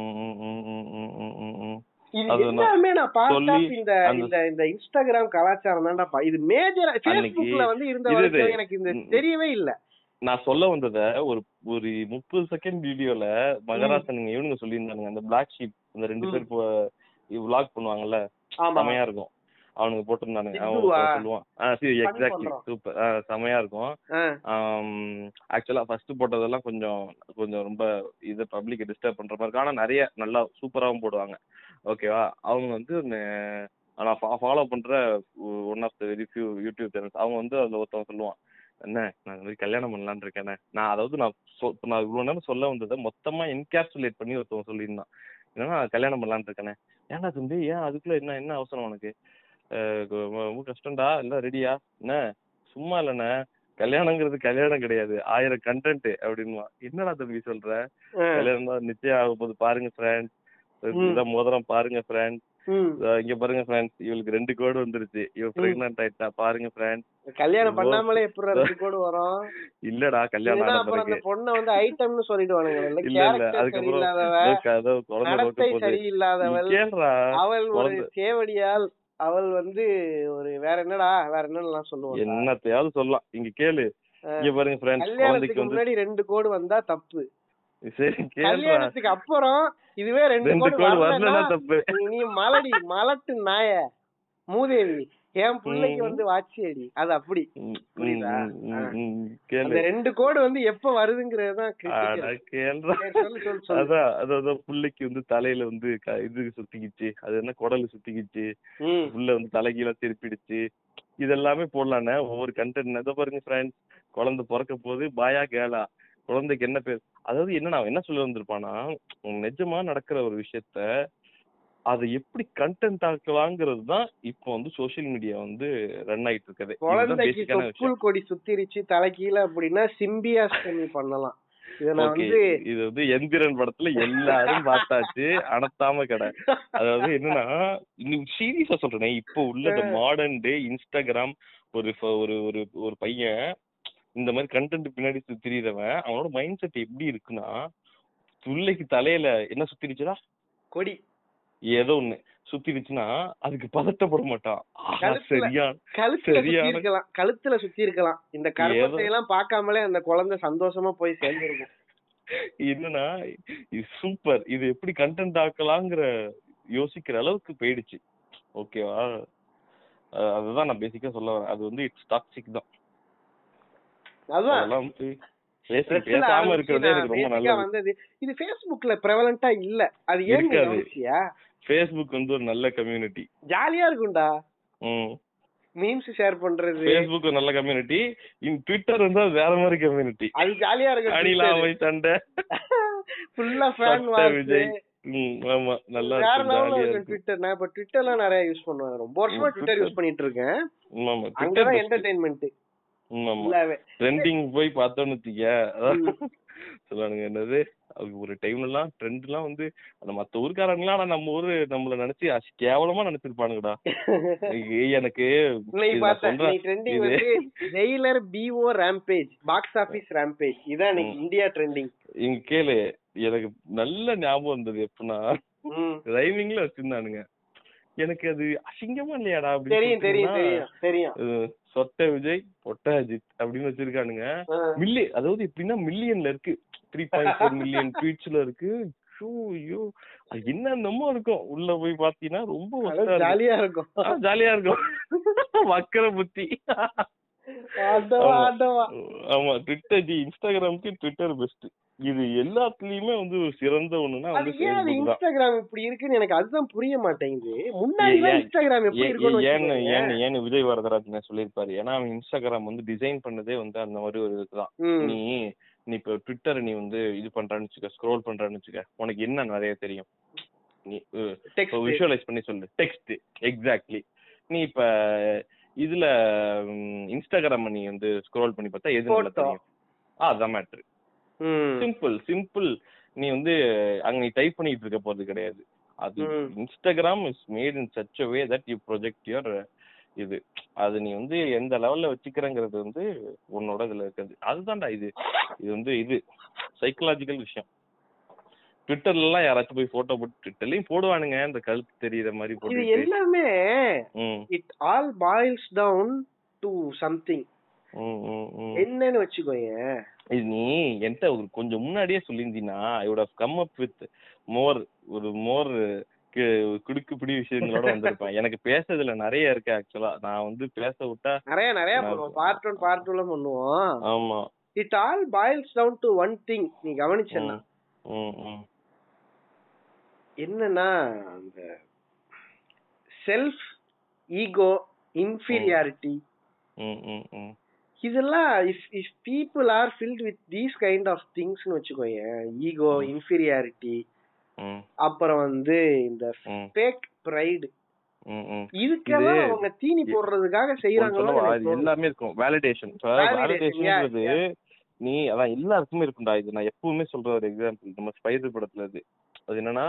C: ம், ம், ம், ம், ம், ம், ம், ம்.
B: இது
C: அது நான்
B: எல்லாமே நான் பார்த்தா
C: சொல்லி
B: இந்த
C: அந்த-
B: இந்த இந்த இன்ஸ்டாகிராம் கலாச்சாரம் தான்டா பா- இது மேஜர்
C: அன்னைக்கு
B: Facebookல வந்து இருந்த
C: இது-
B: வரைக்கும் எனக்கு இந்த
C: ம்.
B: தெரியவே இல்ல
C: நான் சொல்ல வந்தத ஒரு ஒரு முப்பது செகண்ட் வீடியோல மகராசனுங்க இவனுங்க சொல்லியிருந்தானுங்க அந்த Black Sheep அந்த ரெண்டு
B: ம்.
C: பேர் விளாக் பண்ணுவாங்கல்ல
B: ஆமா
C: செமையா இருக்கும் அவனுங்க போட்டிருந்தானுங்க அவன்
B: சித்துவா?
C: ஒருத்தன் சொல்லுவான் ஆ சரி
B: Fun
C: எக்ஸாக்ட்லி
B: பண்றான்.
C: சூப்பர் ஆ செமையா இருக்கும்
B: ஆ,
C: ஆக்சுவலா ஃபர்ஸ்ட் போட்டதெல்லாம் கொஞ்சம் கொஞ்சம் ரொம்ப இது பப்ளிக் டிஸ்டர்ப் பண்ற மாதிரி இருக்கும் ஆனா நிறைய நல்லா சூப்பராவும் போடுவாங்க ஓகேவா அவங்க வந்து ந- நான் ஃபாலோ பண்ற one of the very few YouTube channels அவங்க வந்து அதுல ஒருத்தவன் சொல்லுவான் என்ன நான் இந்த மாதிரி கல்யாணம் பண்ணலாம்னு இருக்கேனே நான் அதாவது நான் சொ- இப்ப நான் இவ்வளவு நேரம் சொல்ல வந்ததை மொத்தமா என்கேப்சுலேட் பண்ணி ஒருத்தவன் சொல்லியிருந்தான் என்னன்னா நான் கல்யாணம் பண்ணலாம்னு இருக்கேனே ஏன்டா தம்பி ஏன் அதுக்குள்ள என்ன என்ன அவசரம் உனக்கு அஹ் கொ- ரொம்ப கஷ்டம்டா எல்லாம் ரெடியா என்ன சும்மா இல்லைண்ணே கல்யாணங்கிறது கல்யாணம் கிடையாது ஆயிரம் கண்டென்ட் அப்படின்னுவான் என்னடா தம்பி சொல்ற
B: ஆ,
C: கல்யாணம் தான் நிச்சயம் ஆக போகுது பாருங்க ஃப்ரெண்ட்ஸ்
B: ம்.
C: இதான் மோதிரம் பாருங்க ஃப்ரெண்ட்ஸ்
B: ம்.
C: இங்க பாருங்க ஃப்ரெண்ட்ஸ் இவளுக்கு ரெண்டு கோடு வந்துருச்சு இவ
B: ம்.
C: பிரெக்னன்ட் ஆயிட்டா பாருங்க ஃப்ரெண்ட்ஸ்
B: கல்யாணம்
C: ஓ.
B: பண்ணாமலே எப்படி ரெண்டு கோடு வரும்
C: இல்லடா கல்யாணம்
B: இல்லைன்னா
C: ஆன
B: அப்புறம் அந்த
C: பிறகு
B: பொண்ணை வந்து ஐட்டம்னு சொல்லிடுவானுங்க இல்ல
C: இல்ல, இல்ல,
B: கேரக்டர்
C: அதுக்கப்புறம்
B: சரியில்லாதவ
C: இதோ க- இதோ குழந்தை நோக்க
B: நடத்தை
C: போகுது
B: சரியில்லாதவள்
C: நீ கேளுடா
B: அவள் ஒரு
C: குழந்தை-
B: சேவடியால் அவள் வந்து ஒரு வேற என்னடா வேற என்னலாம் சொல்லுவாங்க
C: என்னத்தையாவது சொல்லலாம் இங்க கேளு இங்க பாருங்க ஃப்ரெண்ட்ஸ் குழந்தைக்கு
B: கல்யாணத்துக்கு
C: வந்து
B: முன்னாடி ரெண்டு கோடு வந்தா தப்பு
C: சரி கேளுடா
B: கல்யாணத்துக்கு அப்புறம் இதுவே ரெண்டு
C: ரெண்டு
B: கோடு
C: கோடு
B: வரலன்னா
C: வரலன்னா தப்பு
B: நீ- நீ மலடி மலட்டு நாய மூதேவி என் பிள்ளைக்கு
C: ம்.
B: வந்து வாச்சியடி அது அப்படி
C: ம்,
B: புரியுதா?
C: ம், ம், ம்,
B: அந்த
C: கேளு
B: ரெண்டு கோடு வந்து எப்ப வருதுங்கிறது தான்
C: அட
B: critical.
C: கேளுடா
B: சரி, சொல்லு சொல்லு சொல்லு
C: அதான் அதான் அதான் புள்ளைக்கு வந்து தலையில வந்து க- இது சுத்திக்கிச்சு அது என்ன குடல் சுத்திக்கிச்சு
B: ம்.
C: உள்ள வந்து தலைகீழா திருப்பிடுச்சு இதெல்லாமே போடலாண்ணே ஒவ்வொரு கண்டென்ட் இதை பாருங்க ஃப்ரெண்ட்ஸ் குழந்தை பிறக்க போது பாயா கேளா குழந்தைக்கு என்ன பேர் அதாவது என்ன நான் என்ன சொல்ல வந்திருப்பானா நிஜமா நடக்கிற ஒரு விஷயத்த அதை எப்படி கண்டென்ட் ஆக்கலாங்கிறது தான் இப்போ வந்து சோஷியல் மீடியா வந்து ரன் ஆயிட்டு இருக்குது இதுதான்
B: குழந்தைக்கு
C: பேசிக்கான விஷயம்
B: தொப்புள் கொடி சுத்திருச்சு தலைக்கீழ அப்படின்னா சிம்பியாஸ் பண்ணி பண்ணலாம் இத நான்
C: Okay,
B: வந்து
C: இது வந்து எந்திரன் படத்துல எல்லாரும் பார்த்தாச்சு அனத்தாம கடை அதாவது என்னன்னா சீரியஸா சொல்றேனே இப்போ உள்ள இந்த மாடர்ன் டே இன்ஸ்டாகிராம் ஒரு ஃப- ஒரு ஒரு ஒரு பையன் இந்த மாதிரி கண்டென்ட் பின்னாடி சுத்தி திரியறவன் அவனோட மைண்ட் செட் எப்படி இருக்குன்னா துள்ளைக்கு தலையில என்ன சுத்திருச்சுடா
B: கொடி
C: ஏதோ ஒண்ணு சுத்திருச்சுன்னா அதுக்கு பதட்டப்பட மாட்டான் ஆஹா,
B: கழுத்துல.
C: சரியா
B: கழுத்துல சுத்தி
C: சரியான-
B: இருக்கலாம் கழுத்துல சுத்தி இருக்கலாம் இந்த கருமத்தை
C: ஏதோ-
B: எல்லாம் பார்க்காமலே அந்த குழந்தை சந்தோஷமா போய் சேர்ந்துருக்கும்
C: என்னன்னா இது சூப்பர் இது எப்படி கண்டென்ட் ஆக்கலாங்கிற யோசிக்கிற அளவுக்கு போயிடுச்சு ஓகேவா அஹ் அதுதான் நான் பேசிக்கா சொல்ல வரேன் அது வந்து இட்ஸ் டாக்ஸிக் தான்
B: அதுதான்
C: அதெல்லாம் வந்து பேச
B: பிரச்சனை
C: பேசாம
B: ஆரம்பிச்சு
C: இருக்கிறதே
B: நான்
C: எனக்கு ரொம்ப
B: basic ஆ
C: நல்லது
B: வந்தது இது Facebookல பிரபலண்டா இல்ல அது ஏன்
C: இருக்காது.
B: கவனிச்சியா
C: ஃபேஸ்புக் வந்து ஒரு நல்ல கம்யூனிட்டி
B: ஜாலியா இருக்கும்டா
C: ம்
B: மீம்ஸ் ஷேர் பண்றது
C: ஃபேஸ்புக் ஒரு நல்ல கம்யூனிட்டி இன் ட்விட்டர் வந்து அது வேற மாதிரி கம்யூனிட்டி
B: அது ஜாலியா
C: அணிலாவை
B: இருக்கும்
C: சண்டை
B: ஃபுல்லா ஃபேன்
C: சட்ட விஜய் ம் ஆமா நல்லா
B: வேற
C: இருக்கும்
B: லெவல்ல இருக்கும்
C: ஜாலியா இருக்கும்
B: ட்விட்டர் நான் இப்ப ட்விட்டர்லாம் நிறைய யூஸ் பண்ணுவேன் ரொம்ப வருஷமா
C: ம்,
B: ட்விட்டர் யூஸ் பண்ணிட்டு இருக்கேன்
C: ம், ஆமா ட்விட்டர்
B: அங்கதான்
C: best.
B: என்டர்டைன்மெண்ட்
C: ம், ஆமா
B: ஃபுல்லாவே
C: ட்ரெண்டிங் போய் பார்த்தோன்னு வச்சுக்க அதான்
B: ம்.
C: சொல்லுவானுங்க என்னது அது ஒரு டைம்லலாம் ட்ரெண்ட்லாம் வந்து அந்த மத்த ஊர்க்காரங்களாம் ஆனா நம்ம ஊரு நம்மள நினைச்சு அசி கேவலமா நினைச்சிருப்பானுங்கடா ஐயே, எனக்கு
B: இன்னைக்கு
C: இது நான்
B: பார்த்தேன்
C: சொல்றேன்
B: இன்னைக்கு ட்ரெண்டிங்
C: இது-
B: வந்து Jailer BO rampage box office rampage இதான் இன்னைக்கு இந்தியா ட்ரெண்டிங்
C: இங்க கேளு எனக்கு நல்ல ஞாபகம் இருந்தது எப்படின்னா ரைமிங்ல வச்சிருந்தானுங்க எனக்கு அது அசிங்கமா இல்லையாடா அப்படின்னு
B: தெரியும் தெரியும்
C: சொல்லிட்டுன்னா,
B: தெரியும் தெரியும்
C: அஹ், சொட்ட விஜய் பொட்ட அஜித் அப்படின்னு வச்சிருக்கானுங்க
B: ஆ.
C: மில்லி அதாவது எப்படின்னா மில்லியன்ல இருக்கு த்ரீ பாயிண்ட் ஃபோர் மில்லியன் ட்வீட்ஸ்ல இருக்கு ஐயோ, ஐயோ அது என்னென்னமோ இருக்கும் உள்ள போய் பாத்தீங்கன்னா ரொம்ப worst ஆ இருக்கும்.
B: ஜாலியா இருக்கும்
C: ஆ, ஜாலியா இருக்கும் வக்கர புத்தி
B: ஆட்டவா
C: ஆமா.
B: ஆட்டவா
C: ஆமா ட்விட்டர் ஜி இன்ஸ்டாகிராமுக்கு ட்விட்டர் பெஸ்ட் இது எல்லாத்துலயுமே வந்து ஒரு சிறந்த ஒண்ணுன்னா
B: அது
C: வந்து
B: ஏன் அது
C: Facebook தான்
B: இன்ஸ்டாகிராம் இப்படி இருக்குன்னு எனக்கு அதுதான் புரிய மாட்டேங்குது முன்னாடி
C: ஏன், ஏன்,
B: இன்ஸ்டாகிராம் எப்படி
C: ஏ- ஏ- ஏன்னு ஏன்னு
B: இருக்கும்னு
C: ஏன்னு விஜய் வரதராஜன் சொல்லியிருப்பாரு ஏன்னா அவன் இன்ஸ்டாகிராம் வந்து டிசைன் பண்ணதே வந்து அந்த மாதிரி ஒரு இதுதான்
B: ம்
C: நீ நீ இப்போ ட்விட்டர் நீ வந்து இது பண்றான்னு வச்சுக்க ஸ்க்ரோல் பண்றான்னு வச்சுக்க உனக்கு என்ன நிறைய தெரியும் நீ இப்போ
B: டெக்ஸ்ட்
C: விஷுவலைஸ் பண்ணி சொல்லு டெக்ஸ்ட் எக்ஸாக்ட்லி நீ இப்ப இதுல இன்ஸ்டாகிராம் நீ வந்து ஸ்க்ரோல் பண்ணி பார்த்தா எது நல்லா
B: Photo.
C: தெரியும் ஆ அதான் மேட்ரு
B: ம்
C: சிம்பிள் சிம்பிள் நீ வந்து அங்க நீ டைப் பண்ணிட்டு இருக்க போறது கிடையாது அது
B: ம்.
C: Instagram is made in such a way that you project your இது அது நீ வந்து எந்த லெவல்ல வச்சுக்கிறங்கிறது வந்து உன்னோட இதுல இருக்கிறது அதுதான்டா இது இது வந்து இது சைக்கலாஜிக்கல் விஷயம் ட்விட்டர்ல எல்லாம் யாராச்சும் போய் போட்டோ போட்டு ட்விட்டர்லயும் போடுவானுங்க இந்த கழுத்து தெரியுற மாதிரி
B: இது
C: போட்டு
B: எல்லாமே it all boils down to something
C: Hmm.
B: என்னன்னு வச்சுக்கோயேன்
C: இது நீ என்கிட்ட ஒரு கொஞ்சம் முன்னாடியே சொல்லியிருந்தீன்னா I would have come up with more ஒரு மோர் குடுக்கு பிடி விஷயங்களோட வந்திருப்பேன் எனக்கு பேசுறதுல நிறைய இருக்கு ஆக்சுவலா நான் வந்து பேச விட்டா
B: நிறைய நிறைய
C: நான்
B: பண்ணுவோம் பார்ட் ஒன் பார்ட் டூல பண்ணுவோம்
C: ஆமா
B: it all boils down to one thing நீ கவனிச்சேன்னா
C: ம், ம், ம்.
B: என்னன்னா அந்த செல்ஃப் ஈகோ இன்ஃபீரியாரிட்டி
C: Hmm. ம், ம், ம்.
B: இதெல்லாம் if if people are filled with these kind of திங்ஸ்னு வச்சுக்கோயேன் ஈகோ
C: Hmm.
B: இன்ஃபீரியாரிட்டி
C: ம்,
B: அப்புறம் வந்து இந்த
C: ம்,
B: ஃபேக் ப்ரைடு
C: ம், ம்.
B: இதுக்கெல்லாம்
C: Hmm. இது-
B: அவங்க தீனி
C: இது-
B: போடுறதுக்காக
C: ஒண்ணு
B: செய்யறாங்களோ
C: சொல்லவா? அது எல்லாமே இருக்கும் வேலிடேஷன்
B: Validation, yeah,
C: வேலிடேஷன்ங்கிறது நீ அதான் எல்லாருக்குமே இருக்கும்டா இது நான் எப்பவுமே சொல்ற ஒரு எக்ஸாம்பிள் நம்ம ஸ்பைடர் படத்துல இது அது என்னன்னா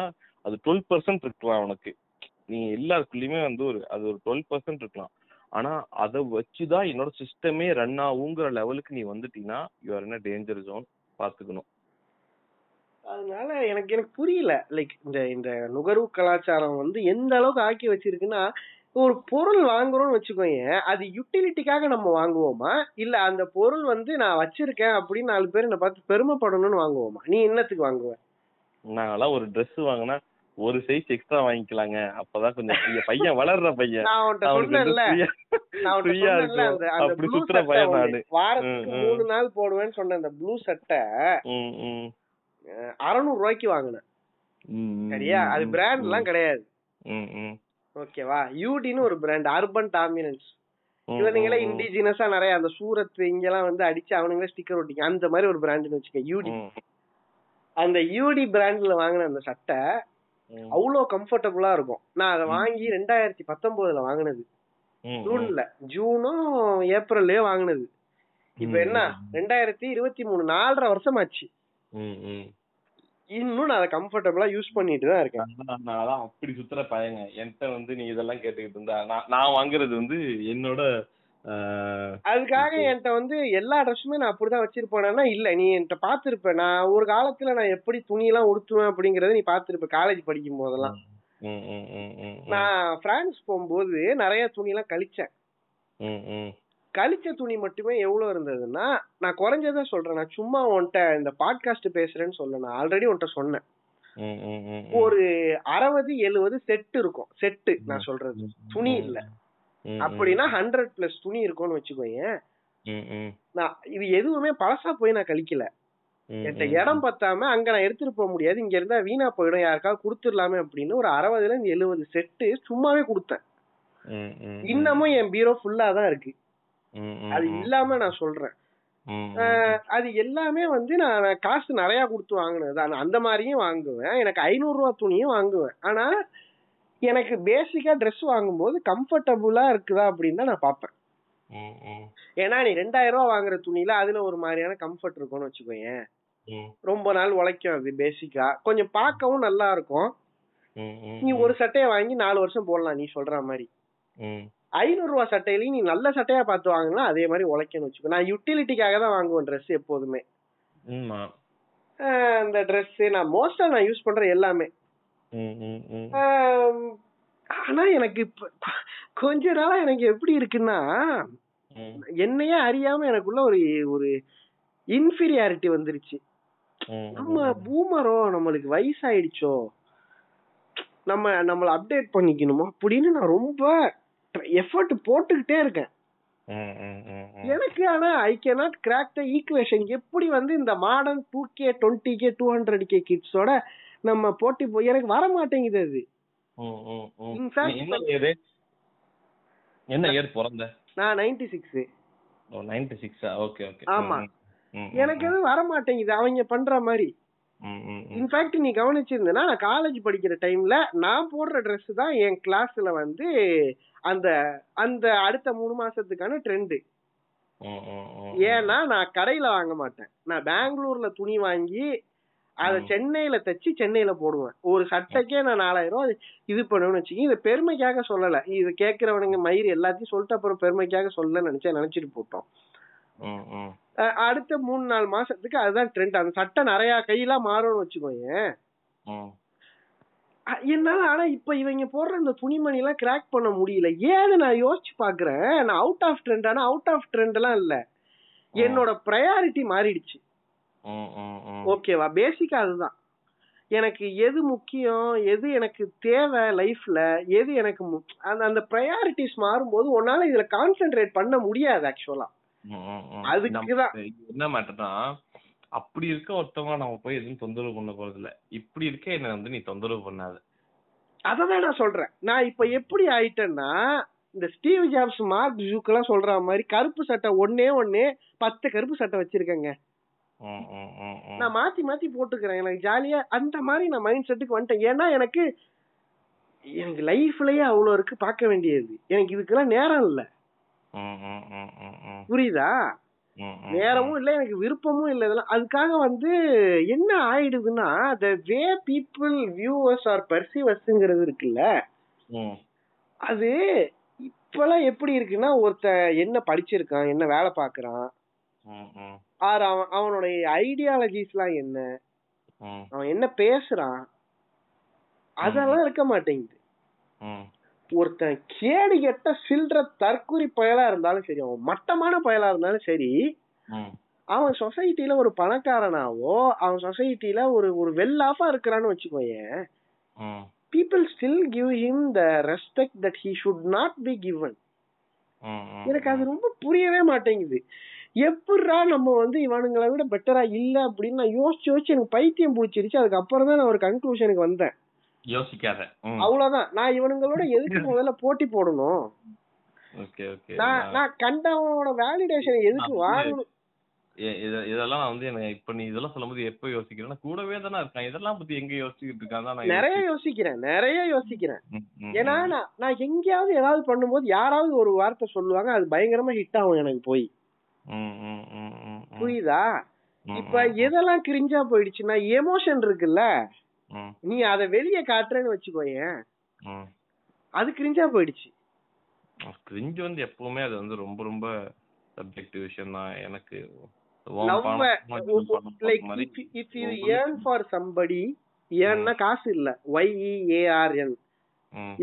C: அது டுவெல் பர்சன்ட் இருக்கலாம் உனக்கு நீ எல்லாருக்குள்ளயுமே வந்து ஒரு அது ஒரு டுவெல் பர்சன்ட் இருக்கலாம் ஆனா அதை வச்சுதான் என்னோட சிஸ்டமே ரன் ஆகுங்கிற லெவலுக்கு நீ வந்துட்டீங்கன்னா யூ ஆர் என்ன டேஞ்சர் ஜோன் பாத்துக்கணும்
B: அதனால எனக்கு எனக்கு புரியல லைக் இந்த இந்த நுகர்வு கலாச்சாரம் வந்து எந்த அளவுக்கு ஆக்கி வச்சிருக்குன்னா ஒரு பொருள் வாங்குறோம்னு வச்சுக்கோங்க அது யுட்டிலிட்டிக்காக நம்ம வாங்குவோமா இல்ல அந்த பொருள் வந்து நான் வச்சிருக்கேன் அப்படின்னு நாலு பேர் என்ன பார்த்து பெருமைப்படணும்னு வாங்குவோமா நீ என்னத்துக்கு வாங்குவ
C: நாங்களாம் ஒரு Dress வாங்கினா ஒரு சைஸ் எக்ஸ்ட்ரா வாங்கிக்கலாங்க அப்பதான் கொஞ்சம் free ஆ- பையன் வளர்ற பையன்
B: நான் உன்கிட்ட
C: அவனுக்கு வந்து
B: சொன்னேன்ல
C: free ஆ-
B: நான் உன்கிட்ட
C: free ஆ
B: சொன்னேன்ல
C: இருக்கும்.
B: அந்த அந்த
C: அப்படி
B: ப்ளூ
C: சுத்துற
B: சட்டை
C: பையன்
B: ஒண்ணு.
C: நானு.
B: வாரத்துக்கு
C: ம், ம்.
B: மூணு நாள் போடுவேன்னு சொன்ன அந்த ப்ளூ சட்டை
C: ம், ம்.
B: அஹ், 600 ரூபாய்க்கு வாங்கினேன்
C: ம், ம்,
B: சரியா அது
C: ம்,
B: பிராண்ட்
C: ம்.
B: எல்லாம் கிடையாது
C: ம், ம்.
B: ஓகேவா யூடின்னு ஒரு பிராண்ட் அர்பன் டாமினன்ஸ்
C: ம்,
B: இவனுங்களே
C: ம், ம்.
B: இண்டிஜினஸா நிறைய அந்த சூரத் இங்கெல்லாம் வந்து அடிச்சு அவனுங்களே ஸ்டிக்கர் ஒட்டிங்க அந்த மாதிரி ஒரு பிராண்ட்னு வச்சுக்க யூடி
C: ம்,
B: அந்த யூடி பிராண்ட்ல வாங்கின அந்த சட்டை
C: ம்,
B: அவ்வளோ கம்ஃபர்டபுளா இருக்கும் நான் அதை வாங்கி ரெண்டாயிரத்தி பத்தொன்பதுல வாங்கினது
C: ம், ம்.
B: ஜூன்ல ஜூனும் ஏப்ரல்லயோ வாங்கினது இப்ப
C: ம்,
B: என்ன ரெண்டாயிரத்தி இருபத்தி மூணு நாலரை வருஷம் ஆச்சு
C: ம், ம்.
B: இன்னும் நான் அதை கம்ஃபர்டபுளா யூஸ் பண்ணிட்டு தான் இருக்கேன்
C: அதான் நான் அதான் அப்படி சுத்துற பையங்க என்கிட்ட வந்து நீ இதெல்லாம் கேட்டுக்கிட்டு இருந்தா நான் நான் வாங்குறது வந்து என்னோட ஆஹ்,
B: அதுக்காக என்கிட்ட வந்து எல்லா ட்ரெஸ்ஸுமே நான் அப்படிதான் வச்சிருப்பேனா இல்ல நீ என்கிட்ட பாத்திருப்ப நான் ஒரு காலத்துல நான் எப்படி துணி எல்லாம் உடுத்துவேன் அப்படிங்கறத நீ பாத்திருப்ப காலேஜ் படிக்கும் போதெல்லாம்
C: ம், ம், ம், ம், ம்,
B: நான் பிரான்ஸ் போகும்போது நிறைய துணி எல்லாம் கழிச்சேன்
C: ம், ம்.
B: கழிச்ச துணி மட்டுமே எவ்வளவு இருந்ததுன்னா நான் குறைஞ்சதா சொல்றேன் நான் சும்மா உன்கிட்ட இந்த பாட்காஸ்ட் பேசுறேன்னு சொல்ல நான் ஆல்ரெடி உன்கிட்ட சொன்னேன்
C: ம், ம், ம், ம்.
B: ஒரு அறுபது எழுவது செட் இருக்கும் செட்டு நான் சொல்றது துணி இல்ல
C: ம், ம்.
B: அப்படின்னா ஹண்ட்ரட் பிளஸ் துணி இருக்கும்னு வச்சுக்கோயேன்
C: ம், ம்,
B: நான் இது எதுவுமே பழசா போய் நான் கழிக்கல
C: ம்,
B: என்கிட்ட
C: ம்.
B: இடம் பத்தாம அங்க நான் எடுத்துட்டு போக முடியாது இங்க இருந்தா வீணா போயிடும் யாருக்காவது கொடுத்துடலாமே அப்படின்னு ஒரு அறுபதுல இருந்து எழுவது செட்டு சும்மாவே கொடுத்தேன்
C: ம், ம், ம்.
B: இன்னமும் என் பீரோ ஃபுல்லா தான் இருக்கு
C: ம், ம்,
B: அது
C: ம்.
B: இல்லாம நான் சொல்றேன்
C: ம், ம்,
B: ஆஹ் அது எல்லாமே வந்து நான் நான் காசு நிறைய கொடுத்து வாங்கினது நான் அந்த மாதிரியும் வாங்குவேன் எனக்கு ஐநூறு ரூபா துணியும் வாங்குவேன் ஆனா எனக்கு பேசிக்கா Dress வாங்கும்போது கம்ஃபர்டபுளா இருக்குதா அப்படின்னு தான் நான் பார்ப்பேன்
C: ம், ம்,
B: ஏன்னா நீ ரெண்டாயிரம் ரூபா வாங்குற துணியில அதுல ஒரு மாதிரியான கம்ஃபர்ட் இருக்கும்னு வச்சுக்கோயேன்
C: ம்,
B: ரொம்ப நாள் உழைக்கும் அது பேசிக்கா கொஞ்சம் பார்க்கவும் நல்லா இருக்கும்
C: ம், ம்,
B: நீ ஒரு சட்டையை வாங்கி நாலு வருஷம் போடலாம் நீ சொல்ற மாதிரி
C: ம்,
B: ஐநூறு ரூபா சட்டையிலையும் நீ நல்ல சட்டையா பார்த்து வாங்கினா அதே மாதிரி உழைக்கணும்னு வச்சுக்கோ நான் யூட்டிலிட்டிக்காக தான் வாங்குவேன் Dress எப்போதுமே
C: ஆமா.
B: ஆஹ் இந்த ட்ரெஸ் நான் மோஸ்டா நான் யூஸ் பண்ற எல்லாமே
C: ம், ம், ம்.
B: ஆம், ஆனா எனக்கு இப்ப கொஞ்ச நாளா எனக்கு எப்படி இருக்குன்னா
C: ம்,
B: என்னையே அறியாம எனக்குள்ள ஒரு ஒரு இன்ஃபீரியாரிட்டி வந்துருச்சு
C: ம்,
B: நம்ம பூமரோ நம்மளுக்கு வயசாயிடுச்சோ நம்ம நம்மள அப்டேட் பண்ணிக்கணுமோ அப்படின்னு நான் ரொம்ப எஃபர்ட் போட்டுக்கிட்டே இருக்கேன்
C: ம், ம், ம், ம்.
B: எனக்கு ஆனா I can not crack the equation எப்படி வந்து இந்த modern two K twenty K two hundred K கிட்ஸோட நம்ம போட்டி போய் எனக்கு வர மாட்டேங்குது அது
C: ம், ம், ம்.
B: In fact-
C: நீ என்ன ஏறு என்ன ஏறு பிறந்த
B: நான் நைன்டி சிக்ஸ்
C: ஓ நைன்டி சிக்ஸா ஓகே ஓகே
B: ஆமா. எனக்கு அது வர மாட்டேங்குது அவங்க பண்ற மாதிரி இன்ஃபேக்ட் நீ கவனிச்சிருந்தனா நான் காலேஜ் படிக்கிற டைம்ல நான் போடுற Dress தான் என் கிளாஸ்ல வந்து அந்த அந்த அடுத்த மூணு மாசத்துக்கான ட்ரெண்ட் ஏன்னா நான் கடையில வாங்க மாட்டேன் நான் பெங்களூர்ல துணி வாங்கி அதை
C: ம்.
B: சென்னையில தச்சு சென்னையில போடுவேன் ஒரு சட்டைக்கே நான் நாலாயிரம் ரூபா அது- இது பண்ணுவேன்னு வச்சுக்கோங்க இது பெருமைக்காக சொல்லல இது கேக்குறவனுங்க மயிர் எல்லாத்தையும் சொல்லிட்டு அப்புறம் பெருமைக்காக சொல்ல நினைச்சா நினைச்சிட்டு போட்டோம் அஹ் அடுத்த மூணு நாலு மாசத்துக்கு அதுதான் ட்ரெண்ட் அந்த சட்டை நிறைய கையெல்லாம் மாறும்னு வச்சுக்கோயேன் அ- என்னால ஆனா இப்ப இவங்க போடுற இந்த துணிமணி எல்லாம் கிராக் பண்ண முடியல ஏன்னு நான் யோசிச்சு பாக்குறேன் நான் அவுட் ஆஃப் ட்ரெண்ட் ஆனா அவுட் ஆஃப் ட்ரெண்ட் எல்லாம் இல்ல என்னோட ப்ரையாரிட்டி மாறிடுச்சு ஓகேவா பேசிக்கா அதுதான் எனக்கு எது முக்கியம் எது எனக்கு தேவை லைஃப்ல எது எனக்கு மு- அந்த அந்த ப்ரையாரிட்டிஸ் மாறும்போது உன்னால இதுல கான்சென்ட்ரேட் பண்ண முடியாது ஆக்சுவலா அதுக்குதான்
C: என்ன மாட்டேன்னா அப்படி இருக்க ஒருத்தவங்க நம்ம போய் எதுவும் தொந்தரவு பண்ண போறது இல்ல இப்படி இருக்க என்ன வந்து நீ தொந்தரவு பண்ணாத
B: அததான் நான் சொல்றேன் நான் இப்ப எப்படி ஆயிட்டேன்னா இந்த ஸ்டீவ் ஜாப்ஸ் மார்க் ஜூக்கெல்லாம் சொல்ற மாதிரி கருப்பு சட்டை ஒன்னே ஒண்ணே பத்து கருப்பு சட்டை வச்சிருக்கேங்க
C: ம், ம், ம், ம்.
B: நான் மாத்தி மாத்தி போட்டுக்கிறேன் எனக்கு ஜாலியா அந்த மாதிரி நான் மைண்ட் செட்டுக்கு வந்துட்டேன் ஏன்னா எனக்கு எனக்கு லைஃப்லயே அவ்வளோ இருக்கு பார்க்க வேண்டியது எனக்கு இதுக்கெல்லாம் நேரம் இல்ல
C: ம், ம், ம், ம், ம்,
B: புரியுதா
C: ம், ம்.
B: நேரமும் இல்ல எனக்கு விருப்பமும் இல்ல இதெல்லாம் அதுக்காக வந்து என்ன ஆயிடுதுன்னா the way people viewers are பர்சீவர்ஸ்ங்கிறது இருக்குல்ல
C: ம்,
B: அது இப்பெல்லாம் எப்படி இருக்குன்னா ஒருத்தன் என்ன படிச்சிருக்கான் என்ன வேலை பார்க்கறான்
C: ம், ம்,
B: ஆர் அவன் அவனுடைய ஐடியாலஜிஸ்லாம் என்ன
C: ம்,
B: அவன் என்ன பேசுறான் அதெல்லாம் இருக்க மாட்டேங்குது
C: ம்.
B: ஒருத்தன் கேடு கெட்ட சில்ற தற்குறி பயலா இருந்தாலும் சரி அவன் மட்டமான பயலா இருந்தாலும் சரி
C: ம்,
B: அவன் சொசைட்டில ஒரு பணக்காரனாவோ அவன் சொசைட்டில ஒரு ஒரு வெல் ஆஃபா இருக்கிறான்னு வச்சுக்கோயேன்
C: ம்,
B: people still give him the respect that he should not be given
C: ம், ம்.
B: எனக்கு அது ரொம்ப புரியவே மாட்டேங்குது எப்படிரா நம்ம வந்து இவனுங்களை விட பெட்டரா இல்ல அப்படின்னு நான் யோசிச்சு யோசிச்சு எனக்கு பைத்தியம் பிடிச்சிருச்சு அதுக்கப்புறம் தான் நான் ஒரு கன்க்ளூஷனுக்கு வந்தேன்
C: யோசிக்காத ம்.
B: அவ்வளவுதான் நான் இவனுங்களோட எதுக்கு முதல்ல போட்டி போடணும்
C: ஓகே ஓகே
B: நான்
C: நான்
B: நான் கண்டவனோட வேலிடேஷன் எதுக்கு
C: நான்
B: வாங்கணும்
C: இ- இத- இதெல்லாம் நான் வந்து எனக்கு இப்ப நீ இதெல்லாம் சொல்லும்போது எப்ப யோசிக்கிறேன்னா கூடவே தானே இருக்கான் இதெல்லாம் பத்தி எங்க யோசிச்சுக்கிட்டு இருக்கான் தான் நான்
B: நிறைய
C: யோசிச்சேன்.
B: யோசிக்கிறேன் நிறைய யோசிக்கிறேன்
C: ம், ம்,
B: ஏன்னா
C: ம்.
B: நான் நான் எங்கேயாவது ஏதாவது பண்ணும்போது யாராவது ஒரு வார்த்தை சொல்லுவாங்க அது பயங்கரமா ஹிட் ஆகும் எனக்கு போய்
C: ம், ம், ம், ம், ம்.
B: புரியுதா
C: ம்,
B: இப்ப
C: ம்,
B: எதெல்லாம் கிரிஞ்சா போயிடுச்சுன்னா எமோஷன் இருக்குல்ல
C: ம்,
B: நீ அத வெளிய காட்டுறேன்னு வச்சுக்கோயேன்
C: ம்.
B: அது கிரிஞ்சா போயிடுச்சு
C: கிரிஞ்சு வந்து எப்பவுமே அது வந்து ரொம்ப ரொம்ப சப்ஜெக்டிவ் விஷயம் தான் எனக்கு
B: love like if you earn for somebody ஏன்னா காசு இல்ல E Y ARN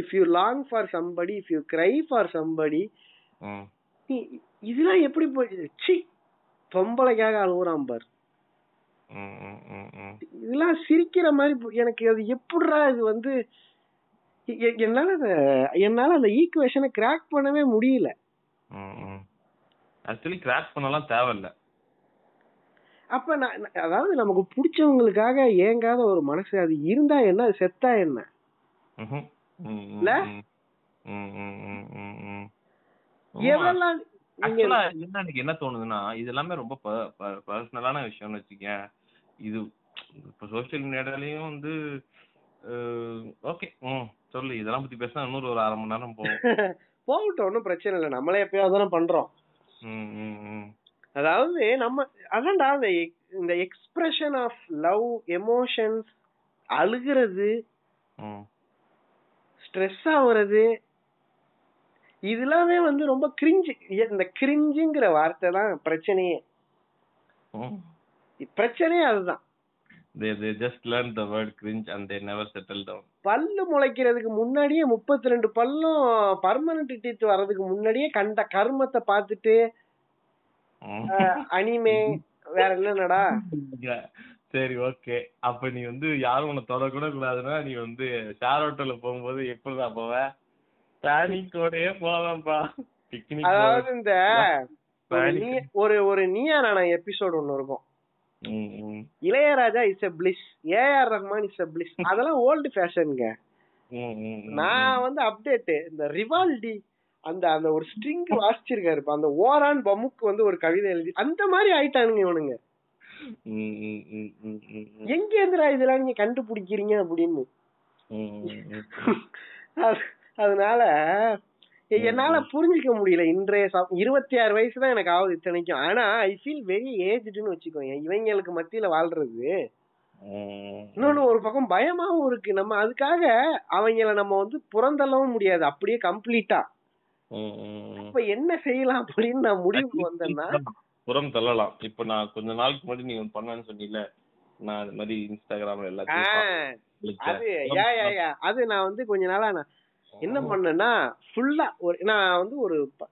B: if you long for somebody if you cry for somebody இதெல்லாம் எப்படி போயிடுச்சு சி பொம்பளைக்காக அழுகுறான் பார் இதெல்லாம் சிரிக்கிற மாதிரி பு- எனக்கு அது எப்படிடா இது வந்து எ- எ- என்னால அத என்னால அந்த ஈக்குவேஷனை கிராக் பண்ணவே முடியல
C: ஆக்சுவலி கிராக் பண்ணலாம் தேவையில்ல
B: அப்ப நான் நான்- அதாவது நமக்கு பிடிச்சவங்களுக்காக ஏங்காத ஒரு மனசு அது இருந்தா என்ன அது செத்தா என்ன
C: ம்ஹும். ம், ம்,
B: இல்ல?
C: ம். ம், ம், ம், ம், ம். ஆமா.
B: எதெல்லாம் நீங்க-
C: ஆக்சுவலா என்ன எனக்கு என்ன தோணுதுன்னா இது எல்லாமே ரொம்ப பர்சனலான விஷயம்னு வச்சுக்கேன் இது இப்போ சோஷியல் மீடியாலயும் வந்து ஓகே ம் சொல்லு இதெல்லாம் பத்தி பேசினா இன்னொரு ஒரு அரை மணி நேரம் போகும்
B: போகட்டும் ஒன்றும் பிரச்சனை இல்லை நம்மளே எப்பயாவது தானே பண்றோம்
C: ம், ம், ம்.
B: அதாவது நம்ம அதான்டா இந்த ex- இந்த எக்ஸ்பிரஷன் ஆஃப் லவ் எமோஷன்ஸ் அழுகிறது
C: ம்.
B: ஸ்ட்ரெஸ் ஆகுறது இதெல்லாமே வந்து ரொம்ப கிரிஞ்சு இந்த கிரிஞ்சுங்கிற வார்த்தை தான் பிரச்சனையே
C: ம்.
B: பிரச்சனையே அதுதான்
C: They they just learned the word cringe and they never settle down.
B: பல்லு முளைக்கிறதுக்கு முன்னாடியே முப்பத்தி ரெண்டு பல்லும் பர்மனன்ட் டீத் வர்றதுக்கு முன்னாடியே கண்ட கர்மத்தை பார்த்துட்டு
C: ம்.
B: அஹ், அனிமே வேற என்னடா
C: Yeah. சரி ஓகே அப்ப நீ வந்து யாரும் உன்னை தொடக்கூட கூடாதுன்னா நீ வந்து ஷேர் ஆட்டோல போகும்போது எப்படிடா போவ பேனிக்கோடயே போவேன்பா பிக்னிக்
B: அதாவது இந்த ஒரு நீ- ஒரு ஒரு நீயா நானா எபிசோட் ஒண்ணு இருக்கும் Ilaiyaraaja is a bliss AR Rahman is a bliss அதெல்லாம் ஓல்டு ஃபேஷனுங்க நான் வந்து அப்டேட் இந்த ரிவால்டி அந்த அந்த ஒரு ஸ்ட்ரிங் வாசிச்சிருக்காரு இப்ப அந்த ஓரான் பமுக்கு வந்து ஒரு கவிதை எழுதி அந்த மாதிரி ஆயிட்டானுங்க இவனுங்க எங்க இருந்துடா இதெல்லாம் நீங்க கண்டுபிடிக்கிறீங்க அப்படின்னு அது- அதனால என்னால புரிஞ்சுக்க முடியல இன்றைய சம- இருபத்தி ஆறு வயசு தான் எனக்கு ஆகுது இத்தனைக்கும் ஆனா ஐ ஃபீல் வெரி ஏஜ்டுன்னு வச்சுக்கோங்க இவங்களுக்கு மத்தியில வாழ்றது இன்னொன்னு ஒரு பக்கம் பயமாவும் இருக்கு நம்ம அதுக்காக அவங்கள நம்ம வந்து புறந்தள்ளவும் முடியாது அப்படியே கம்ப்ளீட்டா இப்ப என்ன செய்யலாம் அப்படின்னு நான் முடிவுக்கு வந்தேன்னா
C: புறம் தள்ளலாம் இப்ப நான் கொஞ்ச நாளுக்கு முன்னாடி நீ ஒண்ணு பண்ணான்னு சொன்னீல நான் இது மாதிரி இன்ஸ்டாகிராம்ல எல்லாத்தையும்
B: ஆஹ்,
C: பாத்து
B: அது யா யா யா அது நான் வந்து கொஞ்ச நாளா நான் என்ன பண்ணேன்னா ஃபுல்லா ஒரு நான் வந்து ஒரு ப-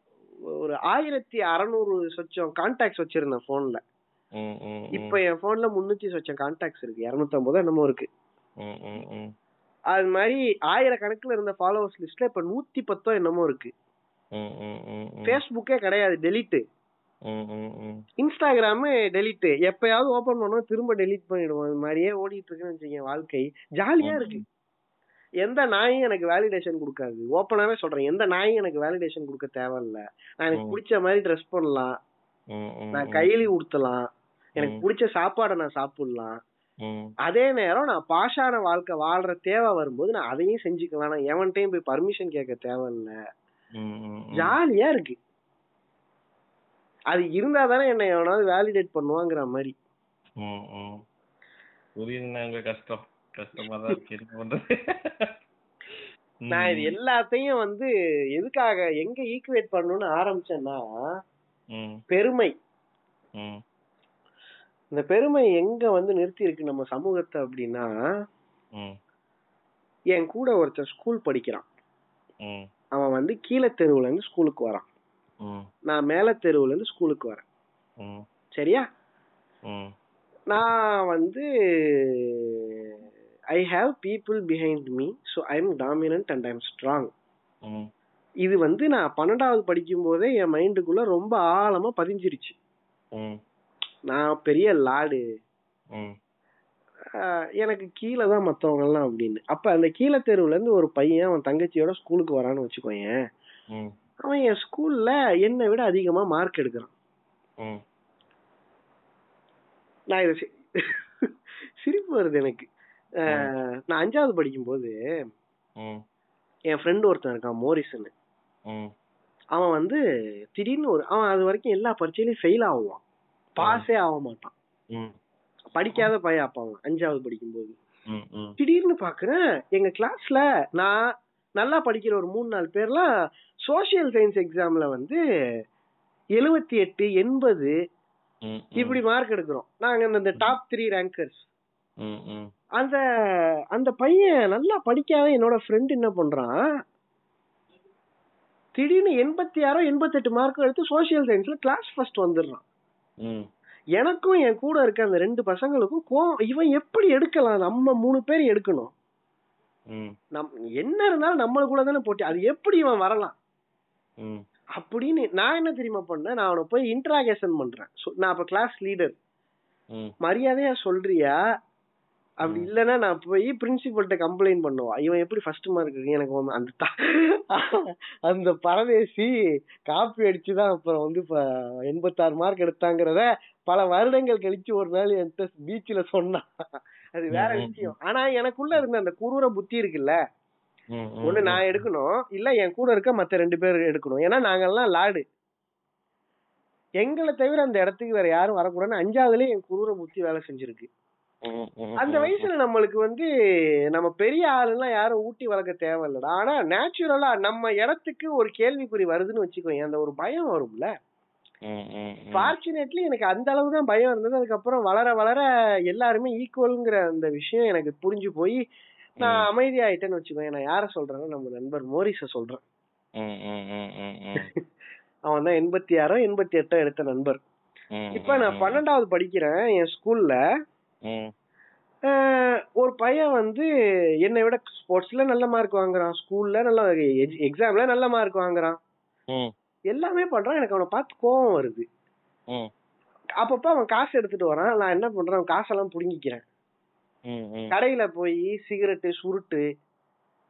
B: ஒரு ஆயிரத்தி அறநூறு சொச்சம் கான்டாக்ட்ஸ் வச்சிருந்தேன் போன்ல
C: ம், ம், ம்.
B: இப்ப என் போன்ல முன்னூத்தி சொச்சம் கான்டாக்ட்ஸ் இருக்கு இருநூத்தம்பதோ என்னமோ இருக்கு
C: ம், ம், ம்.
B: அது மாதிரி ஆயிரக்கணக்குல இருந்த ஃபாலோவர்ஸ் லிஸ்ட்ல இப்ப நூத்தி பத்தோ என்னமோ இருக்கு
C: ம், ம், ம், ம்.
B: ஃபேஸ்புக்கே கிடையாது டெலிட்
C: ம், ம், ம்.
B: இன்ஸ்டாகிராமு டெலிட் எப்பயாவது ஓபன் பண்ணுவோம் திரும்ப டெலீட் பண்ணிடுவோம் இது மாதிரியே ஓடிட்டு இருக்குன்னு வச்சுக்கோங்க வாழ்க்கை ஜாலியா இருக்கு எந்த நாயும் எனக்கு வேலிடேஷன் கொடுக்காது ஓப்பனாவே சொல்றேன் எந்த நாயும் எனக்கு வேலிடேஷன் கொடுக்க தேவையில்ல நான் எனக்கு
C: ம்.
B: பிடிச்ச மாதிரி ட்ரெஸ் பண்ணலாம்
C: ம், ம்,
B: நான்
C: ம்.
B: கையிலி உடுத்தலாம் எனக்கு
C: ம்.
B: பிடிச்ச சாப்பாடை நான் சாப்பிடலாம்
C: ம்,
B: அதே நேரம் நான் பாஷான வாழ்க்கை வாழ்ற தேவை வரும்போது நான் அதையும் செஞ்சுக்கலாம் நான் எவன்கிட்டயும் போய் பர்மிஷன் கேட்க தேவையில்ல
C: ம், ம், ம்.
B: ஜாலியா இருக்கு அது இருந்தா தானே என்ன எவனாவது வேலிடேட் பண்ணுவாங்கிற மாதிரி
C: ம், ம். புரியுதுண்ணா உங்க கஷ்டம் கஷ்டமா தான் இருக்கு என்ன பண்றது
B: நான் இது எல்லாத்தையும் வந்து எதுக்காக எங்க ஈக்குவேட் பண்ணணும்னு ஆரம்பிச்சேன்னா
C: ம்,
B: பெருமை
C: ம்,
B: இந்த பெருமை எங்க வந்து நிறுத்தி இருக்கு நம்ம சமூகத்தை அப்படின்னா
C: ம்,
B: என் கூட ஒருத்தன் ஸ்கூல் படிக்கிறான்
C: ம்,
B: அவன் வந்து கீழே தெருவுல இருந்து ஸ்கூலுக்கு வரான்
C: ம்,
B: நான் மேல தெருவுல இருந்து ஸ்கூலுக்கு வரேன்
C: ம்,
B: சரியா
C: ம்,
B: நான் வந்து I have people behind me so I am dominant and I am strong
C: ம்,
B: இது வந்து நான் பன்னெண்டாவது படிக்கும் போதே என் மைண்டுக்குள்ள ரொம்ப ஆழமா பதிஞ்சிருச்சு
C: ம்,
B: நான் பெரிய லாடு
C: ம்,
B: ஆஹ் எனக்கு கீழே தான் மத்தவங்க எல்லாம் அப்படின்னு அப்ப அந்த கீழே தெருவுல இருந்து ஒரு பையன் அவன் தங்கச்சியோட ஸ்கூலுக்கு வரான்னு வச்சுக்கோயேன்
C: ம்,
B: அவன் என் ஸ்கூல்ல என்னை விட அதிகமா மார்க் எடுக்கிறான்
C: ம்,
B: நான் இது சி- சிரிப்பு வருது எனக்கு அஹ், நான் அஞ்சாவது படிக்கும்போது
C: ம்
B: என் ஃப்ரெண்ட் ஒருத்தன் இருக்கான் மோரிசன்
C: ம்
B: அவன் வந்து திடீர்னு ஒரு அவன் அது வரைக்கும் எல்லா பரீட்சையிலயும் ஃபெயில் ஆவான் பாஸே ஆக மாட்டான்
C: ம்
B: படிக்காத பையன் அப்ப அவன் அஞ்சாவது படிக்கும்போது
C: ம் ம்
B: திடீர்னு பாக்குறேன் எங்க கிளாஸ்ல நான் நல்லா படிக்கிற ஒரு மூணு நாலு பேர்லாம் சோஷியல் சயின்ஸ் எக்ஸாம்ல வந்து எழுவத்தி எட்டு எண்பது
C: ம், ம்.
B: இப்படி மார்க் எடுக்கிறோம் நாங்க இந்த- இந்த டாப் த்ரீ ரேங்கர்ஸ்
C: ம் ம்
B: அந்த அந்த பையன் நல்லா படிக்காத என்னோட ஃப்ரெண்ட் என்ன பண்றான் திடீர்னு எண்பத்தி ஆறோ எண்பத்தெட்டு மார்க் எடுத்து சோஷியல் சயின்ஸ்ல கிளாஸ் ஃபர்ஸ்ட் வந்துடுறான்
C: ம்
B: எனக்கும் என் கூட இருக்க அந்த ரெண்டு பசங்களுக்கும் கோவம் இவன் எப்படி எடுக்கலாம் நம்ம மூணு பேர் எடுக்கணும்
C: ம்
B: நம் என்ன இருந்தாலும் நம்மளுக்குள்ள தானே போட்டி அது எப்படி இவன் வரலாம்
C: ம்
B: அப்படின்னு நான் என்ன தெரியுமா பண்ணேன் நான் அவனை போய் இன்ட்ராகேஷன் பண்றேன் சொ- நான் அப்ப கிளாஸ் லீடர்
C: ம்
B: மரியாதையா சொல்றியா அப்படி
C: ம்.
B: இல்லைன்னா நான் போய் பிரின்சிபல்கிட்ட கம்ப்ளைண்ட் பண்ணுவான் இவன் எப்படி ஃபர்ஸ்ட் மார்க் இருக்கு எனக்கு வந்து அந்த த- அந்த பரதேசி காப்பி அடிச்சு தான் அப்புறம் வந்து இப்ப எண்பத்தாறு மார்க் எடுத்தாங்கிறத பல வருடங்கள் கழிச்சு ஒரு நாள் என்கிட்ட பீச்சில் சொன்னான் அது வேற
C: ம், ம்,
B: விஷயம் ஆனா எனக்குள்ள இருந்த அந்த குரூர புத்தி இருக்குல்ல
C: ம், ம்,
B: ஒண்ணு
C: ம்.
B: நான் எடுக்கணும் இல்ல என் கூட இருக்க மத்த ரெண்டு பேர் எடுக்கணும் ஏன்னா நாங்கெல்லாம் லாடு எங்களை தவிர அந்த இடத்துக்கு வேற யாரும் வரக்கூடாதுன்னு அஞ்சாவதுலயே என் குரூர புத்தி வேலை செஞ்சிருக்கு
C: ம், ம்,
B: அந்த
C: ம்.
B: வயசுல நம்மளுக்கு வந்து நம்ம பெரிய ஆளுன்னா யாரும் ஊட்டி வளர்க்க தேவையில்லடா ஆனா நேச்சுரலா நம்ம இடத்துக்கு ஒரு கேள்விக்குறி வருதுன்னு வச்சுக்கோங்க அந்த ஒரு பயம் வரும்ல
C: ம், ம், ம்.
B: ஃபார்ச்சுனேட்லி எனக்கு அந்த அளவு தான் பயம் இருந்தது அதுக்கப்புறம் வளர வளர எல்லாருமே ஈக்குவல்ங்கிற அந்த விஷயம் எனக்கு புரிஞ்சு போய் நான்
C: ம்.
B: அமைதியாயிட்டேன்னு வச்சுக்கோங்க நான் யாரை சொல்றேன்னா நம்ம நண்பர் மோரிஸ சொல்றேன்
C: ம், ம், ம், ம், ம்.
B: அவன் தான் எண்பத்தி ஆறோ எண்பத்தி எட்டோ எடுத்த நண்பர்
C: ம்,
B: இப்ப நான்
C: ம்,
B: பன்னெண்டாவது படிக்கிறேன் என் ஸ்கூல்ல
C: ம்,
B: ஒரு பையன் வந்து என்னை விட ஸ்போர்ட்ஸ்ல நல்ல மார்க் வாங்குறான் ஸ்கூல்ல நல்ல எக்ஸாம்ல நல்ல மார்க் வாங்குறான்
C: ம்,
B: எல்லாமே பண்றான் எனக்கு அவனை பார்த்து கோவம் வருது
C: ம்,
B: அப்பப்ப அவன் காசு எடுத்துட்டு வரான் நான் என்ன பண்றேன் அவன் காசெல்லாம் புடுங்கிக்கிறேன்
C: ம், ம்,
B: கடையில போய் சிகரெட்டு சுருட்டு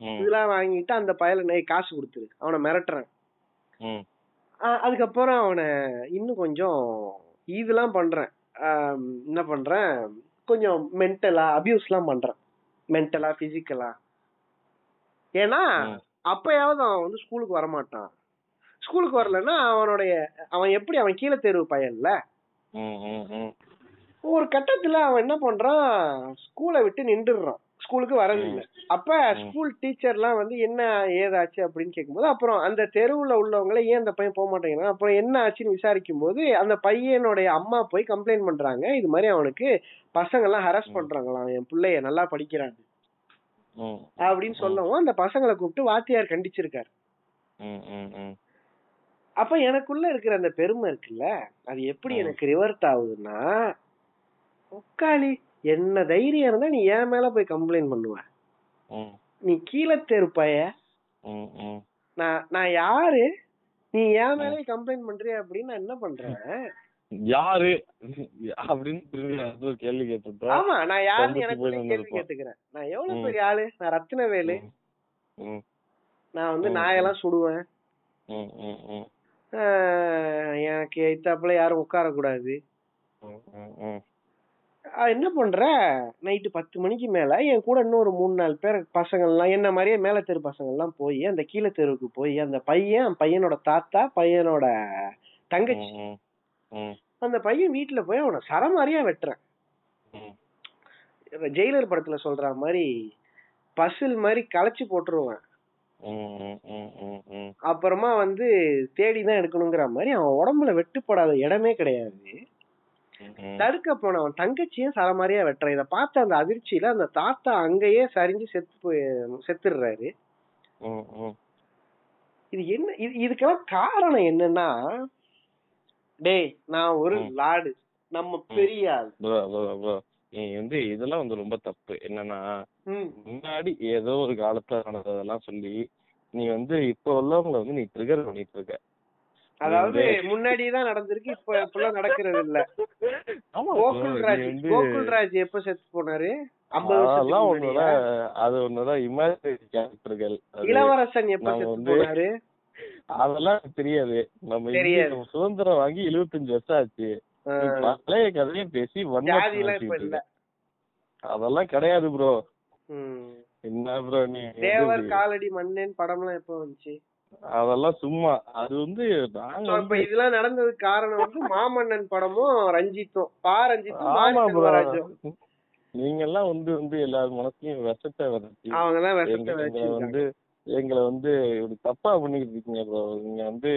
C: ம்,
B: இதெல்லாம் வாங்கிட்டு அந்த பயல நெய் காசு கொடுத்துரு அவனை மிரட்டுறேன்
C: ம்,
B: அஹ் அதுக்கப்புறம் அவனை இன்னும் கொஞ்சம் இதெல்லாம் பண்றேன் ஆம், என்ன பண்றேன் கொஞ்சம் மென்டலா அபியூஸ்லாம் பண்றேன் மென்டலா பிசிக்கலா ஏன்னா
C: ம்.
B: அப்பயாவது அவன் வந்து ஸ்கூலுக்கு வரமாட்டான் ஸ்கூலுக்கு வரலன்னா அவனுடைய அவன் எப்படி அவன் கீழே தேர்வு பயன்ல
C: ம், ம், ம்.
B: ஒரு கட்டத்துல அவன் என்ன பண்றான் ஸ்கூலை விட்டு நின்றுடுறான் ஸ்கூலுக்கு வரதில்லை அப்ப ஸ்கூல் டீச்சர்லாம் வந்து என்ன ஏதாச்சு அப்படின்னு கேட்கும்போது அப்புறம் அந்த தெருவுல உள்ளவங்கள ஏன் அந்த பையன் போக மாட்டேங்கிறான் அப்புறம் என்ன ஆச்சுன்னு விசாரிக்கும் போது அந்த பையனுடைய அம்மா போய் கம்ப்ளைண்ட் பண்றாங்க இது மாதிரி அவனுக்கு பசங்க எல்லாம் ஹராஸ் பண்றாங்களாம் என் பிள்ளைய நல்லா படிக்கிறான்
C: ம்,
B: அப்படின்னு சொல்லவும் அந்த பசங்களை கூப்பிட்டு வாத்தியார் கண்டிச்சிருக்காரு
C: ம், ம், ம்.
B: அப்ப எனக்குள்ள இருக்கிற அந்த பெருமை இருக்குல்ல அது எப்படி
C: ம்.
B: எனக்கு ரிவர்ட் ஆகுதுன்னா உக்காளி என்ன தைரியம் இருந்தா நீ என் மேல போய் கம்ப்ளைண்ட் பண்ணுவ
C: ம்,
B: நீ கீழே தெருப்பைய
C: ம், ம்.
B: நான் நான் யாரு நீ என் மேல கம்ப்ளைண்ட் பண்றிய அப்படின்னு நான் என்ன பண்றேன்
C: யாரு அப்படின்னு திரும்பி அடுத்த ஒரு கேள்வி கேட்டுட்டா
B: ஆமா நான் யாருன்னு
C: கண்டிச்சு போய்
B: எனக்கு கேள்வி
C: நின்னுருப்போம்.
B: கேட்டுக்கிறேன் நான் எவ்வளவு
C: ம்.
B: பெரிய ஆளு நான் ரத்தினவேலு
C: ம், ம்,
B: நான் வந்து
C: ம்.
B: நாயெல்லாம் சுடுவேன்
C: ம், ம், ம்,
B: ஆஹ் எனக்கு எத்தாப்புல யாரும் உட்கார கூடாது
C: ம், ம், ம்.
B: என்ன பண்ற நைட்டு பத்து மணிக்கு மேல என் கூட இன்னொரு மூணு நாலு பேர் பசங்கள்லாம் என்ன மாதிரியே மேல தெரு பசங்கள்லாம் போய் அந்த கீழே தெருவுக்கு போய் அந்த பையன் பையனோட தாத்தா பையனோட தங்கச்சி
C: ம், ம்,
B: அந்த பையன் வீட்டுல போய் அவனை சரமாரியா வெட்டுறேன்
C: ம்.
B: இப்ப ஜெயிலர் படத்துல சொல்ற மாதிரி பசில் மாதிரி களைச்சு போட்டுருவான்
C: ம், ம், ம், ம், ம்.
B: அப்புறமா வந்து தேடி தான் எடுக்கணுங்கிற மாதிரி அவன் உடம்புல வெட்டுப்படாத இடமே கிடையாது
C: ம்.
B: தடுக்க போன அவன் தங்கச்சியும் சரமாரியா வெட்டுறான் இதை பார்த்த அந்த அதிர்ச்சியில அந்த தாத்தா அங்கேயே சரிஞ்சு செத்து போய் செத்துடுறாரு
C: ம், ம்.
B: இது என்ன இது இதுக்கெல்லாம் காரணம் என்னன்னா டேய் நான் ஒரு
C: ம்.
B: லாடு நம்ம பெரிய ஆள்
C: bro, bro, bro. நீ வந்து இதெல்லாம் வந்து ரொம்ப தப்பு என்னன்னா
B: ம்,
C: முன்னாடி ஏதோ ஒரு காலத்துல நடந்ததெல்லாம் சொல்லி நீ வந்து இப்ப உள்ளவங்கள வந்து நீ ட்ரிகர் பண்ணிட்டு இருக்க
B: அதாவது முன்னாடி தான் நடந்திருக்கு இப்ப இப்பெல்லாம் நடக்கிறது இல்ல
C: ஆமா bro,
B: கோகுல்ராஜ்
C: நீ வந்து
B: கோகுல்ராஜ் எப்ப செத்து போனாரு ஐம்பது
C: அதெல்லாம்
B: வருஷத்துக்கு
C: ஒன்னோட
B: முன்னாடியா?
C: அது ஒன்னோட இமேஜினரி கேரக்டர்கள்
B: இளவரசன் எப்ப
C: நாங்க
B: செத்து
C: வந்து-
B: போனாரு
C: அதெல்லாம் தெரியாது நம்ம இந்திய
B: தெரியாது.
C: சுதந்திரம் வாங்கி 75 வருஷம் ஆச்சு
B: அஹ்
C: பழைய கதையும் பேசி வண்ண
B: ஜாதிலாம் இப்ப
C: பேசிட்டு
B: இல்ல.
C: இருக்க. அதெல்லாம் கிடையாது ப்ரோ
B: உம்.
C: என்ன ப்ரோ நீ எது
B: தேவர்
C: இது?
B: காலடி மன்னன் படம்லாம் எப்ப வந்துச்சு
C: அதெல்லாம் சும்மா அது வந்து நாங்க
B: So, இப்ப
C: வந்து-
B: இதெல்லாம் நடந்ததுக்கு காரணம் வந்து மாமன்னன் படமும் ரஞ்சித்தும் பா ரஞ்சித்தும்
C: ஆமா ப்ரோ
B: ராஜும்
C: நீங்க எல்லாம் வந்து வந்து எல்லார் மனசுலயும் விஷத்தை விதச்சி
B: அவங்க தான் விஷத்தை
C: எங்க- எங்களை
B: வச்சிருக்காங்க
C: வந்து எங்களை வந்து இப்படி தப்பா பண்ணிக்கிட்டு இருக்கீங்க ப்ரோ நீங்க வந்து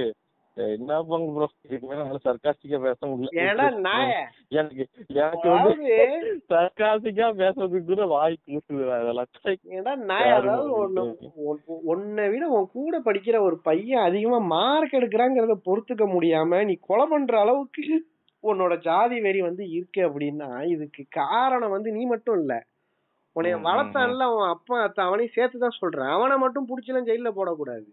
C: அஹ், என்ன பண்ண ப்ரோ இதுக்கு மேல நல்லா சர்க்காஸ்டிக்கா பேச
B: ஏன்னா நாய
C: முடியல எனக்கு எனக்கு வந்து
B: அதாவது
C: சர்க்காஸ்டிக்கா பேசுறதுக்கு கூட வாய் கூசுது அதெல்லாம் சை.
B: ஏன்னா நாய்
C: யாரு
B: அதாவது ஒன்னு
C: மதிப்பு?
B: ஒன்- உன்னை விட உன் கூட படிக்கிற ஒரு பையன் அதிகமா மார்க் எடுக்கிறாங்கிறத பொறுத்துக்க முடியாம நீ கொலை பண்ற அளவுக்கு உன்னோட ஜாதி வெறி வந்து இருக்கு அப்படின்னா இதுக்கு காரணம் வந்து நீ மட்டும் இல்ல உன்னைய
C: ம், ம்,
B: வளர்த்தான்ல உன் அப்பா அத்தை அவனையும் சேர்த்து தான் சொல்றேன் அவனை மட்டும் புடிச்சலாம் ஜெயில போடக்கூடாது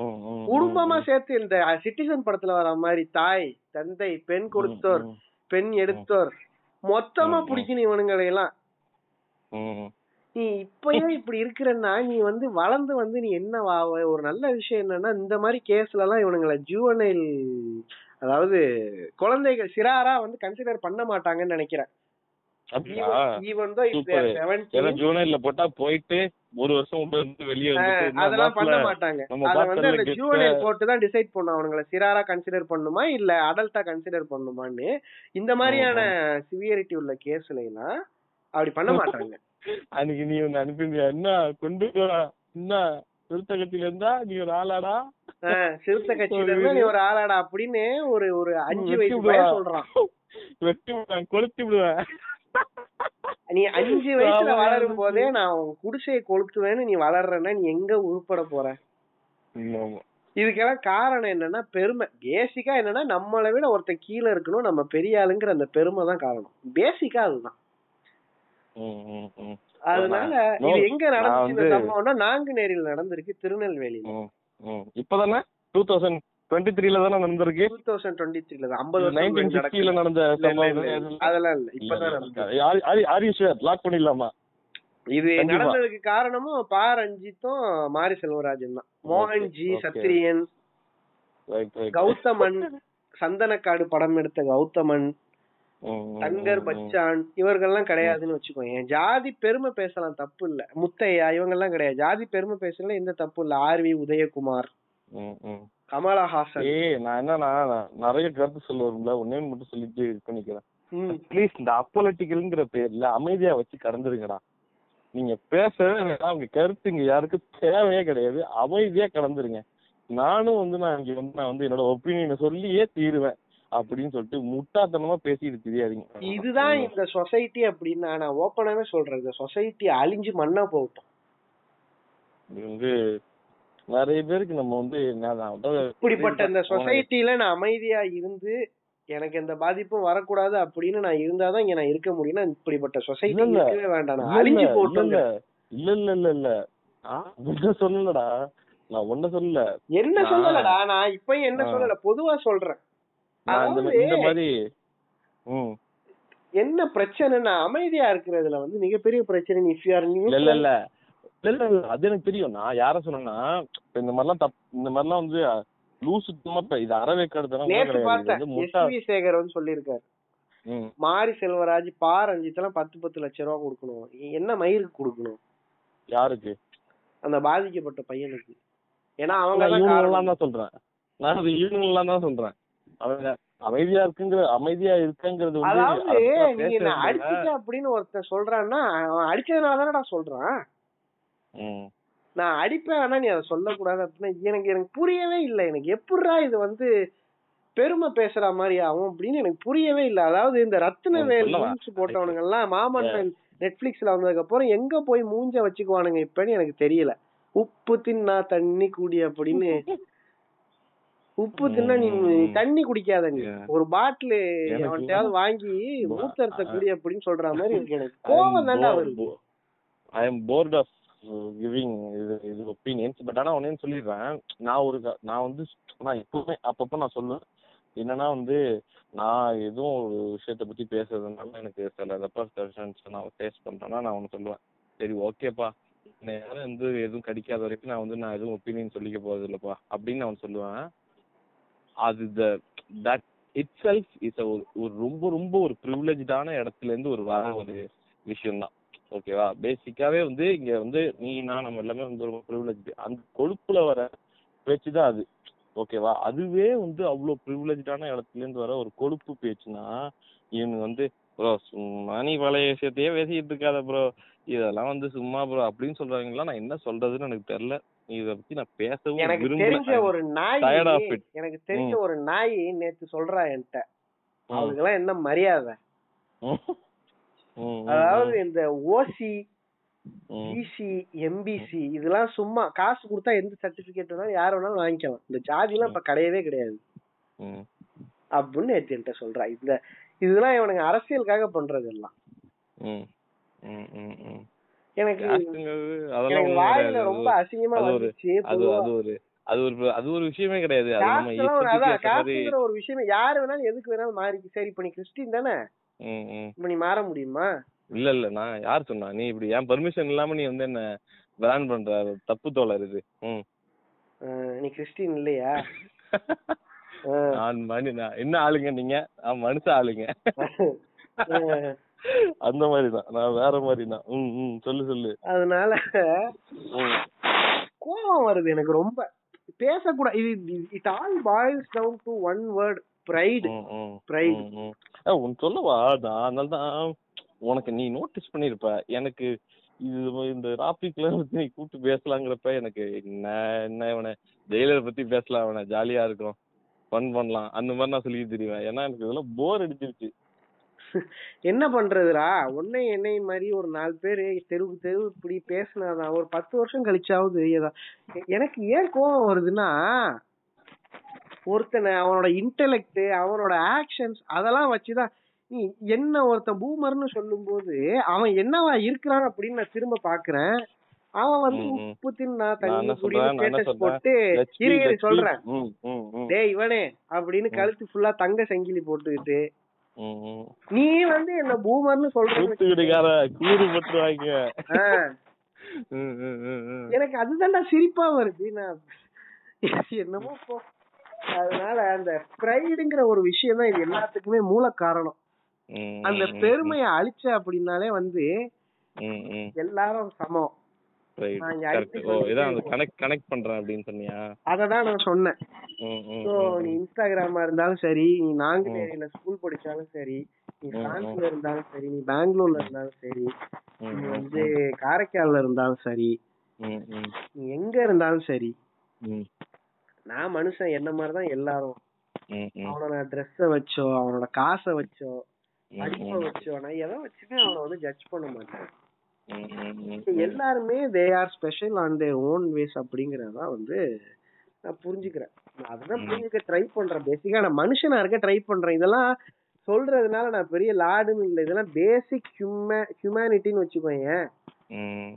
C: ம், ம், ம்,
B: குடும்பமா
C: ம்,
B: சேர்த்து இந்த சிட்டிசன் படத்துல வர மாதிரி தாய் தந்தை பெண் கொடுத்தோர்
C: ம்,
B: பெண் எடுத்தோர் மொத்தமா
C: ம், ம்.
B: பிடிக்கணும் இவனுங்களை எல்லாம்
C: ம், ம்.
B: நீ இப்பயும் இப்படி இருக்கிறன்னா நீ வந்து வளர்ந்து வந்து நீ என்ன ஆவ ஒரு நல்ல விஷயம் என்னன்னா இந்த மாதிரி கேஸ்ல எல்லாம் இவனுங்களை ஜூவனைல் அதாவது குழந்தைகள் சிறாரா வந்து கன்சிடர் பண்ண மாட்டாங்கன்னு நினைக்கிறேன்
C: அப்படியா
B: ஈவன் தான்
C: சூப்பர். ஏன்னா ஜூனைல போட்டா போயிட்டு ஒரு வருஷம் உள்ள இருந்து வெளியே வந்து என்ன
B: அதெல்லாம் பண்ண
C: நாட்டுல-
B: மாட்டாங்க
C: நம்ம
B: அத
C: பாஸ்டர்ல
B: வந்து அந்த
C: கெத்த-
B: ஜூவனைல் கோர்ட் தான் டிசைட் பண்ணும் அவனுங்களை சிறாரா கன்சிடர் பண்ணுமா இல்ல அடல்ட்டா கன்சிடர் பண்ணுமான்னு இந்த மாதிரியான சிவியரிட்டி உள்ள கேஸ்ல எல்லாம் அப்படி பண்ண மாட்டாங்க
C: அன்னைக்கு நீ ஒண்ணு அனுப்பியிருந்தியா என்ன கொண்டு போறா என்ன திருத்தகத்தில இருந்தா நீ ஒரு ஆளாடா
B: ஆஹ், சிறுத்தை கட்சியில இருந்து நீ ஒரு ஆளாடா அப்படின்னு ஒரு ஒரு அஞ்சு
C: வெட்டி
B: வயசு
C: விடுவா.
B: பையன் சொல்றான்
C: வெட்டி விடுவேன் கொளுத்தி விடுவேன்
B: நீ அஞ்சு வயசுல
C: ஆமா,
B: வளரும் போதே நான் உன் குடிசையை கொளுத்துவேன்னு நீ வளர்றேன்னா நீ எங்க உருப்பட போற
C: ஆமா.
B: இதுக்கெல்லாம் காரணம் என்னன்னா பெருமை பேசிக்கா என்னன்னா நம்மளை விட ஒருத்தன் கீழே இருக்கணும் நம்ம பெரிய ஆளுங்கிற அந்த பெருமை தான் காரணம் பேசிக்கா அதுதான்
C: ம், ம், ம்,
B: அதனால
C: No,
B: இது எங்க நடந்துச்சு இந்த
C: நான் வந்து-
B: சம்பவம்னா நாங்குநேரியில் நடந்திருக்கு திருநெல்வேலியில
C: ம், ம். இப்பதானே டூ தௌசண்ட் டுவெண்ட்டி த்ரீல தானே நடந்திருக்கு
B: டூ தௌசண்ட் டுவெண்ட்டி த்ரீல தான் ஐம்பது வருஷம்
C: நைன்டீன்
B: முன்னாடி நடக்குது.
C: சிக்ஸ்டில நடந்த
B: இல்ல, இல்ல, இல்ல, இல்ல.
C: சம்பவம்
B: அதெல்லாம் இல்ல இப்பதான் நடந்தது
C: லாக் பண்ணிடலாமா
B: இது
C: கண்டிப்பா.
B: நடந்ததுக்கு காரணமும் பா ரஞ்சித்தும் மாரி செல்வராஜன் தான் Mohan G
C: okay.
B: Sathriyan
C: Right, right.
B: Gowthaman சந்தனக்காடு படம் எடுத்த கௌதமன்
C: ம், ம்,
B: தங்கர்
C: ம்,
B: பச்சான் இவர்கள்லாம் கிடையாதுன்னு வச்சுக்கோங்க ஜாதி பெருமை பேசலாம் தப்பு இல்ல முத்தையா இவங்கெல்லாம் கிடையாது ஜாதி பெருமை பேசல எந்த தப்பு இல்ல ஆர்வி உதயகுமார்
C: ம், ம்.
B: கமலஹாசன்
C: ஏய் நான் என்னன்னா நான் நிறைய கருத்து சொல்லுவோம்ல ஒன்னே மட்டும் சொல்லிட்டு இது பண்ணிக்கிறேன்
B: ம்.
C: அட்லீஸ்ட் இந்த அப்பொலிட்டிக்கல்ங்கிற பேர்ல அமைதியா வச்சு கடந்துருங்கடா நீங்க பேசவே வேணாம் உங்க கருத்து இங்க யாருக்கும் தேவையே கிடையாது அமைதியா கடந்துருங்க நானும் வந்து நான் இங்க வந்து நான் வந்து என்னோட ஒப்பீனியனை சொல்லியே தீருவேன் அப்படின்னு சொல்லிட்டு முட்டாத்தனமா பேசிட்டு தெரியாதீங்க
B: இதுதான் இந்த சொசைட்டி அப்படின்னா நான் ஓப்பனாவே சொல்றேன் இந்த சொசைட்டி அழிஞ்சு மண்ணா போகட்டும்
C: இது வந்து நிறைய பேருக்கு நம்ம வந்து என்ன நான் வந்து
B: இப்படிப்பட்ட இந்த சொசைட்டில நான் அமைதியா இருந்து எனக்கு எந்த பாதிப்பும் வரக்கூடாது அப்படின்னு நான் இருந்தாதான் இங்க நான் இருக்க முடியும்னா இப்படிப்பட்ட சொசைட்டி
C: இல்ல, இல்ல.
B: இருக்கவே வேண்டாம் நான்
C: இல்ல,
B: அழிஞ்சு
C: இல்ல,
B: போட்டோம்
C: இல்ல, இல்ல இல்ல இல்ல இல்ல நான் ஒன்ன சொல்லலடா நான் ஒன்ன சொல்லல
B: என்ன
C: ஆ.
B: சொல்லலடா நான் இப்பயும் என்ன
C: ஆ.
B: சொல்லல பொதுவா சொல்றேன்
C: நான் இந்த மா-
B: அதாவது-
C: இந்த மாதிரி ம்
B: என்ன பிரச்சனைன்னா அமைதியா இருக்கிறதுல வந்து மிகப்பெரிய பிரச்சனை நீ இஃப் யூ ஆர்
C: இல்ல இல்ல இல்ல இல்ல இல்ல இல்ல அது எனக்கு தெரியும் நான் யார சொன்னேன்னா இப்ப இந்த மாதிரிலாம் தப் இந்த மாதிரிலாம் வந்து லூசு சும்மா இப்ப இது அறவேக்கடுத்தனா
B: நேத்து பார்த்தேன்
C: வந்து முட்டா
B: எஸ்வி சேகர் வந்து சொல்லியிருக்காரு
C: ம்
B: மாரி செல்வராஜ் பா ரஞ்சித் எல்லாம் பத்து பத்து லட்ச ரூபா கொடுக்கணும் என்ன மயிருக்கு கொடுக்கணும்
C: யாருக்கு
B: அந்த பாதிக்கப்பட்ட பையனுக்கு ஏன்னா அவங்க
C: நான்
B: தான்
C: இவனுங்களாம்
B: காரணம்.
C: தான் சொல்றேன் நான் அது இவனுங்களாம் தான் சொல்றேன் அவங்க அமைதியா இருக்குங்கிற அமைதியா இருக்கங்கிறது வந்து
B: அதாவது நீ
C: அடுத்தவங்க பேசுறது
B: என்ன
C: இல்ல.
B: அடிச்சிட்ட அப்படின்னு ஒருத்தன் சொல்றான்னா அவன் அடிச்சதுனால தானடா சொல்றான்
C: ம்
B: நான் அடிப்பேன் ஆனா நீ அதை சொல்லக்கூடாது அப்படின்னா எனக்கு எனக்கு புரியவே இல்லை எனக்கு எப்படிடா இது வந்து பெருமை பேசுற மாதிரி ஆகும் அப்படின்னு எனக்கு புரியவே இல்லை அதாவது இந்த ரத்தினவேல்
C: சொல்லவா?
B: மூஞ்சி போட்டவனுங்க எல்லாம் மாமன்னன் நெட்ஃபிளிக்ஸ்ல வந்ததுக்கு அப்புறம் எங்க போய் மூஞ்ச வச்சுக்குவானுங்க இப்பன்னு எனக்கு தெரியல உப்பு தின்னா தண்ணி குடி அப்படின்னு உப்பு தின்னா நீ
C: ம்.
B: தண்ணி குடிக்காதங்க
C: Yeah.
B: ஒரு பாட்டிலு
C: எனக்கு
B: அவன்கிட்டயாவது வாங்கி
C: பா-
B: மூத்தரத்தை
C: ஆ.
B: குடி அப்படின்னு சொல்ற மாதிரி இருக்கு எனக்கு கோவம் தாண்டா வருது
C: I am bored of giving uh, இது இது ஒப்பீனியன்ஸ் பட் ஆனால் ஒன்னே சொல்லிடுறேன் நான் ஒரு க- நான் வந்து நான் எப்பவுமே அப்பப்போ நான் சொல்லுவேன் என்னன்னா வந்து நான் எதுவும் ஒரு விஷயத்தை பற்றி பேசுறதுனால எனக்கு சில ரெப்ரஸன்ஸ் நான் ஃபேஸ் பண்ணுறேன்னா நான் ஒன்று சொல்லுவேன் சரி ஓகேப்பா என்னை யாரும் வந்து எதுவும் கடிக்காத வரைக்கும் நான் வந்து நான் எதுவும் ஒப்பீனியன் சொல்லிக்க போறது இல்லப்பா அப்படின்னு நான் ஒண்ணு சொல்லுவேன் அது the that itself is ஒரு ரொம்ப ரொம்ப ஒரு ப்ரிவிலேஜான இடத்துல இருந்து ஒரு வர ஒரு விஷயம்தான் ஓகேவா பேசிக்காவே வந்து இங்க வந்து நீ நான் நம்ம எல்லாமே வந்து ரொம்ப ப்ரிவிலேஜ் அந்த கொழுப்புல வர பேச்சு தான் அது ஓகேவா அதுவே வந்து அவ்வளோ ப்ரிவிலேஜான இடத்துல இருந்து வர ஒரு கொழுப்பு பேச்சுனா இவனுக்கு வந்து ப்ரோ சும்மா நீ பழைய விஷயத்தையே பேசிக்கிட்டு இருக்காத ப்ரோ இதெல்லாம் வந்து சும்மா ப்ரோ அப்படின்னு சொல்றாங்களா நான் என்ன சொல்றதுன்னு எனக்கு தெரியல இதை பத்தி நான் பேசவும்
B: எனக்கு தெரிஞ்ச
C: விரும்பல
B: ஒரு நாய்
C: Tired of it.
B: எனக்கு தெரிஞ்ச ஒரு நாய் நேத்து சொல்றா என்கிட்ட
C: ம்.
B: அவளுக்கெல்லாம் என்ன மரியாதை
C: ம். ம், ம்,
B: அதாவது இந்த ஓசி
C: ம்.
B: பிசி எம்பிசி இதெல்லாம் சும்மா காசு கொடுத்தா எந்த சர்டிபிகேட் வேணாலும் யார் வேணாலும் வாங்கிக்கலாம் இந்த ஜாதி எல்லாம் இப்ப கிடையவே கிடையாது
C: ம்.
B: அப்படின்னு நேத்து என்கிட்ட சொல்றா இந்த இதெல்லாம் இவனுங்க அரசியலுக்காக பண்றது எல்லாம்
C: ம். ம், ம், ம்.
B: எனக்கு
C: காசுங்கிறது அதெல்லாம்
B: எனக்கு
C: ஒண்ணும்
B: வாயில
C: கிடையாது.
B: ரொம்ப அசிங்கமா
C: அது ஒரு-
B: வந்துச்சு
C: அது
B: பொதுவா.
C: அது ஒரு அது ஒரு அது ஒரு விஷயமே கிடையாது அது நம்ம
B: காசுலாம் ஒரு-
C: இஷ்டத்துக்கு
B: அதான்
C: ஏத்த மாதிரி
B: காசுங்கிற ஒரு விஷயமே யாரு வேணாலும் எதுக்கு வேணாலும் மாறிக்கு சரி இப்ப நீ கிறிஸ்டின் தானே
C: ம், ம்.
B: இப்ப நீ மாற முடியுமா
C: இல்ல இல்ல நான் யார் சொன்னா நீ இப்படி என் பெர்மிஷன் இல்லாம நீ வந்து என்ன பிரான் பண்ற அது தப்பு தோழர் இது ம்.
B: அஹ் நீ கிறிஸ்டின் இல்லையா
C: நான் மனு நான் என்ன ஆளுங்க நீங்க நான் மனுஷ ஆளுங்க
B: அஹ்
C: அந்த மாதிரி தான் நான் வேற மாதிரி தான் ம் ம் சொல்லு சொல்லு
B: அதனால
C: ம்
B: கோபம் வருது எனக்கு ரொம்ப பேசக்கூடாது இது it all boils down to one word pride
C: ம், ம்.
B: Pride.
C: ம், ம். ஆ, உன் சொல்லவா நான் அதனால தான் உனக்கு நீ நோட்டீஸ் பண்ணியிருப்ப எனக்கு இது இந்த டாபிக்ல பத்தி நீ கூப்பிட்டு பேசலாங்கிறப்ப எனக்கு என்ன என்ன இவனை ஜெயிலரை பத்தி பேசலாம் அவனை ஜாலியா இருக்கும் ஃபன் பண்ணலாம் அந்த மாதிரி நான் சொல்லி தெரிவேன் ஏன்னா எனக்கு இதெல்லாம் போர் அடிச்சிருச்சு
B: என்ன பண்றதுடா உன்னை என்னை மாதிரி ஒரு நாலு பேரு தெருவுக்கு தெரு இப்படி பேசினாதான் ஒரு பத்து வருஷம் கழிச்சாவது ஏதா எனக்கு ஏன் கோவம் வருதுன்னா ஒருத்தனை அவனோட இன்டெலெக்ட் அவனோட ஆக்ஷன்ஸ் அதெல்லாம் வச்சுதான் நீ என்ன ஒருத்தன் பூமர்னு சொல்லும்போது அவன் என்னவா இருக்கிறான் அப்படின்னு நான் திரும்ப பாக்குறேன் அவன் வந்து
C: ம், ம்.
B: உப்பு தின்னா
C: நான்
B: தண்ணி
C: என்ன
B: குடின்னு
C: சொல்றேன், நான் என்ன
B: status
C: சொல்றேன்?
B: போட்டு
C: Let's be-
B: இரு இரு
C: let's be-
B: சொல்றேன்
C: ம், ம், ம்,
B: டேய் இவனே அப்படின்னு கழுத்து ஃபுல்லா தங்க சங்கிலி போட்டுக்கிட்டு
C: ம், ம்.
B: நீ வந்து என்ன பூமர்னு சொல்றது
C: கூத்துக்கிட்டுக்கார கூறு பட்டுருவாங்க
B: ஆ,
C: ம், ம், ம், ம்.
B: எனக்கு அதுதான்டா சிரிப்பா வருது நான் என்னமோ போ அதனால அந்த ப்ரைடுங்கிற ஒரு விஷயம் தான் இது எல்லாத்துக்குமே மூல காரணம்
C: ம்,
B: அந்த
C: ம்,
B: பெருமையை அழிச்ச அப்படின்னாலே வந்து
C: ம், ம்.
B: எல்லாரும் சமம்
C: Right.
B: நான்
C: Correct.
B: யாருக்கு
C: ஓ இதான் அந்த
B: சொல்லிட்டு-
C: கனெக்ட் கனெக்ட் பண்றேன் அப்படின்னு சொன்னியா
B: அததான் நான் சொன்னேன்
C: ம், ம்,
B: ஸோ
C: ம்,
B: நீ
C: ம்.
B: இன்ஸ்டாகிராமா இருந்தாலும் சரி நீ நாங்குநேரியில
C: ம்.
B: ஸ்கூல் படிச்சாலும் சரி நீ
C: ம்,
B: பிரான்ஸ்ல
C: ம்.
B: இருந்தாலும் சரி நீ பெங்களூர்ல இருந்தாலும் சரி
C: ம்,
B: நீ
C: ம்,
B: வந்து காரைக்கால்ல இருந்தாலும் சரி
C: ம், ம்,
B: நீ எங்க இருந்தாலும் சரி
C: ம்,
B: நான் மனுஷன் என்ன மாதிரிதான் எல்லாரும்
C: ம், ம்,
B: அவனோட ட்ரெஸ்ஸ வச்சோ அவனோட காசை வச்சோ
C: ம்,
B: படிப்பை
C: ம்,
B: வச்சோ நான் எதை வச்சுமே அவனை வந்து ஜட்ஜ் பண்ண மாட்டேன்
C: ம், ம், ம்.
B: எல்லாருமே they are special on their own ways அப்படிங்கறத வந்து நான் புரிஞ்சுக்கிறேன் நான் அதுதான் புரிஞ்சுக்க ட்ரை பண்றேன் பேசிக்கா நான் மனுஷனா இருக்க ட்ரை பண்றேன் இதெல்லாம் சொல்றதுனால நான் பெரிய லாடுன்னு இல்லை இதெல்லாம் பேசிக் ஹியூம ஹியூமனிட்டின்னு வச்சுக்கோங்க
C: ம்,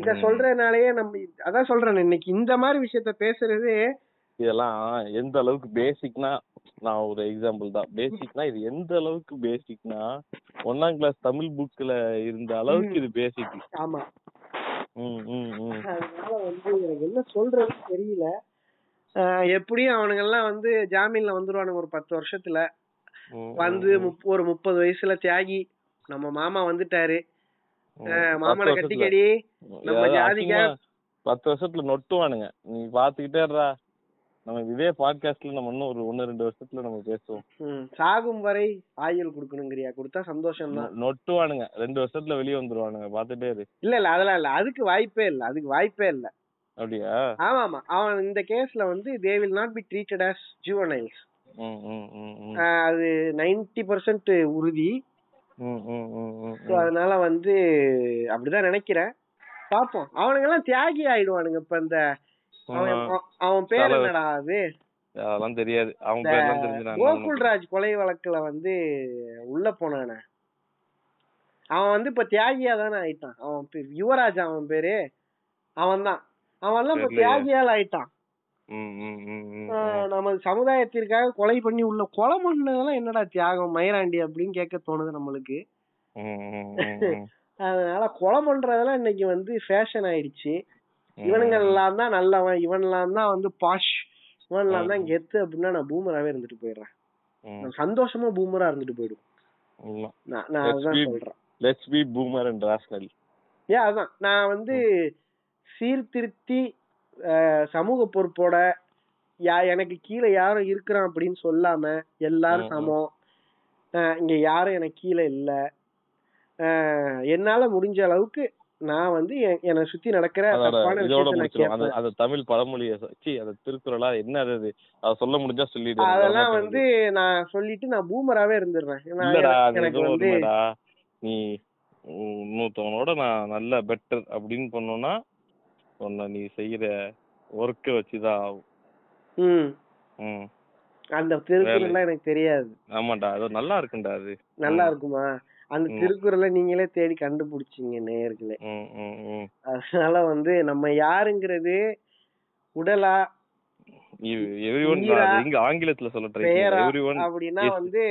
B: இத சொல்றதுனாலயே நம்ம அதான் சொல்றேன் இன்னைக்கு இந்த மாதிரி விஷயத்த பேசுறது
C: இதெல்லாம் எந்த அளவுக்கு பேசிக்னா நான் ஒரு எக்ஸாம்பிள் தான் பேசிக்னா இது எந்த அளவுக்கு பேசிக்னா ஒன்னாம் கிளாஸ் தமிழ் புக்ல இருந்த அளவுக்கு இது பேசிக்
B: ஆமா
C: ம் ம் ம்
B: அதனால வந்து எனக்கு என்ன சொல்றதுன்னு தெரியல ஆஹ் எப்படியும் அவனுங்க எல்லாம் வந்து ஜாமீன்ல வந்துருவானுங்க ஒரு பத்து வருஷத்துல
C: ம்,
B: வந்து
C: ம்.
B: முப்ப- ஒரு முப்பது வயசுல தியாகி நம்ம மாமா வந்துட்டாரு ஆஹ் மாமனை
C: பத்து வருஷத்துல.
B: கட்டிக்கடி நம்ம
C: ஏதாவது
B: ஜாதிக்கா-
C: அசிங்கமா பத்து வருஷத்துல நொட்டுவானுங்க நீ பாத்துக்கிட்டே இருடா நம்ம இதே பாட்காஸ்ட்ல நம்ம இன்னும் ஒரு ஒன்னு ரெண்டு வருஷத்துல நம்ம பேசுவோம்
B: ம், சாகும் வரை ஆயுள் கொடுக்கணுங்கிறியா கொடுத்தா சந்தோஷம் தான்
C: நொ- நொட்டுவானுங்க ரெண்டு வருஷத்துல வெளியே வந்துருவானுங்க பாத்துட்டே இரு
B: இல்ல இல்ல அதெல்லாம் இல்ல அதுக்கு வாய்ப்பே இல்ல அதுக்கு வாய்ப்பே இல்ல
C: அப்படியா
B: ஆமா ஆமா அவன் இந்த கேஸ்ல வந்து they will not be treated as juveniles
C: ம், ம், ம், ம்.
B: ஆஹ் அது நைன்டி பர்சன்ட் உறுதி
C: ம், ம், ம், ம்,
B: So,
C: ம்.
B: அதனால வந்து அப்படிதான் நினைக்கிறேன் பாப்போம் அவனுங்க எல்லாம் தியாகி ஆயிடுவானுங்க இப்ப இந்த அவன்
C: ஆமா.
B: அவன்- அவன் பேர்
C: தலை.
B: என்னடா அது
C: அதெல்லாம் தெரியாது அவன்
B: இந்த
C: பேர்லாம் தெரிஞ்சு நான் என்ன
B: கோகுல்ராஜ் கொலை வழக்குல வந்து உள்ள போனானே அவன் வந்து இப்ப தியாகியா தானே ஆயிட்டான் அவன் பே- யுவராஜ் அவன் பேரு அவன் தான் அவன் எல்லாம் இப்ப
C: தெரியலையே.
B: தியாகியால் ஆயிட்டான்
C: ம், ம், ம், ம்,
B: ஆஹ் நம்ம சமுதாயத்திற்காக கொலை பண்ணி உள்ள கொலை பண்ணதெல்லாம் என்னடா தியாகம் மயிராண்டி அப்படின்னு கேட்க தோணுது நம்மளுக்கு
C: ம், ம், ம், ம்.
B: அதனால கொலை பண்றதெல்லாம் இன்னைக்கு வந்து ஃபேஷன் ஆயிடுச்சு இவனுங்க எல்லாம் தான் நல்லவன் இவன் எல்லாம் தான் வந்து பாஷ் இவன் எல்லாம் தான் கெத்து அப்படின்னா நான் பூமராவே இருந்துட்டு போயிடுறேன்
C: ம்
B: நான் சந்தோஷமா பூமரா இருந்துட்டு போயிடும்
C: உண்மை.
B: நான் நான் அதுதான்
C: Let's be-
B: சொல்றேன்
C: லெட்ஸ் பி பூமர் அண்ட் ராஷ்னல்
B: ஏன் அதான் நான் வந்து சீர்திருத்தி அஹ், சமூக பொறுப்போட யா எனக்கு கீழே யாரும் இருக்கிறான் அப்படின்னு சொல்லாம எல்லாரும்
C: ம், ம்.
B: சமம் அஹ், இங்க யாரும் எனக்கு கீழே இல்ல அஹ், என்னால முடிஞ்ச அளவுக்கு நான் வந்து எ- என்னை சுத்தி நடக்கிற
C: அதோட
B: தப்பான
C: இதோட
B: விஷயத்தை நான்
C: முடிச்சிடும் அந்த
B: கேட்பேன்.
C: அந்த தமிழ் பழமொழிய சி அந்த திருக்குறளா என்ன அது அது அதை சொல்ல முடிஞ்சா சொல்லிடு எனக்கு
B: அதெல்லாம்
C: வரமாட்டேங்குது.
B: வந்து நான் சொல்லிட்டு நான் பூமராவே இருந்துடுறேன் ஏன்னா
C: இல்லடா
B: எனக்கு-
C: அது
B: எனக்கு
C: ஏதோ
B: வந்து
C: உண்மைடா நீ உ- இன்னொருத்தவனோட நான் நல்ல பெட்டர் அப்படின்னு பண்ணோம்னா உன்னை நீ செய்யற ஒர்க்கை வச்சுதான் ஆகும்
B: ம்
C: ம்
B: அந்த திருக்குறள் எல்லாம் எனக்கு தெரியாது
C: ஆமாடா அது நல்லா இருக்குண்டா அது
B: நல்லா இருக்குமா அந்த
C: ம்.
B: திருக்குறளை நீங்களே தேடி கண்டுபிடிச்சீங்க நேயர்களே
C: ம் ம் ம்
B: அதனால வந்து நம்ம யாருங்கிறது உடலா
C: எவ்ரி ஒன்
B: ஈரா,
C: இங்க ஆங்கிலத்துல சொல்ல ட்ரை
B: பெயரா
C: எவ்ரி ஒன்
B: அப்படின்னா
C: yes.
B: வந்து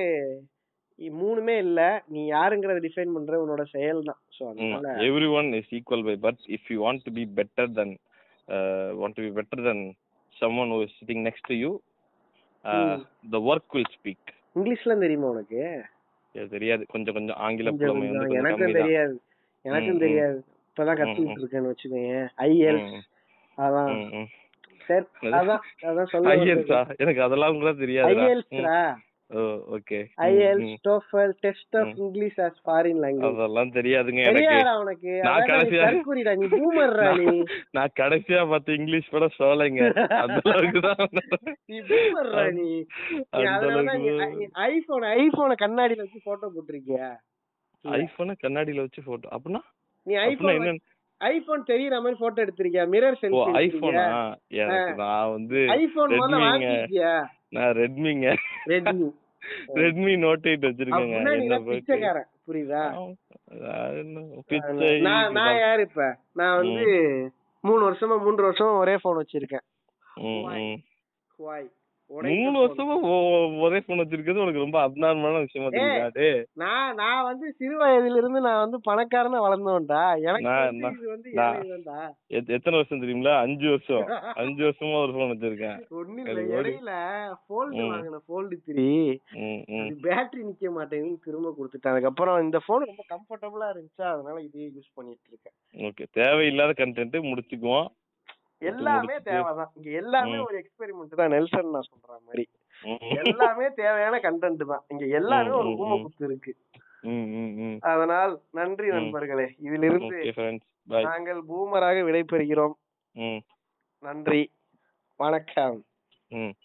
B: இ- மூணுமே இல்ல நீ யாருங்கிறத டிஃபைன் பண்ற உன்னோட செயல் தான் சோ அதனால
C: everyone is equal by but if you want to be better then want to be better then someone is sitting next to you uh,
B: ம்.
C: த ஒர்க் வில் ஸ்பீக்
B: இங்கிலீஷ்லாம் தெரியுமா உனக்கு
C: தெரியாது கொஞ்சம் கொஞ்சம் ஆங்கில
B: கொஞ்சம்
C: புலமை வந்து
B: கொஞ்சம்
C: கொஞ்சம்
B: எனக்கும்
C: கம்மிதான்.
B: தெரியாது எனக்கும்
C: ம்,
B: தெரியாது இப்பதான்
C: ம்,
B: கத்துக்கிட்டு
C: ம்.
B: இருக்கேன்னு வச்சுக்கோயேன் ஐஎல்
C: ம்,
B: அதான்
C: ம், ம்.
B: சரி
C: அது-
B: அதான் அதான்
C: ஐயல்ஸா
B: சொல்ல
C: எனக்கு அதெல்லாம் கூட தெரியாதுடா ம்.
B: ஐஎல்ஸ்ரா
C: ஓ ஓகே
B: ஐஎல் ஸ்டோஃபல் டெஸ்ட் ஆஃப்
C: ம்.
B: இங்கிலீஷ் ஆஸ் ஃபாரின் லாங்குவேஜ்
C: அதெல்லாம் தெரியாதுங்க எனக்கு
B: தெரியாதா உனக்கு
C: நான்
B: அதான்டா நீ
C: கடைசியா-
B: தற்கூரிடா நீ பூமர்ரா நீ
C: நான் நான் கடைசியா பார்த்த இங்கிலீஷ் படம் சோலைங்க அந்த அளவுக்கு தான்
B: நீ பூமர்ரா நீ நீ
C: அந்த
B: அதனாலதான் நீ ஐ-
C: அளவுக்கு
B: நீ ஐபோன் ஐபோனை கண்ணாடியில வச்சு போட்டோ போட்டிருக்கியா
C: ஐபோனை கண்ணாடியில வச்சு போட்டோ அப்படின்னா
B: நீ
C: அப்படின்னா
B: ஐபோன்
C: என்ன
B: ஐபோன் தெரியற மாதிரி போட்டோ எடுத்திருக்கியா மிரர்
C: ஓ
B: செல்ஃபி
C: ஐபோனா எனக்கு நான் வந்து
B: ஐபோன் முதல்ல
C: Redmi-ங்க.
B: வாங்கிருக்கியா
C: நான் ரெட்மிங்க
B: ரெட்மி
C: ரெட்மி நோட் எயிட் வச்சிருக்கேங்க
B: அப்படின்னா நீ
C: என்ன
B: தான்
C: போட்டு
B: பிச்சைக்காரன் புரியுதா
C: அது என்ன, பிச்சை
B: நான் நான் யாரு இப்ப நான் வந்து மூணு வருஷமா மூன்று வருஷமா ஒரே போன் வச்சிருக்கேன்
C: ம், ம்.
B: ஹுவாய்
C: மூணு வருஷமா ஒ- ஒரே போன் வச்சிருக்கிறது உனக்கு ரொம்ப அப்நார்மலான விஷயமா தெரியுதா டே
B: நான் நான் வந்து சிறு வயதிலிருந்து நான் வந்து பணக்காரனா வளர்ந்தவன்டா எனக்கு
C: நான்
B: வந்து
C: நான்
B: இது வந்து
C: நான்
B: ஏழை தான்டா.
C: எத்தனை வருஷம் தெரியுங்களா அஞ்சு வருஷம் அஞ்சு வருஷமா ஒரு போன் வச்சிருக்கேன்
B: ஒண்ணும்
C: அது
B: இல்ல
C: ஓடி.
B: இடையில ஃபோல்டு
C: ம்.
B: வாங்கின ஃபோல்டு த்ரீ
C: ம், ம்.
B: பேட்டரி நிக்க மாட்டேங்குதுன்னு திரும்ப கொடுத்துட்டேன் அதுக்கப்புறம் இந்த ஃபோன் ரொம்ப கம்ஃபர்டபுளா இருந்துச்சா அதனால இதையே யூஸ் பண்ணிட்டு இருக்கேன்
C: ஓகே தேவையில்லாத கண்டென்ட் முடிச்சுக்குவோம்
B: எல்லாமே
C: முடிச்சுட்டு.
B: தேவைதான் இங்க எல்லாமே
C: ம்.
B: ஒரு எக்ஸ்பெரிமெண்ட் தான் நெல்சன் நான் சொல்ற மாதிரி
C: ம்.
B: எல்லாமே தேவையான கண்டென்ட் தான் இங்க எல்லாமே ஒரு
C: ம்,
B: பூம
C: ம்.
B: குத்து இருக்கு
C: ம், ம், ம்.
B: அதனால் நன்றி
C: ம்.
B: நண்பர்களே இதிலிருந்து
C: ஓகே ஃப்ரெண்ட்ஸ் பாய்
B: நாங்கள் பூமராக விடைபெறுகிறோம்
C: ம்
B: நன்றி வணக்கம்
C: ம்